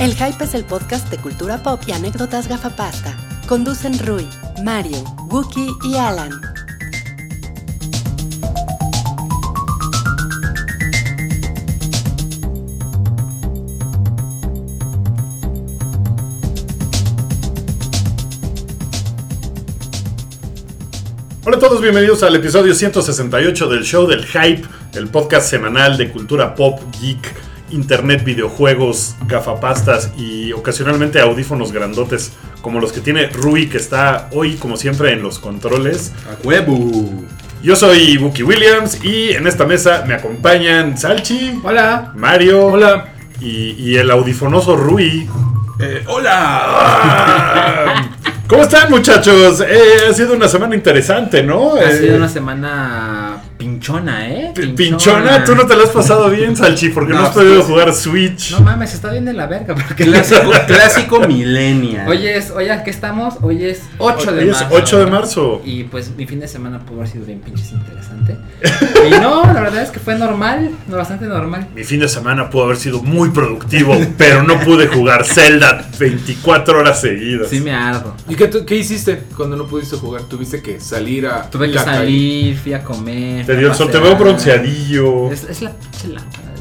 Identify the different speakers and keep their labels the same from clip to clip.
Speaker 1: El Hype es el podcast de cultura pop y anécdotas gafapasta. Conducen Rui, Mario, Wookie y Alan.
Speaker 2: Hola a todos, bienvenidos al episodio 168 del show del Hype, el podcast semanal de cultura pop, geek, internet, videojuegos, gafapastas y ocasionalmente audífonos grandotes como los que tiene Rui que está hoy como siempre en los controles.
Speaker 3: A huevo.
Speaker 2: Yo soy Bucky Williams y en esta mesa me acompañan Salchi,
Speaker 3: Hola.
Speaker 2: Mario
Speaker 3: Hola.
Speaker 2: y, y el audifonoso Rui.
Speaker 3: Eh, hola.
Speaker 2: ¿Cómo están muchachos? Eh, ha sido una semana interesante, ¿no?
Speaker 4: Ha
Speaker 2: Eh,
Speaker 4: sido una semana pinchona, ¿eh?
Speaker 2: Pinchona, tú no te la has pasado bien, Salchi, porque no,
Speaker 3: No,
Speaker 2: has podido
Speaker 3: pues,
Speaker 2: jugar Switch.
Speaker 4: No mames, está bien de la verga. Porque
Speaker 3: clásico, clásico millennial.
Speaker 4: Oye, es, oye, ¿a ¿qué estamos? Hoy es 8 de
Speaker 2: Hoy es
Speaker 4: marzo.
Speaker 2: 8 de marzo.
Speaker 4: Y pues mi fin de semana pudo haber sido bien pinches interesante. Y no, la verdad es que fue normal, no, bastante normal.
Speaker 2: Mi fin de semana pudo haber sido muy productivo, pero no pude jugar Zelda 24 horas seguidas.
Speaker 4: Sí me ardo.
Speaker 5: ¿Y qué, tú- qué hiciste cuando no pudiste jugar? ¿Tuviste que salir a.?
Speaker 4: Tuve que
Speaker 5: la calle?
Speaker 4: salir, fui a comer.
Speaker 2: Te
Speaker 4: fui a
Speaker 2: dio el sol, te
Speaker 4: pasear.
Speaker 2: veo bronceadillo.
Speaker 4: Es, es la pinche lámpara.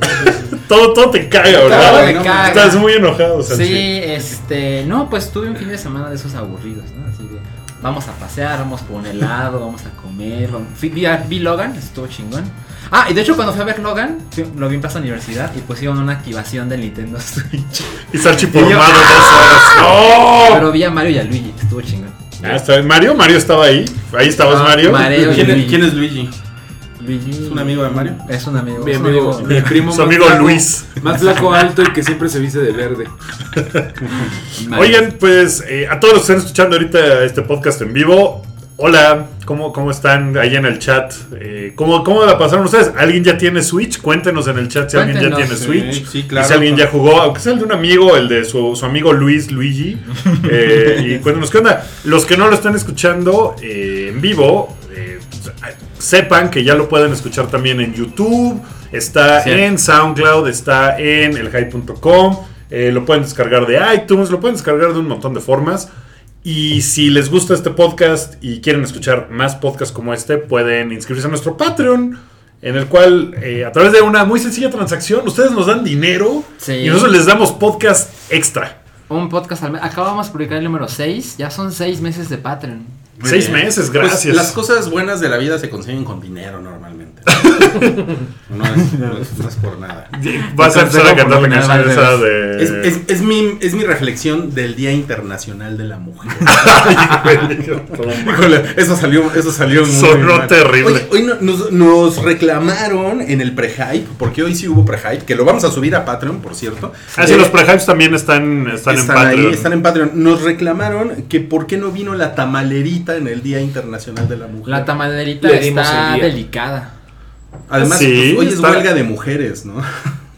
Speaker 2: Todo, todo te caga,
Speaker 4: Todo me
Speaker 2: ¿verdad?
Speaker 4: caga.
Speaker 2: Estás muy enojado, Salchi.
Speaker 4: Sí, este, no, pues tuve un fin de semana de esos aburridos, ¿no? Así de, vamos a pasear, vamos por un helado, vamos a comer, vamos- fui, vi, a- vi Logan, estuvo chingón. Ah, y de hecho cuando fui a ver Logan, fui- lo vi en Plaza Universidad y pusieron una activación del Nintendo Switch.
Speaker 2: Y Salchi
Speaker 4: yo-
Speaker 2: formado dos horas. ¡No!
Speaker 4: Pero vi a Mario y a Luigi, estuvo chingón.
Speaker 2: Ah, está bien. Mario, Mario estaba ahí. Ahí estabas,
Speaker 4: Ah,
Speaker 2: Mario.
Speaker 4: Mario.
Speaker 3: ¿Quién, es- quién es Luigi?
Speaker 4: Luigi...
Speaker 3: ¿Es un amigo de Mario?
Speaker 4: Es un amigo.
Speaker 5: Mi
Speaker 4: es un
Speaker 5: amigo, mi primo.
Speaker 2: Su
Speaker 5: más
Speaker 2: amigo
Speaker 5: flaco-
Speaker 2: Luis.
Speaker 5: Más flaco alto y que siempre se viste de verde.
Speaker 4: Mario.
Speaker 2: Oigan, pues eh, a todos los que están escuchando ahorita este podcast en vivo, hola, ¿cómo, cómo están ahí en el chat? Eh, ¿cómo, ¿Cómo la pasaron ustedes? ¿Alguien ya tiene Switch? Cuéntenos en el chat si alguien ya tiene
Speaker 4: Cuéntenos,
Speaker 2: Switch.
Speaker 3: Sí, sí,
Speaker 2: Y
Speaker 3: claro.
Speaker 2: si alguien ya jugó, aunque sea el de un amigo, el de su, su amigo Luis Luigi. eh, y cuéntenos qué onda. Los que no lo están escuchando eh, en vivo, eh, sepan que ya lo pueden escuchar también en YouTube. Está
Speaker 4: Cierto.
Speaker 2: en SoundCloud, está en elhype.com. eh, lo pueden descargar de iTunes, lo pueden descargar de un montón de formas. Y si les gusta este podcast y quieren escuchar más podcasts como este, pueden inscribirse a nuestro Patreon, en el cual eh, a través de una muy sencilla transacción, ustedes nos dan dinero
Speaker 4: Sí.
Speaker 2: y nosotros les damos podcast extra.
Speaker 4: Un podcast al mes. Acabamos de publicar el número 6, ya son 6 meses de Patreon.
Speaker 3: Muy
Speaker 2: Seis
Speaker 3: bien.
Speaker 2: meses,
Speaker 3: Pues,
Speaker 2: gracias.
Speaker 3: las cosas buenas de la vida se consiguen con dinero normalmente. No es, no es- no es por nada.
Speaker 2: Vas a empezar a cantar
Speaker 4: consejo
Speaker 2: la
Speaker 4: por lo
Speaker 2: canción
Speaker 4: general,
Speaker 2: esa de...
Speaker 3: Es, es- es mi, es mi reflexión del Día Internacional de la Mujer.
Speaker 4: ah,
Speaker 3: Híjole, eso salió, eso salió muy
Speaker 2: Sonó
Speaker 3: mal.
Speaker 2: terrible.
Speaker 3: Oye, hoy no- nos, nos reclamaron en el pre-hype, porque hoy sí hubo pre-hype, que lo vamos a subir a Patreon, por cierto.
Speaker 2: Ah, sí,
Speaker 3: Eh,
Speaker 2: los prehypes también están, están, en
Speaker 3: ahí,
Speaker 2: Patreon.
Speaker 3: están en Patreon. Nos reclamaron que por qué no vino la tamalerita en el Día Internacional de la Mujer.
Speaker 4: La tamaderita
Speaker 5: Le dimos
Speaker 4: está
Speaker 5: el día.
Speaker 4: delicada.
Speaker 3: Además,
Speaker 2: Sí,
Speaker 3: pues, hoy
Speaker 2: está-
Speaker 3: es huelga de mujeres, ¿no?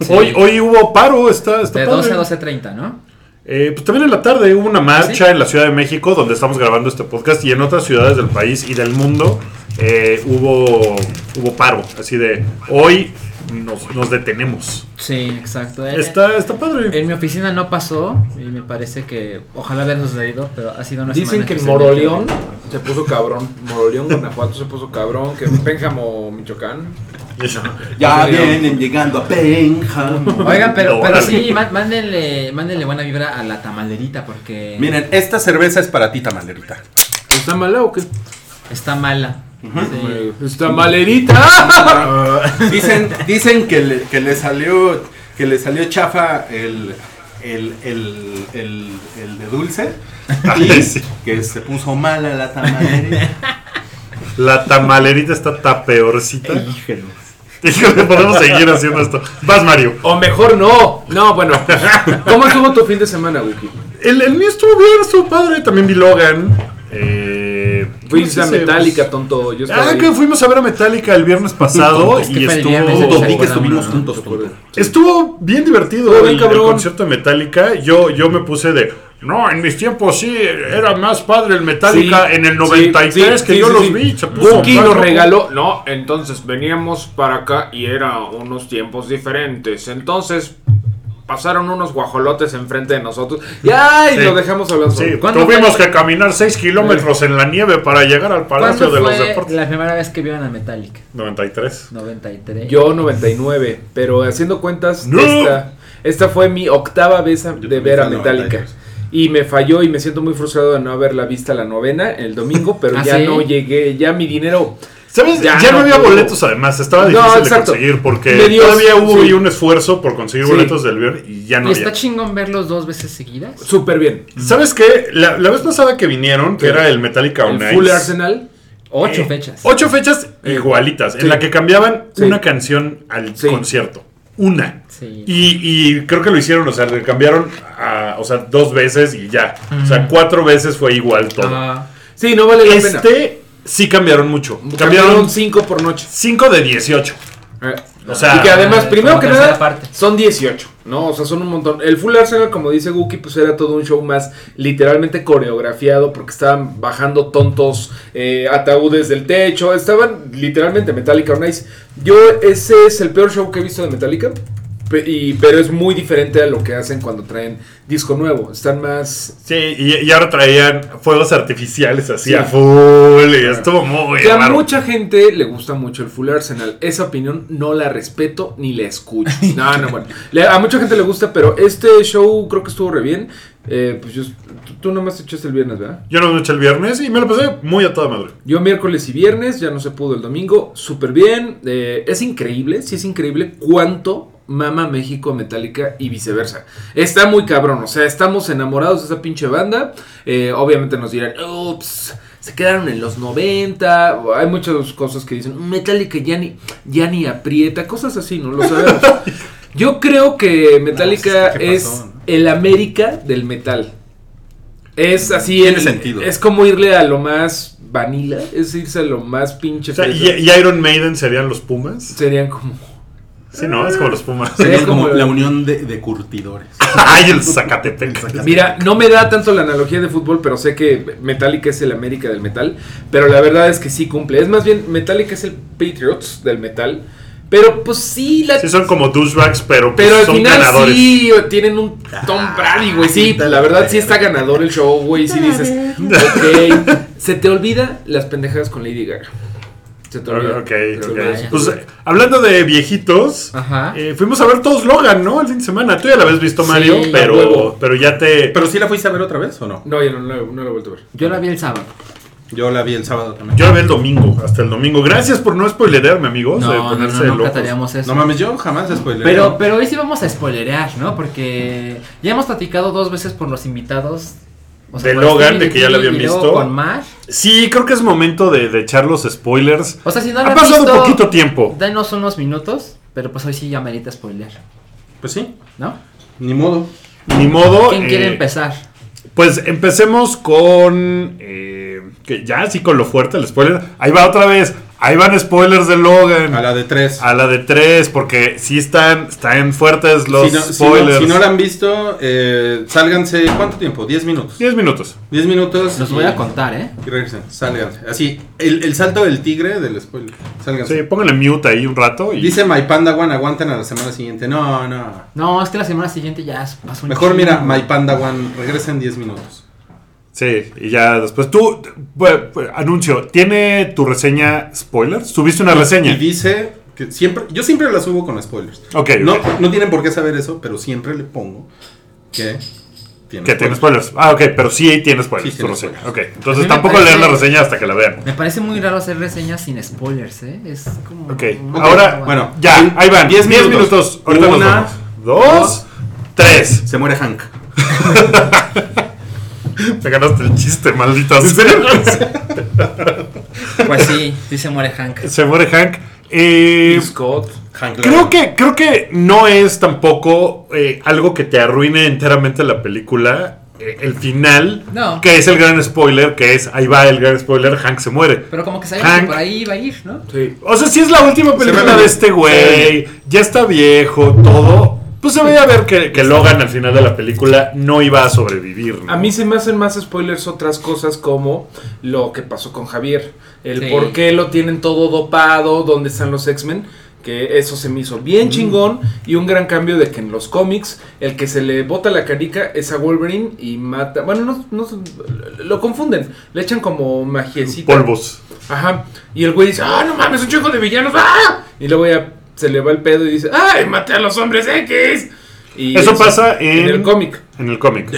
Speaker 2: Hoy, hoy hubo paro, está, está
Speaker 4: De
Speaker 2: padre.
Speaker 4: 12 a 12.30, ¿no?
Speaker 2: Eh, pues también en la tarde hubo una
Speaker 4: ¿Ah,
Speaker 2: marcha en la Ciudad de México donde estamos grabando este podcast y en otras ciudades del país y del mundo eh, hubo, hubo paro, así de hoy nos, nos detenemos.
Speaker 4: Sí, exacto. Eh,
Speaker 2: Está, está padre.
Speaker 4: En mi oficina no pasó y me parece que ojalá hubiera sucedido, pero ha sido una
Speaker 5: Dicen
Speaker 4: semana
Speaker 5: que en
Speaker 4: se
Speaker 5: Moroleón
Speaker 4: me-
Speaker 5: se puso cabrón. Moroleón, Guanajuato se puso cabrón. Que Pénjamo, Michoacán.
Speaker 4: Eh.
Speaker 3: Ya
Speaker 5: Moroleón.
Speaker 3: vienen llegando a Pénjamo.
Speaker 4: Oigan, pero,
Speaker 2: No,
Speaker 4: pero
Speaker 2: órale.
Speaker 4: sí, má- mándenle, mándenle buena vibra a la tamalerita porque
Speaker 3: Miren, esta cerveza es para ti, tamalerita.
Speaker 5: ¿Está mala o qué?
Speaker 4: está mala. Sí.
Speaker 5: Está malerita.
Speaker 3: Ah. dicen dicen que, le, que le salió que le salió chafa el, el, el, el, el de dulce y
Speaker 2: Sí.
Speaker 3: que se puso mala la tamalera.
Speaker 2: La tamalerita está tapeorcita.
Speaker 4: Eh.
Speaker 2: Híjole, podemos seguir haciendo esto. Vas, Mario.
Speaker 5: O mejor no. No, bueno. ¿Cómo estuvo tu fin de semana, Wookie?
Speaker 2: El, el mío estuvo bien, estuvo padre. También vi Logan. Eh,
Speaker 5: Fuiste a
Speaker 2: ¿qué más
Speaker 5: Metallica,
Speaker 2: hicimos?
Speaker 5: tonto. Yo estaba
Speaker 2: Ah,
Speaker 5: ahí.
Speaker 2: que fuimos a ver a Metallica el viernes pasado
Speaker 4: Oh, Es que
Speaker 2: y
Speaker 4: fue el
Speaker 2: estuvo...
Speaker 4: viernes,
Speaker 3: Juntos,
Speaker 4: Sí,
Speaker 3: vi que
Speaker 4: bueno,
Speaker 3: estuvimos
Speaker 4: no,
Speaker 3: juntos.
Speaker 5: ¿Te acuerdas?
Speaker 3: tonto.
Speaker 2: Estuvo bien divertido
Speaker 5: Estuvo bien
Speaker 2: el, el
Speaker 5: cabrón.
Speaker 2: concierto de Metallica. Yo, yo me puse de. No, en mis tiempos sí era más padre el Metallica
Speaker 5: Sí,
Speaker 2: en el
Speaker 5: sí,
Speaker 2: 93
Speaker 5: sí,
Speaker 2: que
Speaker 5: sí,
Speaker 2: yo
Speaker 5: sí,
Speaker 2: los
Speaker 5: sí.
Speaker 2: vi. Se puso
Speaker 5: Buki
Speaker 2: más
Speaker 5: nos
Speaker 2: loco.
Speaker 5: regaló. No, entonces veníamos para acá y era unos tiempos diferentes. Entonces, pasaron unos guajolotes enfrente de nosotros. Y ay,
Speaker 2: Sí.
Speaker 5: lo dejamos a los
Speaker 2: Sí,
Speaker 4: ¿Cuándo
Speaker 2: tuvimos
Speaker 4: fue-
Speaker 2: que caminar 6 kilómetros en la nieve para llegar al Palacio
Speaker 4: ¿Cuándo
Speaker 2: de los
Speaker 4: fue
Speaker 2: Deportes.
Speaker 4: la primera vez que vieron a Metallica?
Speaker 2: 93.
Speaker 4: 93.
Speaker 5: Yo 99, pero haciendo cuentas,
Speaker 2: No.
Speaker 5: esta, esta fue mi octava vez a-
Speaker 3: Yo
Speaker 5: de
Speaker 3: también
Speaker 5: ver a
Speaker 3: fui al
Speaker 5: Metallica.
Speaker 3: 92.
Speaker 5: Y me falló y me siento muy frustrado de no haberla vista la novena el domingo, pero
Speaker 4: ¿Ah,
Speaker 5: ya
Speaker 4: sí?
Speaker 5: no llegué, ya mi dinero.
Speaker 2: ¿Sabes? Ya,
Speaker 5: Ya
Speaker 2: no,
Speaker 5: no
Speaker 2: había
Speaker 5: pudo.
Speaker 2: boletos, además. Estaba
Speaker 5: No,
Speaker 2: difícil de
Speaker 5: exacto.
Speaker 2: conseguir porque
Speaker 5: Me dio-
Speaker 2: todavía hubo
Speaker 5: sí.
Speaker 2: ahí un esfuerzo por conseguir
Speaker 5: Sí.
Speaker 2: boletos del viernes y ya no
Speaker 4: y
Speaker 2: había.
Speaker 4: está chingón verlos dos veces seguidas.
Speaker 5: Súper bien.
Speaker 2: ¿Sabes qué? La, la vez pasada que vinieron, que
Speaker 5: Sí.
Speaker 2: era el Metallica on
Speaker 5: El
Speaker 2: Ice,
Speaker 5: Full Arsenal.
Speaker 4: Ocho
Speaker 2: eh,
Speaker 4: fechas.
Speaker 2: Ocho fechas
Speaker 5: Eh,
Speaker 2: igualitas, en
Speaker 5: sí.
Speaker 2: la que cambiaban
Speaker 5: Sí.
Speaker 2: una canción al
Speaker 5: Sí.
Speaker 2: concierto. Una.
Speaker 4: Sí.
Speaker 2: Y, y creo que lo hicieron, o sea, le cambiaron a, o sea, dos veces y ya. O sea, cuatro veces fue igual todo.
Speaker 4: Ah,
Speaker 5: Sí, no vale la pena.
Speaker 2: este sí cambiaron mucho. Cambiaron
Speaker 5: Cambiaron 5 por noche.
Speaker 2: 5 de 18.
Speaker 5: Eh,
Speaker 2: O sea,
Speaker 5: y que además,
Speaker 4: Ah,
Speaker 5: primero
Speaker 4: como
Speaker 5: que
Speaker 4: tercera
Speaker 5: nada,
Speaker 4: parte.
Speaker 5: son 18, ¿no? O sea, son un montón. El Full Arsenal, como dice Guki, pues era todo un show más literalmente coreografiado porque estaban bajando tontos eh, ataúdes del techo. Estaban literalmente Metallica on Ice. Yo, ese es el peor show que he visto de Metallica. pe- y- pero es muy diferente a lo que hacen cuando traen disco nuevo. Están más.
Speaker 2: Sí, y, y ahora traían fuegos artificiales así
Speaker 5: Sí.
Speaker 2: a full. Y estuvo muy
Speaker 5: Que a
Speaker 2: raro.
Speaker 5: mucha gente le gusta mucho el Full Arsenal. Esa opinión no la respeto ni la escucho. No, no, bueno. Le- a mucha gente le gusta, pero este show creo que estuvo re bien. Eh, pues yo, tú, tú nomás te echaste el viernes, ¿verdad?
Speaker 2: Yo no me eché el viernes y me lo pasé muy a toda madre.
Speaker 5: Yo miércoles y viernes, ya no se pudo el domingo. Súper bien. Eh, es increíble, sí es increíble cuánto mama México a Metallica y viceversa. Está muy cabrón, o sea, estamos enamorados de esa pinche banda. Eh, obviamente nos dirán, ups, se quedaron en los 90. o Hay muchas cosas que dicen, Metallica ya ni, ya ni aprieta, cosas así, ¿no? Lo sabemos. Yo creo que Metallica
Speaker 3: No, pues, ¿qué
Speaker 5: es
Speaker 3: pasó, no?
Speaker 5: el América del metal. Es así.
Speaker 3: Tiene
Speaker 5: el-
Speaker 3: sentido.
Speaker 5: Es como irle a lo más vanilla, es irse a lo más pinche.
Speaker 2: O sea,
Speaker 5: fresa.
Speaker 2: y, y Iron Maiden serían los Pumas.
Speaker 5: Serían como.
Speaker 2: Sí, no, es como los Pumas.
Speaker 5: Sí.
Speaker 3: Sería como
Speaker 5: como-
Speaker 3: la unión de, de curtidores.
Speaker 2: Ay, el Zacatepec.
Speaker 5: Mira, no me da tanto la analogía de fútbol, pero sé que Metallica es el América del metal. Pero la verdad es que sí cumple. Es más bien, Metallica es el Patriots del metal. Pero pues sí, la,
Speaker 2: Sí, son como douchebags, pero, pues,
Speaker 5: Pero al
Speaker 2: son
Speaker 5: final
Speaker 2: ganadores. Ah,
Speaker 5: sí tienen un Tom Brady, güey. Sí, la verdad sí está ganador el show, güey. Si dices, ok, se te olvida las pendejadas con Lady Gaga. Se te olvida.
Speaker 2: Ok,
Speaker 5: Se te
Speaker 2: ok.
Speaker 5: olvida, se te
Speaker 2: Pues,
Speaker 5: olvida.
Speaker 2: eh, hablando de viejitos,
Speaker 4: Ajá.
Speaker 2: eh, fuimos a ver todos Logan, ¿no? El fin de semana. Tú ya la habías visto,
Speaker 4: Sí,
Speaker 2: Mario,
Speaker 4: a
Speaker 2: pero,
Speaker 5: huevo.
Speaker 2: pero ya te.
Speaker 3: Pero sí la fuiste a ver otra vez o no?
Speaker 5: No, yo no, no, no lo he vuelto a ver.
Speaker 4: Yo la vi el sábado.
Speaker 3: Yo la vi el sábado también.
Speaker 2: Yo la vi el domingo, hasta el domingo. Gracias por no spoilerearme, amigos.
Speaker 4: No,
Speaker 2: de
Speaker 4: no, no,
Speaker 2: ponerse
Speaker 4: no,
Speaker 2: locos.
Speaker 4: trataríamos eso.
Speaker 3: No mames, yo jamás después
Speaker 4: Pero, pero hoy sí vamos a spoilerear, ¿no? Porque ya hemos platicado dos veces por los invitados.
Speaker 2: De
Speaker 4: por
Speaker 2: Logan,
Speaker 4: Stevie
Speaker 2: de que ya la
Speaker 4: Nicki,
Speaker 2: habían
Speaker 4: y luego
Speaker 2: visto.
Speaker 4: Con Mar.
Speaker 2: Sí, creo que es momento de, de echar los spoilers.
Speaker 4: O sea, si no la
Speaker 2: Ha
Speaker 4: han
Speaker 2: pasado
Speaker 4: visto,
Speaker 2: poquito tiempo.
Speaker 4: Danos unos minutos, pero pues hoy sí ya merita spoilear,
Speaker 3: Pues sí,
Speaker 4: ¿no?
Speaker 3: ni modo.
Speaker 2: Ni modo.
Speaker 4: ¿Quién quiere
Speaker 2: eh,
Speaker 4: empezar?
Speaker 2: Pues empecemos con. eh, que ya sí, con lo fuerte, el spoiler. Ahí va otra vez. Ahí van spoilers de Logan.
Speaker 3: A la de tres.
Speaker 2: A la de tres, porque sí están, están fuertes los
Speaker 3: si, no, si no-
Speaker 2: spoilers.
Speaker 3: si no la han visto, eh, sálganse. ¿Cuánto tiempo? 10 minutos.
Speaker 2: 10 minutos.
Speaker 3: 10 minutos.
Speaker 4: Los
Speaker 3: y-
Speaker 4: voy a contar, ¿eh?
Speaker 3: Y regresen, sálganse. Así, el, el salto del tigre del spoiler. Sálganse.
Speaker 2: Sí, pónganle mute ahí un rato. Y...
Speaker 3: Dice My Panda One, aguanten a la semana siguiente. No, no.
Speaker 4: No, es que la semana siguiente ya es- pasó un
Speaker 3: Mejor
Speaker 4: chingo.
Speaker 3: mira, My Panda One, regresen 10 minutos.
Speaker 2: Sí, y ya después. Tú, bu- bu- anuncio, ¿tiene tu reseña spoilers? ¿Subiste una
Speaker 3: Y
Speaker 2: reseña?
Speaker 3: dice que siempre, yo siempre la subo con spoilers.
Speaker 2: Ok,
Speaker 3: No,
Speaker 2: ok.
Speaker 3: no tienen por qué saber eso, pero siempre le pongo que tiene
Speaker 2: Que tiene spoilers. Ah, ok, pero sí tiene spoilers
Speaker 3: Sí
Speaker 2: tu
Speaker 3: tiene
Speaker 2: reseña.
Speaker 3: spoilers.
Speaker 2: Ok,
Speaker 4: A mí
Speaker 2: entonces
Speaker 4: me
Speaker 2: tampoco
Speaker 4: parece-
Speaker 2: lean la reseña hasta que la vean.
Speaker 4: Me parece muy raro hacer reseñas sin spoilers, ¿eh? Es como.
Speaker 2: Ok,
Speaker 4: una-
Speaker 2: ahora,
Speaker 3: bueno.
Speaker 2: ya,
Speaker 3: En
Speaker 2: ahí van. 10
Speaker 3: 10
Speaker 2: minutos.
Speaker 3: minutos.
Speaker 2: Ahorita nos
Speaker 3: Una,
Speaker 2: vamos. Dos, tres.
Speaker 3: Se muere Hank.
Speaker 2: Te ganaste el chiste, maldita sea.
Speaker 4: Pues sí, sí se muere Hank.
Speaker 2: Se muere Hank. Eh,
Speaker 5: Scott.
Speaker 3: Hank
Speaker 2: Creo que, creo que no es tampoco eh, algo que te arruine enteramente la película. eh, el final,
Speaker 4: No.
Speaker 2: que es el gran spoiler, que es ahí va el gran spoiler, Hank se muere.
Speaker 4: Pero como que sabíamos
Speaker 2: Hank.
Speaker 4: que por ahí iba a ir, ¿no?
Speaker 5: Sí.
Speaker 2: O sea, si es la última película
Speaker 3: ve
Speaker 2: de
Speaker 3: bien.
Speaker 2: este güey, ya está viejo, todo. Pues se veía a ver que, que Logan al final de la película no iba a sobrevivir. ¿no?
Speaker 5: A mí se me hacen más spoilers otras cosas como lo que pasó con Javier. El
Speaker 4: Sí.
Speaker 5: por qué lo tienen todo dopado, dónde están los X-Men. Que eso se me hizo bien chingón y un gran cambio de que en los cómics el que se le bota la carica es a Wolverine y mata... Bueno, no, no- lo confunden, le echan como magiecita.
Speaker 2: Polvos.
Speaker 5: Ajá. Y el güey dice, ah, no mames, un chico de villanos. ¡Ah! Y luego ya se le va el pedo y dice, ay, maté a los hombres X. Y
Speaker 2: Eso pasa en-
Speaker 5: el cómic.
Speaker 2: En el cómic.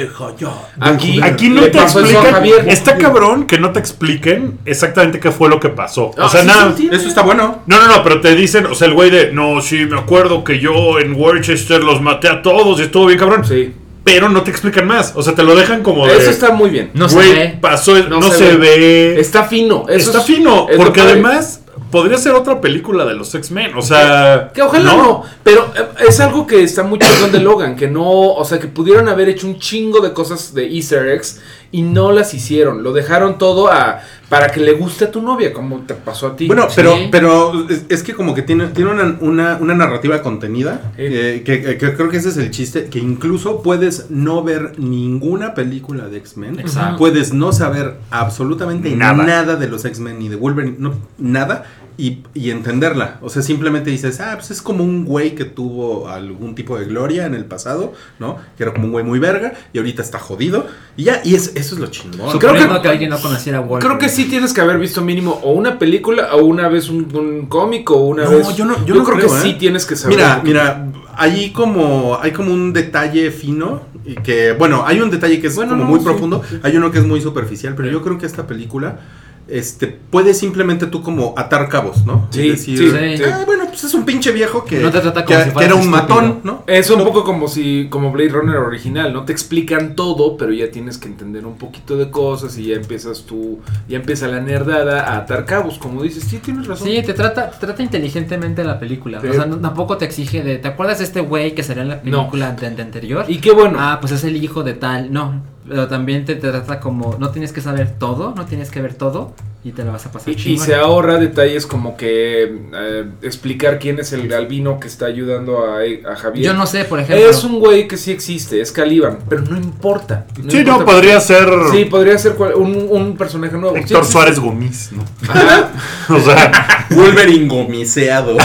Speaker 5: Aquí,
Speaker 2: Aquí no
Speaker 5: le
Speaker 2: te
Speaker 5: pasó eso a
Speaker 2: explican.
Speaker 5: Javier.
Speaker 2: Está cabrón que no te expliquen exactamente qué fue lo que pasó.
Speaker 5: Ah,
Speaker 2: O sea,
Speaker 5: sí,
Speaker 2: nada.
Speaker 5: sí, sí.
Speaker 3: Eso está bueno.
Speaker 2: No, no, no, pero te dicen, o sea, el güey de, no, sí, me acuerdo que yo en Worcester los maté a todos y estuvo bien cabrón.
Speaker 5: Sí.
Speaker 2: Pero no te explican más. O sea, te lo dejan como de.
Speaker 5: Eso está muy bien.
Speaker 4: No se
Speaker 2: güey,
Speaker 4: ve.
Speaker 2: pasó, no,
Speaker 5: No
Speaker 2: se,
Speaker 5: se
Speaker 2: ve.
Speaker 5: Está fino. eso
Speaker 2: está
Speaker 5: es-
Speaker 2: fino,
Speaker 5: es lo
Speaker 2: porque
Speaker 5: padre.
Speaker 2: además podría ser otra película de los X-Men. O sea.
Speaker 5: Que ojalá no, pero eh, es algo que está muy chingón de Logan, que no, o sea, que pudieron haber hecho un chingo de cosas de easter eggs y no las hicieron, lo dejaron todo a para que le guste a tu novia, como te pasó a ti.
Speaker 3: Bueno,
Speaker 4: Sí.
Speaker 3: pero, pero es, es que como que tiene, tiene una, una- una narrativa contenida,
Speaker 5: Sí.
Speaker 3: eh, que, que- que creo que ese es el chiste, que incluso puedes no ver ninguna película de X-Men,
Speaker 4: Exacto.
Speaker 3: puedes no saber absolutamente
Speaker 2: Nada.
Speaker 3: nada, de los X-Men ni de Wolverine, no, nada, y, y entenderla. O sea, simplemente dices, ah, pues es como un güey que tuvo algún tipo de gloria en el pasado, ¿no? Que era como un güey muy verga y ahorita está jodido, y ya, y es- eso es lo chingón.
Speaker 5: Creo que-
Speaker 4: Suponiendo que, alguien no conociera a Wolverine.
Speaker 5: Creo que sí tienes que haber visto mínimo o una película o una vez un, un cómic o una
Speaker 3: No,
Speaker 5: vez.
Speaker 3: yo no- yo no
Speaker 5: creo,
Speaker 3: creo,
Speaker 5: que
Speaker 3: ¿eh?
Speaker 5: sí tienes que saber.
Speaker 3: Mira, mira, allí como hay como un detalle fino y que bueno, hay un detalle que es
Speaker 5: Bueno,
Speaker 3: como
Speaker 5: no,
Speaker 3: muy
Speaker 5: sí.
Speaker 3: profundo, hay uno que es muy superficial, pero yo creo que esta película este puede simplemente tú como atar cabos, ¿no? Y
Speaker 5: Sí,
Speaker 3: decir,
Speaker 5: sí,
Speaker 4: sí.
Speaker 3: "Ah, bueno, pues es un pinche viejo que
Speaker 4: No te trata como
Speaker 3: que,
Speaker 4: si fueras
Speaker 3: que era un
Speaker 4: estúpido. Eh,
Speaker 3: matón, ¿no?
Speaker 5: Es un poco como si, como Blade Runner original, ¿no? Te explican todo, pero ya tienes que entender un poquito de cosas y ya empiezas tú, ya empieza la nerdada a atar cabos, como dices, sí, tienes razón.
Speaker 4: Sí, te trata, te trata inteligentemente la película.
Speaker 5: Sí.
Speaker 4: O sea, no- tampoco te exige de. ¿Te acuerdas de este güey que salió en la película ante- ante anterior?
Speaker 5: Y qué bueno.
Speaker 4: Ah, pues es el hijo de tal. No, pero también te trata como. No tienes que saber todo, no tienes que ver todo y te la vas a pasar.
Speaker 5: Y- Y
Speaker 4: chingón.
Speaker 5: se ahorra detalles como que eh, explicar quién es el albino que está ayudando a, eh, a Javier.
Speaker 4: Yo no sé, por ejemplo.
Speaker 5: es un güey que sí existe, es Caliban, pero no importa.
Speaker 2: Sí, no,
Speaker 5: importa.
Speaker 2: podría ser.
Speaker 5: Sí, podría ser cual- un, un personaje nuevo.
Speaker 2: Héctor
Speaker 5: Sí, sí,
Speaker 2: Suárez Gómez, ¿no?
Speaker 5: sí. Ajá.
Speaker 2: O sea,
Speaker 3: Wolverine gomiseado.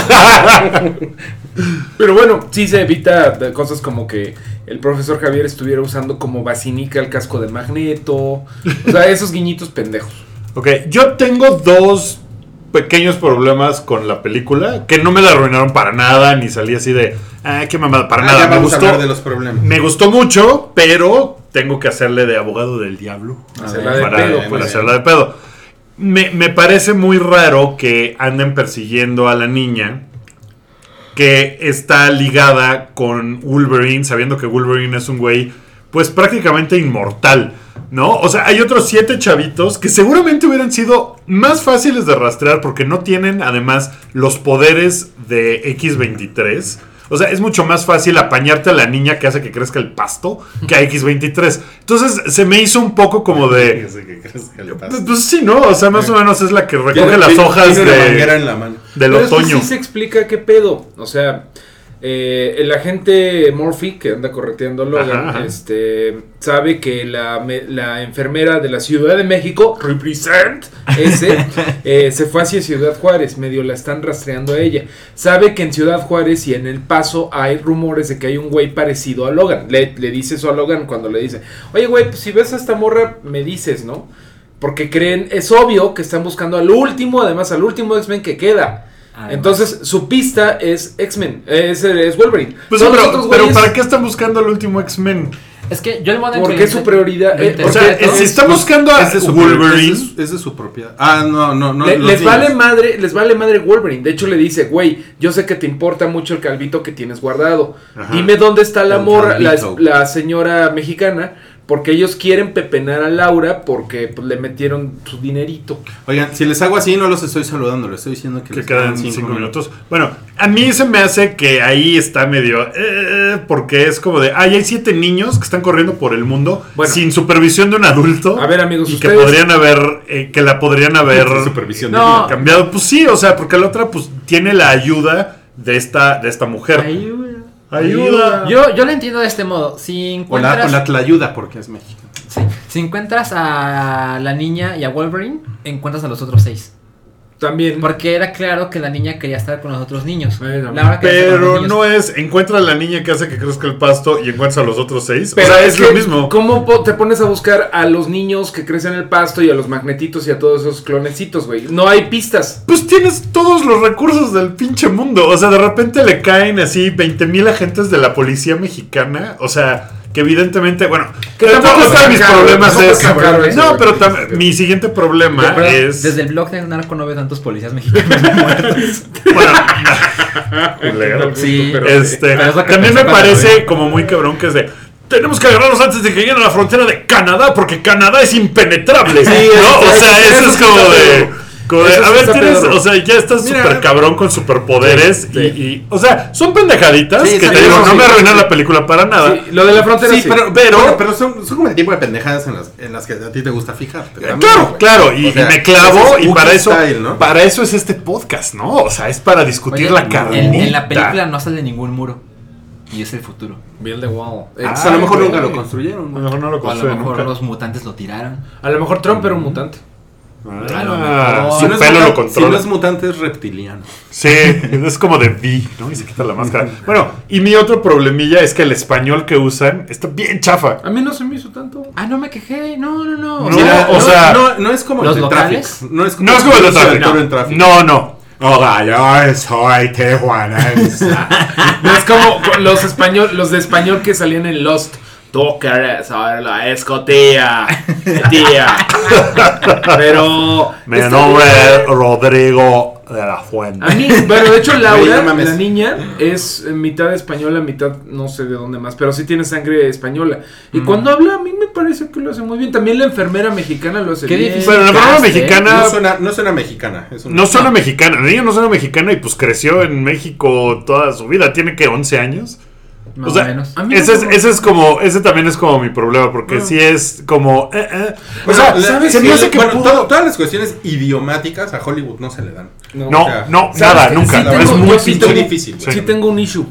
Speaker 5: Pero bueno, sí se evita de cosas como que el profesor Javier estuviera usando como vacinica el casco de Magneto. O sea, esos guiñitos pendejos.
Speaker 2: ok. Yo tengo dos pequeños problemas con la película que no me la arruinaron para nada, ni salí así de, ah, qué mamada, para
Speaker 3: Ah,
Speaker 2: nada.
Speaker 3: ya
Speaker 2: me
Speaker 3: vamos a
Speaker 2: gustó.
Speaker 3: hablar de los problemas.
Speaker 2: Me gustó mucho, pero tengo que hacerle de abogado del diablo
Speaker 5: O
Speaker 3: A
Speaker 5: sea,
Speaker 3: ver,
Speaker 5: la de
Speaker 2: para,
Speaker 5: pedo,
Speaker 2: para
Speaker 5: pues.
Speaker 2: hacerla de pedo. Me, me parece muy raro que anden persiguiendo a la niña que está ligada con Wolverine, sabiendo que Wolverine es un güey, pues prácticamente inmortal, ¿no? O sea, hay otros siete chavitos que seguramente hubieran sido más fáciles de rastrear porque no tienen además los poderes de X23. O sea, es mucho más fácil apañarte a la niña que hace que crezca el pasto que a X23. Entonces, se me hizo un poco como de...
Speaker 3: Fíjese que crees que le
Speaker 2: Pues,
Speaker 3: pasa.
Speaker 2: pues sí, ¿no? O sea, más o menos es la que recoge
Speaker 3: Tiene-
Speaker 2: las
Speaker 3: tiene-
Speaker 2: hojas
Speaker 3: tiene una manguera
Speaker 2: de,
Speaker 3: en la mano.
Speaker 2: del
Speaker 5: Pero es que
Speaker 2: otoño.
Speaker 5: sí se explica qué pedo. O sea, eh, el agente Murphy, que anda correteando a Logan,
Speaker 2: Ajá, ajá.
Speaker 5: este sabe que la, me- la enfermera de la Ciudad de México, Represent, ese, eh, se fue hacia Ciudad Juárez, medio la están rastreando a ella. Sabe que en Ciudad Juárez y en El Paso hay rumores de que hay un güey parecido a Logan. Le, le dice eso a Logan cuando le dice, oye güey, pues si ves a esta morra, me dices, ¿no? Porque creen, es obvio que están buscando al último, además al último X-Men que queda.
Speaker 4: Además.
Speaker 5: Entonces, su pista es X-Men, es, es Wolverine.
Speaker 2: Pues sí,
Speaker 5: Todos los
Speaker 2: pero,
Speaker 5: otros
Speaker 2: pero
Speaker 5: güeyes-
Speaker 2: ¿para qué están buscando al último X-Men?
Speaker 4: Es que yo el modo en
Speaker 5: ¿Por
Speaker 4: que
Speaker 5: qué
Speaker 4: lo
Speaker 5: su
Speaker 4: inter-
Speaker 5: prioridad-
Speaker 4: lo
Speaker 5: eh,
Speaker 4: interpreto
Speaker 2: o sea, Este es- si
Speaker 4: es-
Speaker 2: está buscando a
Speaker 3: Pues, Es de su
Speaker 2: Wolverine.
Speaker 3: Es de, su- es de su propiedad. Ah, no, no, no.
Speaker 5: Le-
Speaker 3: los
Speaker 5: les
Speaker 3: niños.
Speaker 5: vale madre, les vale madre Wolverine. De hecho, le dice, güey, yo sé que te importa mucho el calvito que tienes guardado.
Speaker 2: Ajá.
Speaker 5: Dime dónde está la
Speaker 3: El
Speaker 5: morra, la,
Speaker 3: calvito.
Speaker 5: la señora mexicana, porque ellos quieren pepenar a Laura porque pues, le metieron su dinerito.
Speaker 3: Oigan, si les hago así, no los estoy saludando, les estoy diciendo que,
Speaker 2: Que
Speaker 3: les
Speaker 2: quedan cinco, minutos. Bueno, a mí se me hace que ahí está medio. eh, porque es como de. Ay, hay siete niños que están corriendo por el mundo
Speaker 5: Bueno.
Speaker 2: sin supervisión de un adulto.
Speaker 5: A ver, amigos,
Speaker 2: Y que
Speaker 5: ustedes-
Speaker 2: podrían haber. eh, que la podrían haber.
Speaker 3: Sin supervisión de
Speaker 2: eh,
Speaker 5: No.
Speaker 2: Cambiado. Pues sí, o sea, porque la otra, pues tiene la ayuda de esta, de esta mujer.
Speaker 4: Ayuda.
Speaker 2: Ayuda.
Speaker 4: Yo, yo lo entiendo de este modo. Si
Speaker 3: O la,
Speaker 4: encuentras,
Speaker 3: o la tlayuda, porque es México.
Speaker 4: sí, si encuentras a la niña y a Wolverine, encuentras a los otros seis.
Speaker 5: También.
Speaker 4: Porque era claro que la niña quería estar con los otros niños.
Speaker 5: Bueno,
Speaker 4: Laura quería estar con los
Speaker 2: Pero
Speaker 4: niños.
Speaker 2: no es, encuentra a la niña que hace que crezca el pasto y encuentra a los otros seis.
Speaker 5: Pero
Speaker 2: o sea, pues, es, lo
Speaker 5: que,
Speaker 2: mismo.
Speaker 5: ¿Cómo po- te pones a buscar a los niños que crecen en el pasto y a los magnetitos y a todos esos clonecitos, güey? No hay pistas.
Speaker 2: Pues tienes todos los recursos del pinche mundo. O sea, de repente le caen así 20 mil agentes de la policía mexicana. O sea, que evidentemente, bueno,
Speaker 5: Que
Speaker 2: que
Speaker 5: tampoco
Speaker 2: tampoco
Speaker 5: está
Speaker 2: están mis
Speaker 5: cabrón,
Speaker 2: problemas
Speaker 5: tampoco
Speaker 2: es-
Speaker 5: está cabrón eso,
Speaker 2: No,
Speaker 5: güey.
Speaker 2: pero tam- mi siguiente
Speaker 4: ¿Te
Speaker 2: problema
Speaker 4: acuerdas?
Speaker 2: es.
Speaker 4: Desde el blog de Narco no veo tantos policías mexicanos.
Speaker 2: Bueno, culero.
Speaker 4: Sí,
Speaker 5: pero-
Speaker 2: Este,
Speaker 4: Pero es lo que
Speaker 2: también me
Speaker 4: pensaba,
Speaker 2: parece como muy cabrón que es de. Tenemos que agarrarlos antes de que lleguen a la frontera de Canadá, porque Canadá es impenetrable. ¿no?
Speaker 5: eso-
Speaker 2: O sea,
Speaker 5: eso-
Speaker 2: eso,
Speaker 5: eso
Speaker 2: es
Speaker 5: sí
Speaker 2: como
Speaker 5: está
Speaker 2: de.
Speaker 5: pedorro.
Speaker 2: como de,
Speaker 5: Eso
Speaker 2: a
Speaker 5: sí
Speaker 2: ver,
Speaker 5: está
Speaker 2: tienes,
Speaker 5: pedorro.
Speaker 2: o sea, ya estás
Speaker 5: Mira.
Speaker 2: súper cabrón con superpoderes
Speaker 5: Sí,
Speaker 2: y,
Speaker 5: sí.
Speaker 2: y- O sea, son pendejaditas
Speaker 3: Sí,
Speaker 2: que
Speaker 3: sí,
Speaker 2: te digo,
Speaker 5: sí,
Speaker 2: no
Speaker 5: sí,
Speaker 2: me
Speaker 5: sí,
Speaker 2: arruinan
Speaker 5: sí.
Speaker 2: la película para nada.
Speaker 5: Sí, lo de la frontera
Speaker 3: Sí,
Speaker 5: sí.
Speaker 3: pero,
Speaker 2: pero-
Speaker 3: pero, pero son, son como el tipo de pendejadas en las, en las que a ti te gusta fijarte.
Speaker 2: Eh,
Speaker 3: también,
Speaker 2: Claro,
Speaker 3: güey.
Speaker 2: claro, y,
Speaker 3: O sea,
Speaker 2: y me clavo
Speaker 3: ese es
Speaker 2: y para
Speaker 3: Wookiee
Speaker 2: eso,
Speaker 3: style, ¿no?
Speaker 2: para eso es este podcast, ¿no? O sea, es para discutir
Speaker 4: Oye,
Speaker 2: la carnita.
Speaker 4: en, en la película no sale ningún muro. Y es el futuro.
Speaker 5: Build the wall.
Speaker 3: Entonces, a lo mejor
Speaker 2: Ay,
Speaker 3: nunca
Speaker 2: güey.
Speaker 3: lo construyeron.
Speaker 2: a lo
Speaker 3: güey.
Speaker 2: mejor no lo
Speaker 4: O a lo
Speaker 2: construyen
Speaker 4: mejor
Speaker 2: nunca.
Speaker 4: los mutantes lo tiraron.
Speaker 5: A lo mejor Trump era un mutante.
Speaker 4: A lo mejor.
Speaker 2: su
Speaker 4: Si no
Speaker 2: Ah, pelo
Speaker 3: mutan-
Speaker 2: lo
Speaker 3: Si no
Speaker 2: controla.
Speaker 3: es mutante, es reptiliano.
Speaker 2: Sí, es como de vi, ¿no? Y se quita la máscara. Bueno, y mi otro problemilla es que el español que usan está bien chafa.
Speaker 5: A mí no se me hizo tanto.
Speaker 4: Ah, no me quejé. No, no, no.
Speaker 2: No,
Speaker 3: Mira,
Speaker 2: o sea,
Speaker 3: no, no es como
Speaker 4: ¿los
Speaker 3: el de
Speaker 4: locales?
Speaker 3: Traffic. No es como,
Speaker 2: No es como el de tráfico.
Speaker 3: Arturo en Traffic.
Speaker 2: No, no. Hola, yo soy Tijuana.
Speaker 5: No es como con los español, los de español que salían en Lost. Tú quieres saber la escotía, tía. Pero.
Speaker 2: Mi
Speaker 5: está
Speaker 2: nombre
Speaker 5: bien.
Speaker 2: es Rodrigo de la
Speaker 5: A
Speaker 2: Fuente.
Speaker 5: mí, bueno, de hecho
Speaker 3: Oye,
Speaker 5: Laura,
Speaker 3: no mames.
Speaker 5: la niña, es eh, mitad española, mitad no sé de dónde más, pero sí tiene sangre española. Y
Speaker 4: Mm.
Speaker 5: cuando habla, a mí me parece que lo hace muy bien. También la enfermera mexicana lo hace
Speaker 4: Qué
Speaker 5: bien.
Speaker 4: difícil.
Speaker 2: Pero la forma
Speaker 4: Cast, ¿eh?
Speaker 2: mexicana
Speaker 3: No suena, no suena mexicana. Es una-
Speaker 2: no suena mexicana. La niña no suena mexicana y pues creció en México toda su vida. Tiene que 11 años.
Speaker 4: Más
Speaker 2: o sea,
Speaker 4: o menos.
Speaker 5: a mí
Speaker 2: Ese
Speaker 5: no
Speaker 2: es,
Speaker 5: me-
Speaker 2: ese es como, ese también es como mi problema, porque si es como, eh, eh. o sea,
Speaker 3: la-
Speaker 2: se me
Speaker 3: el-
Speaker 2: hace que
Speaker 3: bueno,
Speaker 2: pudo-
Speaker 3: todo- todas las cuestiones idiomáticas a Hollywood no se le dan.
Speaker 2: No,
Speaker 3: o sea,
Speaker 2: no,
Speaker 5: ¿sabes
Speaker 2: nada,
Speaker 5: qué?
Speaker 2: nunca.
Speaker 5: Sí tengo-
Speaker 2: es muy
Speaker 5: yo sí
Speaker 3: muy
Speaker 5: tengo-
Speaker 3: difícil. güey.
Speaker 5: Sí tengo un issue.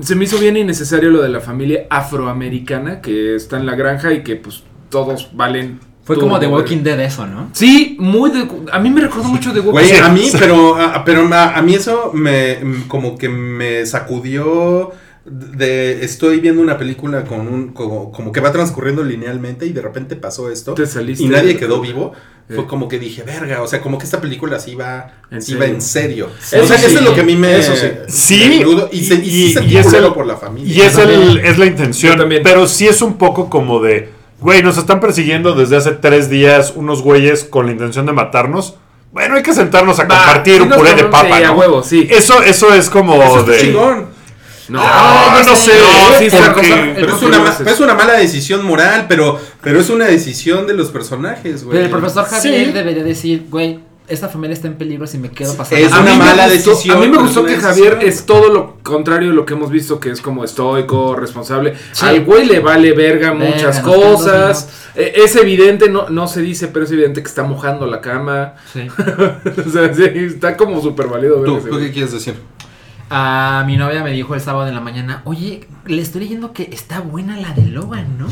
Speaker 5: Se me hizo bien innecesario lo de la familia afroamericana que está en la granja y que pues todos valen.
Speaker 4: Fue
Speaker 5: turbo,
Speaker 4: como The
Speaker 5: güey.
Speaker 4: Walking Dead eso, ¿no?
Speaker 5: Sí, muy de, a mí me recordó mucho de Walking
Speaker 3: Güey,
Speaker 5: Dead.
Speaker 3: a mí, pero, a, pero a, a mí eso me mm, como que me sacudió de estoy viendo una película con un como, como que va transcurriendo linealmente y de repente pasó esto
Speaker 5: Te saliste
Speaker 3: y
Speaker 5: de
Speaker 3: nadie
Speaker 5: la
Speaker 3: quedó
Speaker 5: película.
Speaker 3: vivo.
Speaker 5: Sí.
Speaker 3: Fue como que dije, verga, o sea, como que esta película sí va
Speaker 5: En
Speaker 3: en,
Speaker 5: serio.
Speaker 3: en serio.
Speaker 5: Sí,
Speaker 3: o sea,
Speaker 5: sí,
Speaker 3: eso es lo que a mí me.
Speaker 5: eso sí.
Speaker 3: me
Speaker 2: Sí,
Speaker 3: desnudo, y, se- y, sí
Speaker 2: y-
Speaker 3: sentí
Speaker 2: y es
Speaker 3: culero
Speaker 2: el-
Speaker 3: por la familia.
Speaker 2: Y es,
Speaker 5: Yo
Speaker 2: el,
Speaker 5: también.
Speaker 2: es la
Speaker 5: Yo
Speaker 2: intención.
Speaker 5: también.
Speaker 2: Pero sí es un poco como de, güey, nos están persiguiendo desde hace tres días unos güeyes con la intención de matarnos. Bueno, hay que sentarnos a
Speaker 5: Va,
Speaker 2: compartir
Speaker 5: sí
Speaker 2: un
Speaker 5: nos
Speaker 2: puré de
Speaker 5: comemos
Speaker 2: papa.
Speaker 5: ahí a
Speaker 2: ¿no?
Speaker 5: huevo, sí.
Speaker 2: Eso, eso es como
Speaker 3: Eso está
Speaker 2: de.
Speaker 3: chingón.
Speaker 5: No,
Speaker 2: Ah,
Speaker 5: no,
Speaker 2: no
Speaker 5: sé.
Speaker 2: sé,
Speaker 5: No, sí,
Speaker 2: porque-
Speaker 5: está cosa-
Speaker 2: pero
Speaker 3: Pero
Speaker 5: el
Speaker 3: es, una, ma-
Speaker 5: profe-
Speaker 3: pero es una mala decisión moral, pero, pero es una decisión de los personajes, güey.
Speaker 4: Pero el profesor Javier
Speaker 2: Sí.
Speaker 4: debería decir, güey, esta familia está en peligro si me quedo pasando.
Speaker 3: Es
Speaker 5: A
Speaker 4: la-
Speaker 5: mí
Speaker 3: una
Speaker 5: me
Speaker 3: mala
Speaker 5: gustó-
Speaker 3: decisión,
Speaker 5: A mí me
Speaker 3: pero
Speaker 5: gustó
Speaker 3: es
Speaker 5: que
Speaker 3: una
Speaker 5: Javier
Speaker 3: decisión.
Speaker 5: es todo lo contrario de lo que hemos visto, que es como estoico, responsable.
Speaker 4: Sí.
Speaker 5: Al güey le vale verga
Speaker 4: Verga,
Speaker 5: muchas
Speaker 4: nos quedan dos
Speaker 5: cosas. Eh, es evidente, no, no se dice, pero es evidente que está mojando la cama.
Speaker 4: Sí.
Speaker 5: o sea, sí, está como súper válido. ver
Speaker 3: ¿Tú,
Speaker 5: ese
Speaker 3: ¿Tú
Speaker 5: güey.
Speaker 3: qué quieres decir?
Speaker 4: A mi novia me dijo el sábado en la mañana, oye, le estoy leyendo que está buena la de Logan, ¿no?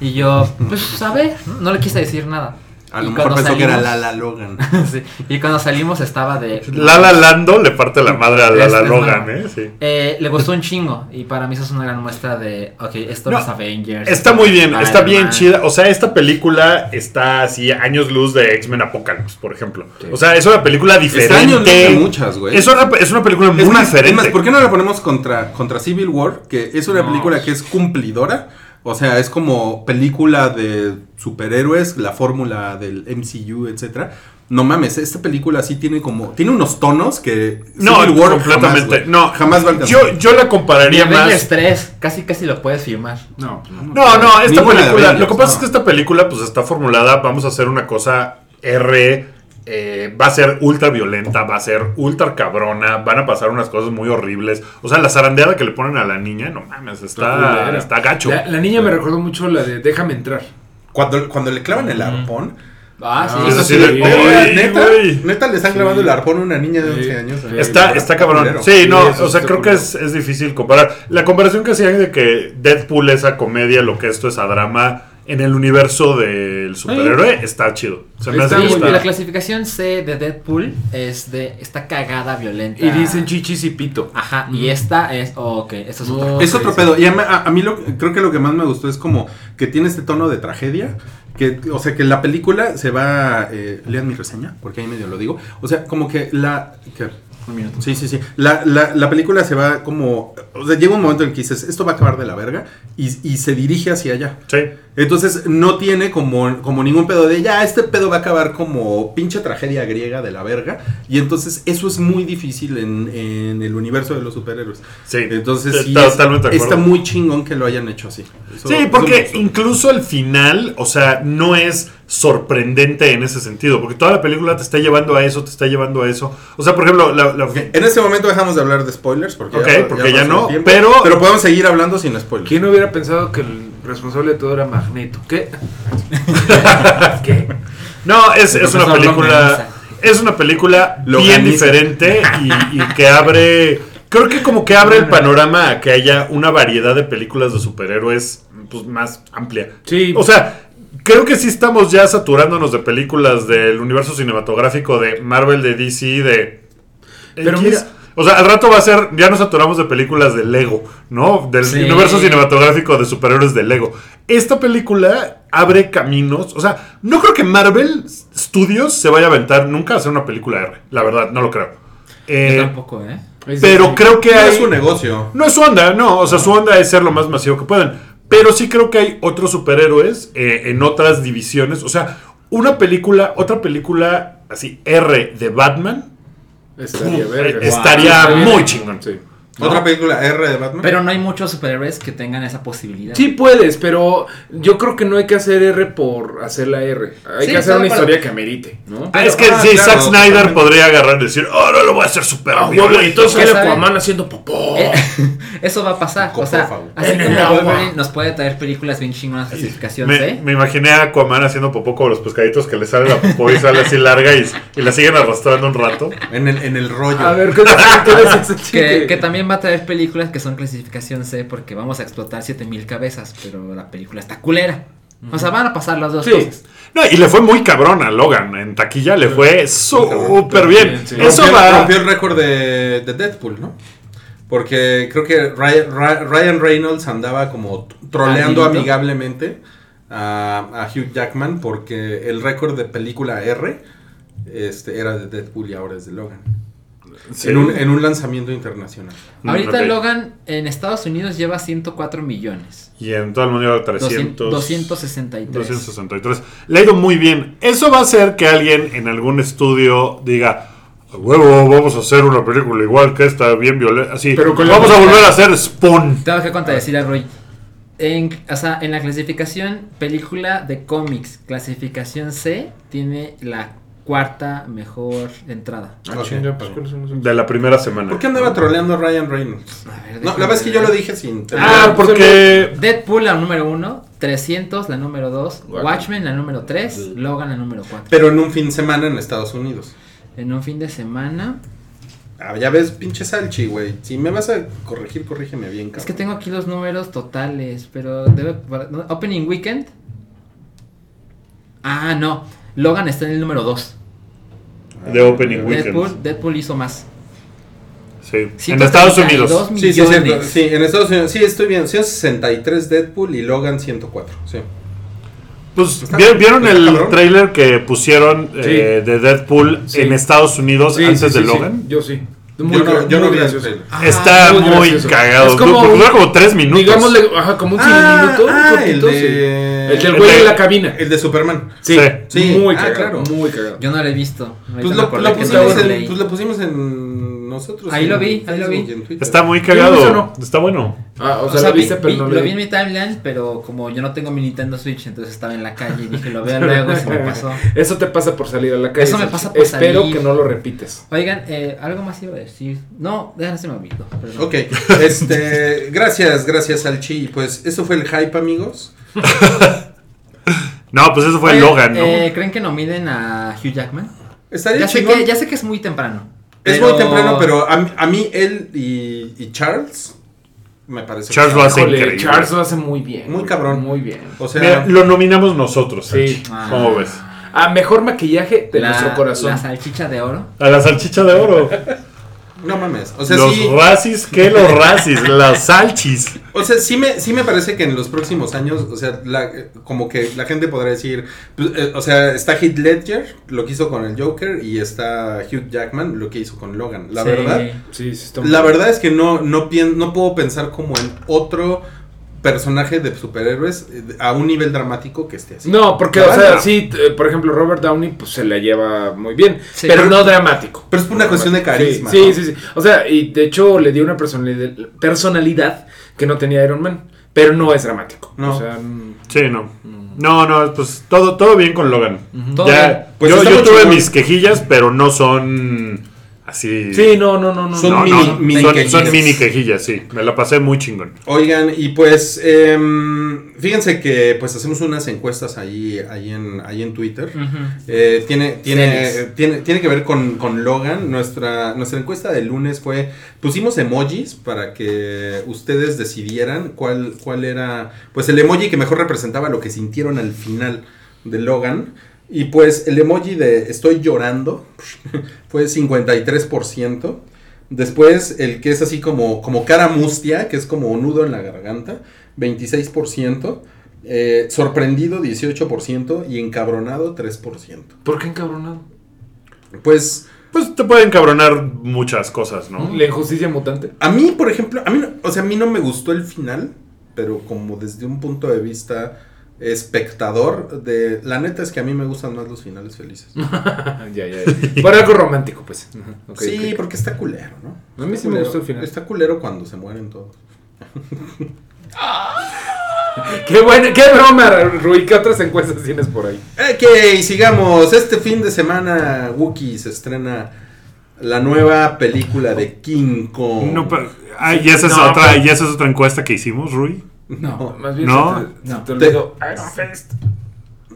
Speaker 4: Y yo, pues, ¿sabe? No le quise decir nada.
Speaker 3: A
Speaker 4: Y
Speaker 3: lo mejor
Speaker 4: cuando
Speaker 3: pensó que era
Speaker 4: salimos-
Speaker 3: Lala Logan.
Speaker 4: Sí, Y cuando salimos estaba de...
Speaker 2: Lala Lando le parte la madre a Lala
Speaker 4: Es- es
Speaker 2: Logan,
Speaker 4: mala.
Speaker 2: ¿eh? Sí.
Speaker 4: Eh, le gustó un chingo y para mí eso es una gran muestra de, ok, esto no,
Speaker 2: No,
Speaker 4: es Avengers.
Speaker 2: Está muy bien, está bien
Speaker 4: Spider-Man.
Speaker 2: chida. O sea, esta película está así a años luz de X-Men Apocalypse, por ejemplo. O sea, es una película
Speaker 3: Está año luz
Speaker 2: diferente.
Speaker 3: de muchas, güey.
Speaker 2: Es una, es una película muy
Speaker 3: Es más,
Speaker 2: diferente.
Speaker 3: es más, ¿por qué no la ponemos contra, contra Civil War? Que es una
Speaker 4: No.
Speaker 3: película que es cumplidora. O sea, es como película de superhéroes, la fórmula del MCU, etcétera. No mames, esta película sí tiene como. Tiene unos tonos que.
Speaker 2: No,
Speaker 3: Civil War
Speaker 2: completamente.
Speaker 3: Jamás, güey,
Speaker 2: no,
Speaker 3: jamás va a alcanzar.
Speaker 2: Yo, yo la
Speaker 4: Ni
Speaker 2: compararía
Speaker 4: Avengers
Speaker 2: más.
Speaker 4: 3, casi casi lo puedes firmar.
Speaker 5: No, pues no.
Speaker 2: No, no, esta
Speaker 3: Ninguna de
Speaker 2: película.
Speaker 3: Avengers,
Speaker 2: Lo que pasa
Speaker 3: no.
Speaker 2: es que esta película, pues está formulada. Vamos a hacer una cosa R. eh, va a ser ultra violenta, va a ser ultra cabrona, van a pasar unas cosas muy horribles. O sea, la zarandeada que le ponen a la niña, no mames, está,
Speaker 5: culera.
Speaker 2: está gacho.
Speaker 5: La, la niña me recordó mucho la de Déjame entrar.
Speaker 3: Cuando, cuando le clavan el arpón.
Speaker 4: Ah,
Speaker 5: sí.
Speaker 2: Es
Speaker 5: Eso
Speaker 2: así
Speaker 5: sí,
Speaker 2: de,
Speaker 3: Neta,
Speaker 2: "Ay,
Speaker 3: neta,
Speaker 2: güey".
Speaker 3: neta le están clavando
Speaker 5: Sí.
Speaker 3: el arpón a una niña de
Speaker 5: Sí.
Speaker 3: 11 años.
Speaker 5: Sí.
Speaker 2: Está, está cabrón.
Speaker 3: culero.
Speaker 2: Sí, no,
Speaker 5: Sí, eso
Speaker 2: o sea,
Speaker 5: está
Speaker 2: creo que
Speaker 5: culero.
Speaker 2: es, es difícil comparar. La comparación que hacían de que Deadpool es a comedia, lo que esto es a drama, en el universo del superhéroe está chido. Se me hace
Speaker 5: Está
Speaker 2: que
Speaker 5: muy
Speaker 2: está-
Speaker 5: bien.
Speaker 4: la clasificación C de Deadpool es de esta cagada violenta.
Speaker 5: Y dicen chichis y pito.
Speaker 4: Ajá, y esta es. oh, ok, esta es otra.
Speaker 5: No,
Speaker 3: Es otro
Speaker 5: sí,
Speaker 3: pedo. Y a, a- a mí lo- creo que lo que más me gustó es como que tiene este tono de tragedia. Que, o sea, que la película se va. Eh, lean mi reseña, porque ahí medio lo digo. O sea, como que la. que-
Speaker 4: Un minuto.
Speaker 3: sí, sí, sí. La, la- la película se va como. O sea, llega un momento en el que dices, esto va a acabar de la verga. Y, y se dirige hacia allá.
Speaker 2: Sí.
Speaker 3: Entonces no tiene como, como ningún pedo de ya, este pedo va a acabar como pinche tragedia griega de la verga. Y entonces eso es muy difícil en, en el universo de los superhéroes.
Speaker 2: Sí.
Speaker 3: Entonces sí,
Speaker 2: Está-
Speaker 3: es-
Speaker 2: totalmente de acuerdo.
Speaker 3: está muy chingón que lo hayan hecho así. Eso-
Speaker 2: Sí,
Speaker 3: eso me
Speaker 2: porque
Speaker 3: gustó.
Speaker 2: incluso el final, o sea, no es sorprendente en ese sentido, porque toda la película te está llevando a eso, te está llevando a eso. O sea, por ejemplo, la, la-
Speaker 3: En este momento dejamos de hablar de spoilers porque
Speaker 2: Ok, porque ya
Speaker 3: pasó
Speaker 2: no,
Speaker 3: el
Speaker 2: pero-
Speaker 3: pero podemos seguir hablando sin spoilers.
Speaker 5: ¿Quién hubiera pensado que el responsable de todo era Magneto? ¿Qué?
Speaker 2: no, es,
Speaker 4: El
Speaker 2: es una
Speaker 4: profesor Lombrosa.
Speaker 2: película, es una película
Speaker 3: Lo
Speaker 2: bien
Speaker 3: organiza.
Speaker 2: diferente y, y que abre, creo que como que abre el panorama a que haya una variedad de películas de superhéroes pues, más amplia.
Speaker 5: Sí.
Speaker 2: O sea, creo que sí estamos ya saturándonos de películas del universo cinematográfico de Marvel, de DC, de.
Speaker 5: Pero
Speaker 2: X.
Speaker 5: mira-
Speaker 2: O sea, al rato va a ser. Ya nos saturamos de películas de Lego, ¿no? Del
Speaker 4: Sí.
Speaker 2: universo cinematográfico de superhéroes de Lego. Esta película abre caminos. O sea, no creo que Marvel Studios se vaya a aventar nunca a hacer una película R. La verdad, no lo creo. Eh,
Speaker 4: Yo tampoco, ¿eh?
Speaker 2: pero creo que
Speaker 3: No
Speaker 2: hay.
Speaker 3: es un negocio.
Speaker 2: No es su onda, no. O sea, su onda es ser lo más masivo que puedan. Pero sí creo que hay otros superhéroes eh, en otras divisiones. O sea, una película, otra película así, R de Batman.
Speaker 5: Estaría verga.
Speaker 2: Estaría
Speaker 5: Wow.
Speaker 2: muy chingón.
Speaker 5: Sí.
Speaker 3: Otra película R de Batman.
Speaker 4: Pero no hay muchos superhéroes que tengan esa posibilidad.
Speaker 5: Sí puedes, pero yo creo que no hay que hacer R por hacer la R. Hay
Speaker 4: Sí,
Speaker 5: que hacer
Speaker 4: solo
Speaker 5: una
Speaker 4: para-
Speaker 5: historia que amerite, ¿no?
Speaker 2: es que
Speaker 3: ah,
Speaker 2: sí,
Speaker 3: claro,
Speaker 2: Zack Snyder
Speaker 3: totalmente. Ah,
Speaker 2: podría agarrar y decir, oh, no lo voy a hacer super
Speaker 4: entonces sale saben. Aquaman
Speaker 5: haciendo popó.
Speaker 4: Eh, Eso va a pasar. O sea,
Speaker 3: Copófago.
Speaker 4: así
Speaker 5: En
Speaker 4: como
Speaker 5: el agua.
Speaker 4: Wolverine nos puede traer películas bien chingonas clasificación
Speaker 2: me,
Speaker 4: C.
Speaker 2: me imaginé a Aquaman haciendo popó como los pescaditos que le sale la popó y sale así larga y, y la siguen arrastrando un rato.
Speaker 3: En el, en el rollo.
Speaker 5: A ver, ¿qué es ese
Speaker 4: Que,
Speaker 5: este chiste?
Speaker 4: que también va a traer películas que son clasificación C porque vamos a explotar 7000 cabezas, pero la película está culera. O sea, van a pasar las dos
Speaker 5: Sí.
Speaker 4: cosas.
Speaker 2: No, y le fue muy cabrón a Logan. En taquilla le fue súper bien.
Speaker 5: Sí, sí.
Speaker 2: Eso
Speaker 3: rompió,
Speaker 2: va.
Speaker 3: rompió el récord de, de Deadpool, ¿no? Porque creo que Ryan, Ra- Ryan Reynolds andaba como t- troleando
Speaker 4: Amiguito.
Speaker 3: amigablemente a, a Hugh Jackman porque el récord de película R este, era de Deadpool y ahora es de Logan.
Speaker 2: Sí.
Speaker 3: En, un, en un lanzamiento internacional.
Speaker 2: Mm,
Speaker 4: Ahorita
Speaker 2: ok.
Speaker 4: Logan en Estados Unidos lleva 104 millones.
Speaker 2: Y en todo el mundo lleva 300.
Speaker 4: 263.
Speaker 2: 263. Le ha ido muy bien. Eso va a hacer que alguien en algún estudio diga. "A Huevo, vamos a hacer una película igual que esta, bien violenta. Así,
Speaker 5: Pero con la
Speaker 2: vamos a
Speaker 5: música.
Speaker 2: volver a hacer Spawn.
Speaker 4: Tengo que contradecir a Roy. En, o sea, en la clasificación película de cómics, clasificación C, tiene la cuarta mejor entrada.
Speaker 5: Ah, chinga, pues, ¿cuáles son los otros?
Speaker 2: De la primera semana.
Speaker 3: ¿Por qué andaba troleando a Ryan Reynolds?
Speaker 4: A ver,
Speaker 3: No,
Speaker 4: déjame
Speaker 3: la verdad es que
Speaker 4: ver.
Speaker 3: yo lo dije sin...
Speaker 2: Ah, porque.
Speaker 4: Deadpool la número 1, 300 la número 2,
Speaker 3: Guau.
Speaker 4: Watchmen la número 3, Logan la número 4.
Speaker 3: Pero en un fin de semana en Estados Unidos.
Speaker 4: En un fin de semana.
Speaker 3: Ah, ya ves, pinche salchi, güey. Si me vas a corregir, corrígeme bien, cabrón.
Speaker 4: Es que tengo aquí los números totales, pero debe... para- ¿no? Opening Weekend. Ah, no. Logan está en el número 2.
Speaker 2: De Opening Weekend.
Speaker 4: Deadpool, Deadpool hizo más.
Speaker 2: Sí. En Estados
Speaker 4: 132
Speaker 2: Unidos.
Speaker 3: Sí, sí, es cierto.
Speaker 4: millones.
Speaker 3: Sí, en Estados Unidos. Sí, estoy bien. 163 Deadpool y Logan 104. Sí.
Speaker 2: Pues
Speaker 3: Está-
Speaker 2: ¿vieron, vieron
Speaker 3: está
Speaker 2: el
Speaker 3: cabrón.
Speaker 2: trailer que pusieron
Speaker 5: Sí.
Speaker 2: eh, de Deadpool
Speaker 5: Sí.
Speaker 2: en Estados Unidos
Speaker 5: Sí,
Speaker 2: antes
Speaker 5: sí, sí,
Speaker 2: de
Speaker 5: sí.
Speaker 2: Logan?
Speaker 5: Yo sí.
Speaker 3: yo no, yo no vi el
Speaker 5: gracioso.
Speaker 3: trailer.
Speaker 4: Ah,
Speaker 2: Está
Speaker 5: muy
Speaker 2: muy
Speaker 5: gracioso.
Speaker 2: cagado.
Speaker 5: Es como
Speaker 2: Dura-
Speaker 5: un-
Speaker 2: dura como tres minutos.
Speaker 5: Digámosle, ajá, como un
Speaker 3: Ah,
Speaker 5: minuto. un
Speaker 3: ah,
Speaker 5: cortito,
Speaker 3: el
Speaker 5: sí.
Speaker 3: de-
Speaker 5: El del
Speaker 2: el
Speaker 5: güey
Speaker 2: de-
Speaker 5: en la cabina.
Speaker 3: El de Superman.
Speaker 5: Sí,
Speaker 3: Sí.
Speaker 5: Muy
Speaker 3: Ah,
Speaker 5: cagado.
Speaker 3: claro.
Speaker 5: Muy cagado.
Speaker 4: Yo no lo he visto. Ahorita
Speaker 3: Pues
Speaker 4: me
Speaker 3: lo,
Speaker 4: acordé
Speaker 3: lo
Speaker 4: que
Speaker 3: pusimos
Speaker 4: estaba en
Speaker 3: en,
Speaker 4: Play.
Speaker 3: pues lo pusimos en nosotros.
Speaker 4: Ahí
Speaker 3: en
Speaker 4: lo vi, ahí lo vi.
Speaker 3: Facebook y en Twitter.
Speaker 2: Está muy
Speaker 5: Yo
Speaker 2: cagado.
Speaker 5: no sé,
Speaker 2: Está bueno.
Speaker 5: Ah, o,
Speaker 4: O
Speaker 5: sea,
Speaker 4: sea,
Speaker 5: la viste,
Speaker 4: vi-
Speaker 5: pero
Speaker 4: vi-
Speaker 5: no la
Speaker 4: lo vi
Speaker 5: vi.
Speaker 4: en mi timeline, pero como yo no tengo mi Nintendo Switch, entonces estaba en la calle y dije, lo veo luego y se me pasó.
Speaker 5: Eso te pasa por salir a la calle.
Speaker 4: Eso me
Speaker 5: Sánchez.
Speaker 4: pasa por
Speaker 5: Espero
Speaker 4: salir.
Speaker 5: que no lo repites.
Speaker 4: Oigan, eh, algo más iba a decir. No, déjame se me olvidó. perdón.
Speaker 3: Ok. Este, gracias, gracias al Chi. Pues eso fue el hype, amigos.
Speaker 2: No, pues eso fue
Speaker 4: Oigan,
Speaker 2: Logan, ¿no?
Speaker 4: eh, ¿Creen que nominen a Hugh Jackman?
Speaker 3: Estaría
Speaker 4: Ya sé,
Speaker 3: chingón.
Speaker 4: que, ya sé que es muy temprano.
Speaker 3: Es muy temprano, pero a, mí- a mí él y, y Charles me parece.
Speaker 2: Charles lo hace
Speaker 5: Híjole,
Speaker 2: increíble.
Speaker 5: Charles lo hace muy bien.
Speaker 3: Muy
Speaker 5: güey,
Speaker 3: cabrón.
Speaker 5: Muy bien.
Speaker 3: O sea,
Speaker 2: Mira, lo nominamos nosotros.
Speaker 5: Sí.
Speaker 2: Sachi.
Speaker 4: Ah.
Speaker 2: ¿Cómo ves?
Speaker 5: A mejor maquillaje de
Speaker 4: La-
Speaker 5: nuestro corazón.
Speaker 4: La salchicha de oro.
Speaker 2: A la salchicha de oro.
Speaker 3: no mames. O sea,
Speaker 2: los
Speaker 3: sí.
Speaker 2: racis, que los racis, las salchis.
Speaker 3: O sea, sí me, sí me parece que en los próximos años, o sea, la- como que la gente podrá decir, pues, eh, o sea, está Heath Ledger, lo que hizo con el Joker, y está Hugh Jackman, lo que hizo con Logan. La
Speaker 4: Sí.
Speaker 3: verdad,
Speaker 5: Sí, sí, está muy
Speaker 3: la
Speaker 5: bien.
Speaker 3: verdad es que no, no, pien- no puedo pensar como en otro personaje de superhéroes eh, a un nivel dramático que esté así.
Speaker 5: No, porque,
Speaker 3: La
Speaker 5: o sea,
Speaker 3: verdad.
Speaker 5: sí, t- eh, por ejemplo, Robert Downey pues se la lleva muy bien,
Speaker 4: Sí.
Speaker 5: pero no dramático.
Speaker 3: Pero es una cuestión de carisma.
Speaker 5: Sí,
Speaker 3: ¿no?
Speaker 5: sí, sí. O sea, y de hecho le dio una personalidad, personalidad que no tenía Iron Man, pero no es dramático.
Speaker 3: No.
Speaker 5: O sea, mm,
Speaker 2: Sí, no. No, no, pues todo, todo bien con Logan.
Speaker 4: Todo bien.
Speaker 2: Ya,
Speaker 3: Pues
Speaker 2: yo,
Speaker 3: está
Speaker 2: yo
Speaker 3: muy
Speaker 2: tuve
Speaker 3: chingón.
Speaker 2: mis quejillas, pero no son así.
Speaker 5: sí, no, no, no, no.
Speaker 3: Son
Speaker 5: no,
Speaker 2: No,
Speaker 3: mini-
Speaker 2: no,
Speaker 3: mini
Speaker 2: son,
Speaker 3: quejillas.
Speaker 2: son mini quejillas, sí. Me la pasé muy chingón.
Speaker 3: Oigan, y pues em, fíjense que pues hacemos unas encuestas ahí, ahí, en, ahí en Twitter.
Speaker 4: Ujú.
Speaker 3: Eh, tiene, tiene,
Speaker 4: Series.
Speaker 3: tiene, tiene que ver con, con Logan. Nuestra, nuestra encuesta del lunes fue, pusimos emojis para que ustedes decidieran cuál, cuál era, pues el emoji que mejor representaba lo que sintieron al final de Logan. Y pues el emoji de estoy llorando fue 53%. Después el que es así como, como cara mustia, que es como nudo en la garganta, 26%. eh, sorprendido 18% y encabronado 3%.
Speaker 5: ¿Por qué encabronado?
Speaker 3: Pues
Speaker 2: Pues te pueden cabronar muchas cosas, ¿no?
Speaker 5: La injusticia mutante.
Speaker 3: A mí, por ejemplo, a mí, no- o sea, a mí no me gustó el final, pero como desde un punto de vista espectador, de la neta es que a mí me gustan más los finales felices.
Speaker 5: ya, ya, ya. Por algo romántico, pues. Ajá, ok,
Speaker 3: sí,
Speaker 5: ok.
Speaker 3: porque está culero, ¿no?
Speaker 5: A mí
Speaker 3: Está
Speaker 5: sí me
Speaker 3: culero.
Speaker 5: gustó el final.
Speaker 3: Está culero cuando se mueren todos.
Speaker 5: Qué buena, qué broma, Rui. ¿Qué otras encuestas tienes por ahí?
Speaker 3: Ok, sigamos. Este fin de semana, Wookiee se estrena la nueva película de King Kong.
Speaker 2: No, pero- ah, y, esa es
Speaker 5: No,
Speaker 2: otra,
Speaker 3: pues-
Speaker 5: pero-
Speaker 2: y esa es otra encuesta que hicimos, Rui.
Speaker 4: No.
Speaker 5: Más bien,
Speaker 2: No.
Speaker 5: se te, se
Speaker 4: No.
Speaker 5: te olvidó Iron Fist.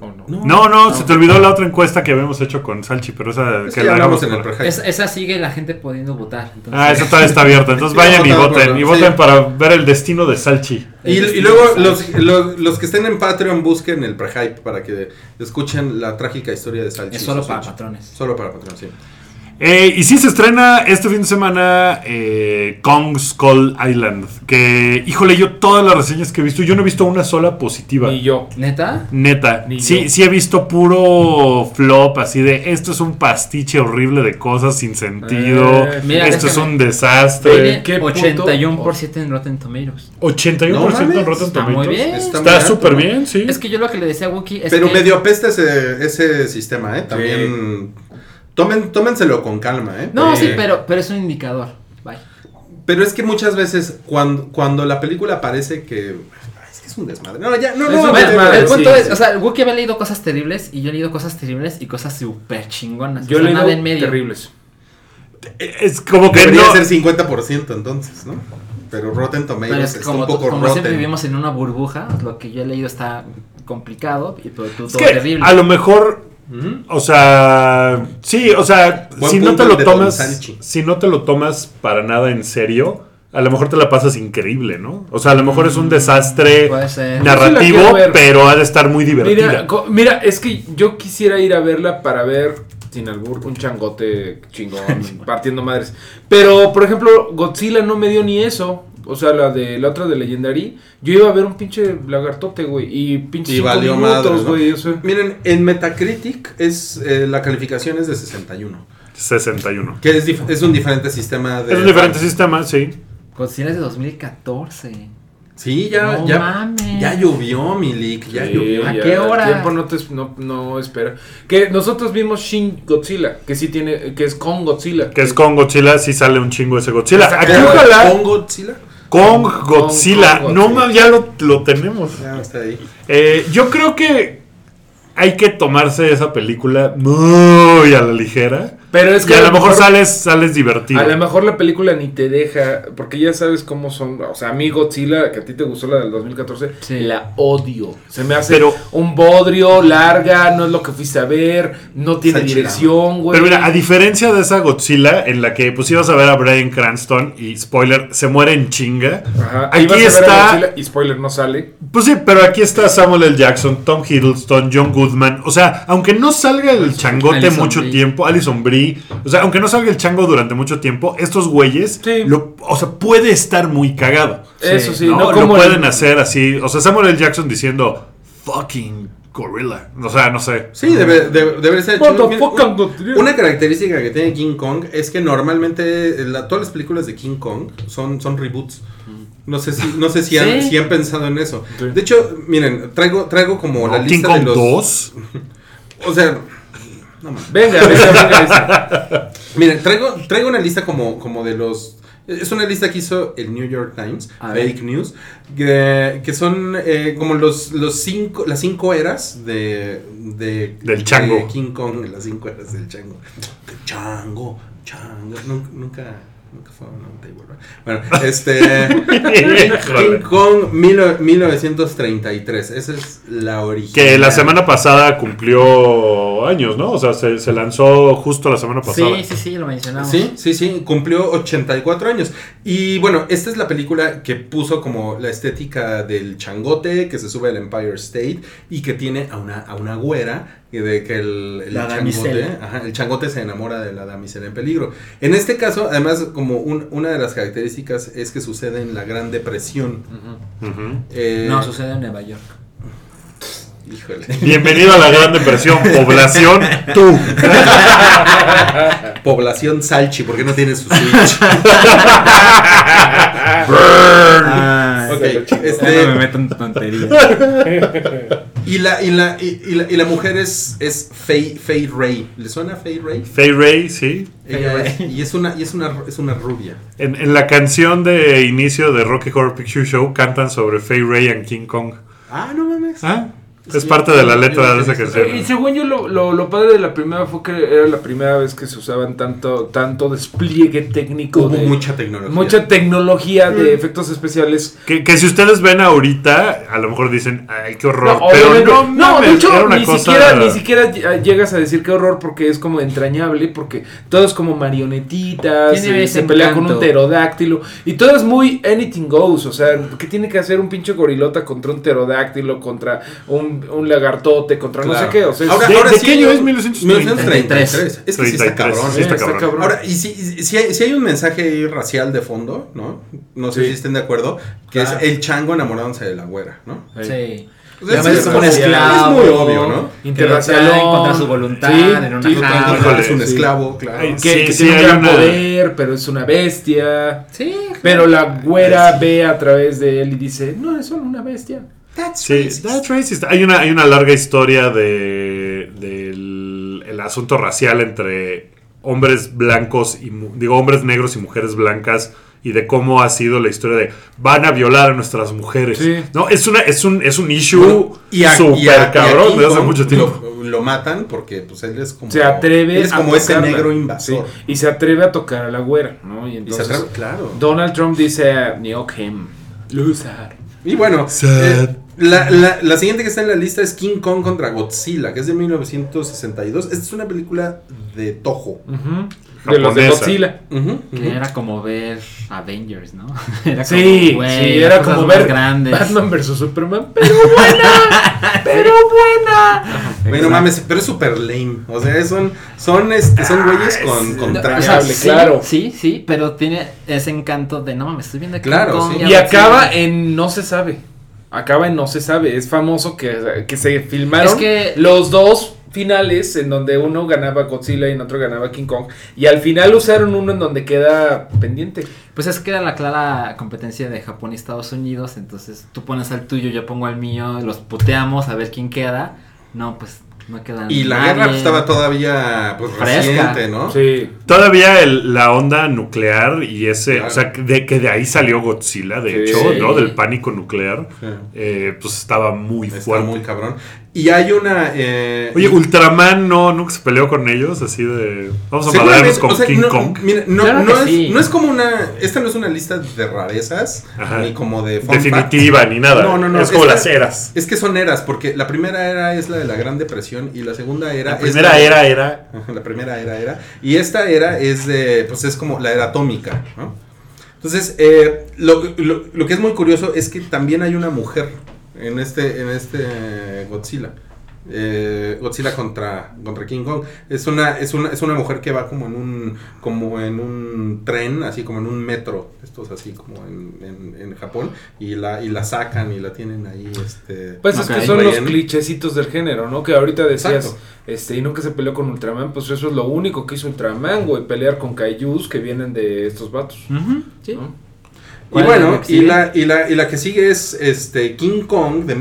Speaker 5: ¿O no?
Speaker 2: No, no, se te olvidó la otra encuesta que habíamos hecho con Salchi, pero esa
Speaker 3: Es
Speaker 2: que
Speaker 3: que ya
Speaker 2: la
Speaker 3: hablamos
Speaker 2: hagamos.
Speaker 3: en el
Speaker 2: para-
Speaker 3: pre
Speaker 4: Es- esa sigue la gente pudiendo votar. entonces-
Speaker 2: Ah, esa todavía está abierta. Entonces
Speaker 3: Sí,
Speaker 2: vayan y
Speaker 3: vamos a
Speaker 2: voten. Y
Speaker 3: verlo,
Speaker 2: voten
Speaker 3: sí.
Speaker 2: para ver el destino de Salchi.
Speaker 3: Y, y luego los, los, los que estén en Patreon busquen el pre-hype para que escuchen la trágica historia de Salchi.
Speaker 4: Es solo
Speaker 3: y
Speaker 4: para
Speaker 3: Salchi.
Speaker 4: patrones.
Speaker 3: Solo para Patreon, sí.
Speaker 2: Eh, y sí se estrena este fin de semana eh, Kong Skull Island. Que, híjole, yo todas las reseñas que he visto, yo no he visto una sola positiva.
Speaker 5: Ni yo.
Speaker 4: ¿Neta?
Speaker 2: Neta,
Speaker 5: Ni
Speaker 2: sí,
Speaker 5: yo.
Speaker 2: sí he visto puro flop así de esto es un pastiche horrible de cosas sin sentido,
Speaker 5: Eh,
Speaker 4: mira,
Speaker 2: esto es
Speaker 4: déjame.
Speaker 2: un desastre.
Speaker 4: Tiene
Speaker 5: ¿qué puto?
Speaker 4: 81% en Rotten Tomatoes.
Speaker 2: 81% en
Speaker 3: mames,
Speaker 2: Rotten
Speaker 4: está muy
Speaker 2: Tomatoes.
Speaker 4: bien.
Speaker 2: Está
Speaker 3: muy
Speaker 2: súper
Speaker 3: alto, ¿no?
Speaker 2: bien, sí.
Speaker 4: Es que yo lo que le decía a Wookie es
Speaker 3: Pero
Speaker 4: que
Speaker 3: medio apesta ese, ese sistema, ¿eh? También. Tomen, tómenselo con calma, ¿eh?
Speaker 4: No, sí,
Speaker 3: Porque-
Speaker 4: pero, pero es un indicador. Bye.
Speaker 3: Pero es que muchas veces cuando, cuando la película parece que. ay, Es que es un desmadre. No, ya, no,
Speaker 5: Es
Speaker 3: no.
Speaker 5: un
Speaker 3: vete,
Speaker 5: desmadre,
Speaker 3: vete.
Speaker 4: el punto
Speaker 5: sí,
Speaker 4: es,
Speaker 5: sí.
Speaker 4: o sea, Wookie había leído cosas terribles y yo he leído cosas terribles y cosas súper chingonas.
Speaker 5: Yo
Speaker 4: o sea,
Speaker 5: le
Speaker 4: Pues nada en medio.
Speaker 5: terribles.
Speaker 2: Eh, Es como que
Speaker 3: Debería
Speaker 2: no.
Speaker 3: ser 50% entonces, ¿no? Pero Rotten Tomatoes
Speaker 4: Pero es que
Speaker 3: está
Speaker 4: como,
Speaker 3: un poco
Speaker 4: como
Speaker 3: rotten.
Speaker 4: siempre vivimos en una burbuja, lo que yo he leído está complicado y todo, todo
Speaker 2: Es que
Speaker 4: terrible.
Speaker 2: a lo mejor,
Speaker 3: Ujú.
Speaker 2: o sea, sí, o sea,
Speaker 3: Buen
Speaker 2: si no te
Speaker 3: punto el
Speaker 2: lo
Speaker 3: de Don
Speaker 2: tomas,
Speaker 3: Sanchi.
Speaker 2: si no te lo tomas para nada en serio, a lo mejor te la pasas increíble, ¿no? O sea, a lo mejor es un desastre
Speaker 4: Puede ser.
Speaker 5: Yo sí la
Speaker 2: narrativo,
Speaker 5: quiero ver.
Speaker 2: pero ha de estar muy divertida.
Speaker 5: Mira, co- mira, es que yo quisiera ir a verla para ver, sin albur, un changote chingón partiendo madres. Pero, por ejemplo, Godzilla no me dio ni eso. O sea, la de la otra de Legendary. Yo iba a ver un pinche lagartote, güey. Y pinche
Speaker 3: Y
Speaker 5: cinco
Speaker 3: valió madre,
Speaker 5: minutos,
Speaker 3: ¿no?
Speaker 5: güey. o sea.
Speaker 3: Miren, en Metacritic es eh, la calificación es de 61.
Speaker 2: 61.
Speaker 3: Que es, dif- es un diferente sistema de.
Speaker 2: Es un diferente sistema, sí.
Speaker 4: Godzilla es de 2014.
Speaker 3: Sí, ya,
Speaker 4: No
Speaker 3: ya,
Speaker 4: mames.
Speaker 3: ya llovió, Milik, ya
Speaker 5: Sí,
Speaker 3: llovió.
Speaker 4: ¿A
Speaker 5: ya,
Speaker 4: qué
Speaker 5: el
Speaker 4: hora?
Speaker 5: tiempo no, te- no- no espera. Que nosotros vimos Shin Godzilla, que sí tiene, que es con Godzilla.
Speaker 2: Que es con Godzilla, sí sale un chingo ese Godzilla.
Speaker 5: Está
Speaker 2: Aquí
Speaker 5: cagado.
Speaker 2: ojalá.
Speaker 3: ¿Con Godzilla?
Speaker 2: Con
Speaker 5: Kong
Speaker 2: Godzilla.
Speaker 5: Godzilla.
Speaker 2: No mames, ya lo, lo tenemos.
Speaker 3: Ya está ahí.
Speaker 2: Eh, yo creo que hay que tomarse esa película muy a la ligera.
Speaker 5: Pero es que
Speaker 2: y a lo mejor sales, sales divertido.
Speaker 5: A lo mejor la película ni te deja, porque ya sabes cómo son. O sea, a mí Godzilla, que a ti te gustó la del 2014,
Speaker 4: Sí.
Speaker 5: la odio. Se me hace
Speaker 2: Pero-
Speaker 5: un bodrio, larga, no es lo que fuiste a ver, no tiene
Speaker 3: Está
Speaker 5: dirección, güey.
Speaker 2: Pero mira, a diferencia de esa Godzilla en la que pues ibas a ver a Brian Cranston y spoiler, se muere en chinga.
Speaker 5: Ajá,
Speaker 2: Aquí
Speaker 5: ahí vas a ver a
Speaker 2: está-
Speaker 5: Godzilla y spoiler, no sale.
Speaker 2: Pues sí, pero aquí está Samuel L. Jackson, Tom Hiddleston, John Goodman. O sea, aunque no salga el changote
Speaker 4: Alison
Speaker 2: mucho
Speaker 4: Brie.
Speaker 2: tiempo, Alison Brie, o sea, aunque no salga el chango durante mucho tiempo, estos güeyes,
Speaker 5: Sí.
Speaker 2: lo- o sea, puede estar muy cagado.
Speaker 5: Eso sí,
Speaker 2: ¿no? lo
Speaker 5: no, como el-
Speaker 2: pueden hacer así. O sea, Samuel L. Jackson diciendo fucking gorilla. O sea, no sé.
Speaker 3: Sí, debe, debe, debe ser
Speaker 5: What the
Speaker 3: chido. Mira,
Speaker 5: fuck
Speaker 3: un-
Speaker 5: I'm not-
Speaker 3: Una característica que tiene King Kong es que normalmente la- todas las películas de King Kong son, son reboots. No sé si, no sé si, han,
Speaker 4: Sí.
Speaker 3: si han pensado en eso.
Speaker 5: Sí.
Speaker 3: De hecho, miren, traigo, traigo como la
Speaker 2: ¿No? King
Speaker 3: lista
Speaker 2: Kong
Speaker 3: de los.
Speaker 2: 2.
Speaker 3: O sea,
Speaker 5: Venga, venga, venga. esa.
Speaker 3: miren, traigo, traigo una lista como, como de los. Es una lista que hizo el New York Times,
Speaker 4: A ver.
Speaker 3: Fake News, que, que son eh, como los, los cinco, las cinco eras de, de-
Speaker 2: Del
Speaker 3: de
Speaker 2: chango.
Speaker 3: King Kong, las cinco eras del chango. Chango, chango. Nunca, nunca, nunca fue a un table, ¿verdad? Bueno, este.
Speaker 2: Híjole.
Speaker 3: King Kong mil- 1933. Esa es la original.
Speaker 2: Que la semana pasada cumplió años, ¿no? O sea, se, se lanzó justo la semana pasada.
Speaker 4: Sí, sí, sí, lo mencionamos.
Speaker 3: Sí, sí, sí, cumplió 84 años. Y bueno, esta es la película que puso como la estética del changote que se sube al Empire State y que tiene a una, a una güera y de que el, el
Speaker 4: La
Speaker 3: changote,
Speaker 4: damisela.
Speaker 3: ajá, el changote se enamora de la damisela en peligro. En este caso, además, como un- una de las características es que sucede en la Gran Depresión.
Speaker 2: Ujú.
Speaker 3: Eh,
Speaker 4: No, sucede en Nueva York.
Speaker 3: Híjole.
Speaker 2: Bienvenido a la Gran Depresión, población tú.
Speaker 3: Población Salchi, porque no tiene su switch.
Speaker 6: Ah,
Speaker 3: Ok,
Speaker 6: ya
Speaker 3: este,
Speaker 6: no me metan tonterías.
Speaker 3: Y la, y la, y, y la, y la mujer es, es Faye, Faye Ray. ¿Le suena Faye Ray?
Speaker 2: Faye Ray, sí.
Speaker 3: Ella
Speaker 4: Ray.
Speaker 3: es- y es una, y es una, es una rubia.
Speaker 2: En, en la canción de inicio de Rocky Horror Picture Show cantan sobre Faye Ray and King Kong.
Speaker 3: Ah, no mames.
Speaker 2: ¿Ah? Es parte de la letra de esa canción.
Speaker 5: Y según yo, lo, lo- lo padre de la primera fue que era la primera vez que se usaban tanto, tanto despliegue técnico.
Speaker 3: Hubo
Speaker 5: de-
Speaker 3: mucha tecnología.
Speaker 5: mucha tecnología
Speaker 4: Mm.
Speaker 5: de efectos especiales
Speaker 2: Que, que si ustedes ven ahorita, a lo mejor dicen, ay, qué horror.
Speaker 5: No,
Speaker 2: pero
Speaker 5: obviamente-
Speaker 2: no,
Speaker 5: no,
Speaker 2: mames,
Speaker 5: de
Speaker 2: era
Speaker 5: hecho,
Speaker 2: una
Speaker 5: ni,
Speaker 2: cosa-
Speaker 5: siquiera, ni siquiera ll- llegas a decir qué horror porque es como entrañable, porque todo es como marionetitas,
Speaker 4: Tiene
Speaker 5: eh,
Speaker 4: ese
Speaker 5: se pelea con
Speaker 4: encanto.
Speaker 5: un pterodáctilo, y todo es muy anything goes, o sea, ¿qué tiene que hacer un pinche gorilota contra un pterodáctilo, contra un, un lagartote, contra no
Speaker 3: Claro.
Speaker 5: sé qué? O sea, es-
Speaker 3: Ahora-
Speaker 2: ¿De, de
Speaker 3: sí,
Speaker 2: qué año
Speaker 3: yo-
Speaker 2: es 1933?
Speaker 3: 1933. Es que sí
Speaker 2: 33,
Speaker 3: está cabrón. ¿eh?
Speaker 2: sí está
Speaker 5: Está
Speaker 2: cabrón.
Speaker 5: cabrón.
Speaker 3: Ahora, y si, si, hay, si hay un mensaje ahí racial de fondo, ¿no? No sé
Speaker 5: Sí.
Speaker 3: si estén de acuerdo, que
Speaker 5: Claro.
Speaker 3: es el chango enamorándose de la güera, ¿no?
Speaker 4: Sí.
Speaker 3: O sea,
Speaker 5: Ya
Speaker 3: es,
Speaker 5: ves
Speaker 3: es
Speaker 5: como
Speaker 3: muy-
Speaker 5: esclavo.
Speaker 3: es muy obvio, ¿no?
Speaker 5: Interracial.
Speaker 4: Que lo traen contra su voluntad,
Speaker 5: Sí,
Speaker 4: en una
Speaker 5: sí,
Speaker 4: jaula.
Speaker 2: Ah, Híjole.
Speaker 3: es un
Speaker 5: sí.
Speaker 3: esclavo, claro.
Speaker 2: Ay,
Speaker 5: que,
Speaker 2: Sí,
Speaker 5: que
Speaker 2: sí,
Speaker 5: tiene
Speaker 2: hay
Speaker 5: un gran
Speaker 2: una-
Speaker 5: poder, pero es una bestia.
Speaker 4: Sí.
Speaker 5: Pero la güera ve a través de él y dice, no, es solo una bestia.
Speaker 2: Sí, that's racist. Hay una, hay una larga historia de del el asunto racial entre hombres blancos y mu- digo hombres negros y mujeres blancas y de cómo ha sido la historia de van a violar a nuestras mujeres.
Speaker 5: Sí.
Speaker 2: No, es una es un es un issue
Speaker 3: Bueno, y a- y a- y
Speaker 2: super
Speaker 3: a
Speaker 2: cabrón
Speaker 3: King
Speaker 2: desde hace
Speaker 3: Kong
Speaker 2: mucho tiempo.
Speaker 3: Lo, lo matan porque pues él es como
Speaker 5: se atreve
Speaker 3: él es como
Speaker 5: a
Speaker 3: ese
Speaker 5: tocarla.
Speaker 3: negro invasor.
Speaker 5: Sí, y se atreve a tocar a la güera, ¿no? Y
Speaker 3: Y se
Speaker 5: entonces
Speaker 3: atreve, claro.
Speaker 5: Donald Trump dice Neok him. Loser.
Speaker 3: Y bueno,
Speaker 2: Sad.
Speaker 3: eh, la, la- la siguiente que está en la lista es King Kong contra Godzilla, que es de 1962. Esta es una película de Toho.
Speaker 5: Ujú. De los de
Speaker 2: Japonesa.
Speaker 5: Godzilla.
Speaker 3: Ujú,
Speaker 4: Que
Speaker 3: ujú.
Speaker 4: era como ver Avengers, ¿no? Era
Speaker 5: Sí,
Speaker 4: güey,
Speaker 5: sí,
Speaker 4: las
Speaker 5: era
Speaker 4: cosas
Speaker 5: como
Speaker 4: más
Speaker 5: ver
Speaker 4: grandes.
Speaker 5: Batman versus Superman, pero buena, pero buena.
Speaker 3: Bueno, mames, pero es super lame. O sea, son, son, este,
Speaker 5: Ah,
Speaker 3: son güeyes con, con
Speaker 4: No,
Speaker 3: trajes.
Speaker 4: o sea,
Speaker 5: Hable,
Speaker 4: sí,
Speaker 5: claro.
Speaker 4: Sí, sí, pero tiene ese encanto de no mames, estoy viendo aquí.
Speaker 3: Claro, sí.
Speaker 5: Y acaba en no se sabe. Acaba en no se sabe. Es famoso que, que se filmaron
Speaker 4: Es que-
Speaker 5: los dos finales en donde uno ganaba Godzilla y en otro ganaba King Kong. Y al final usaron uno en donde queda pendiente.
Speaker 4: Pues es que era la clara competencia de Japón y Estados Unidos. Entonces tú pones al tuyo, yo pongo al mío, los puteamos a ver quién queda. No, pues no queda
Speaker 3: Y la
Speaker 4: nadie.
Speaker 3: guerra pues, estaba todavía pues,
Speaker 4: Fresca.
Speaker 3: reciente, ¿no?
Speaker 5: Sí.
Speaker 2: Todavía el- la onda nuclear y ese,
Speaker 3: Claro.
Speaker 2: o sea, que de, que de ahí salió Godzilla, de
Speaker 5: Sí.
Speaker 2: hecho, ¿no? Del pánico nuclear,
Speaker 3: Sí.
Speaker 2: eh, pues estaba muy
Speaker 3: Está
Speaker 2: fuerte.
Speaker 3: muy cabrón. Y hay una. eh,
Speaker 2: Oye, Ultraman no, nunca se peleó con ellos, así de. Vamos a
Speaker 3: Seguramente,
Speaker 2: matarnos con
Speaker 3: o sea,
Speaker 2: King
Speaker 3: no,
Speaker 2: Kong.
Speaker 3: mira, no,
Speaker 4: Claro
Speaker 3: no
Speaker 4: que
Speaker 3: es,
Speaker 4: sí.
Speaker 3: no es como una. Esta no es una lista de rarezas,
Speaker 2: Ajá.
Speaker 3: ni como de. fun
Speaker 2: Definitiva, ni nada.
Speaker 3: No, no, no,
Speaker 2: Es como
Speaker 3: es que-
Speaker 2: las eras.
Speaker 3: fact. Es que son eras, porque la primera era es la de la Gran Depresión y la segunda era.
Speaker 2: La
Speaker 3: es
Speaker 2: primera era era.
Speaker 3: Ajá, La primera era era. Y esta era es de. Pues es como la era atómica, ¿no? Entonces, eh, lo, lo- lo que es muy curioso es que también hay una mujer en este, en este eh, Godzilla. Eh, Godzilla contra, contra King Kong. Es una, es una, es una mujer que va como en un, como en un tren, así como en un metro. Esto es así como en, en- en Japón. Y la, y la sacan y la tienen ahí, este.
Speaker 5: Pues es
Speaker 6: Ok,
Speaker 5: que son los
Speaker 3: bien.
Speaker 5: clichécitos del género, ¿no? Que ahorita decías,
Speaker 3: Exacto.
Speaker 5: este, y nunca se peleó con Ultraman, pues eso es lo único que hizo Ultraman, güey, pelear con Kaijus que vienen de estos vatos.
Speaker 4: Sí.
Speaker 5: ¿no?
Speaker 3: Y
Speaker 4: ¿Cuál es
Speaker 3: bueno,
Speaker 4: la que
Speaker 3: y
Speaker 4: sigue?
Speaker 3: la, y, la, y la que sigue es este King Kong de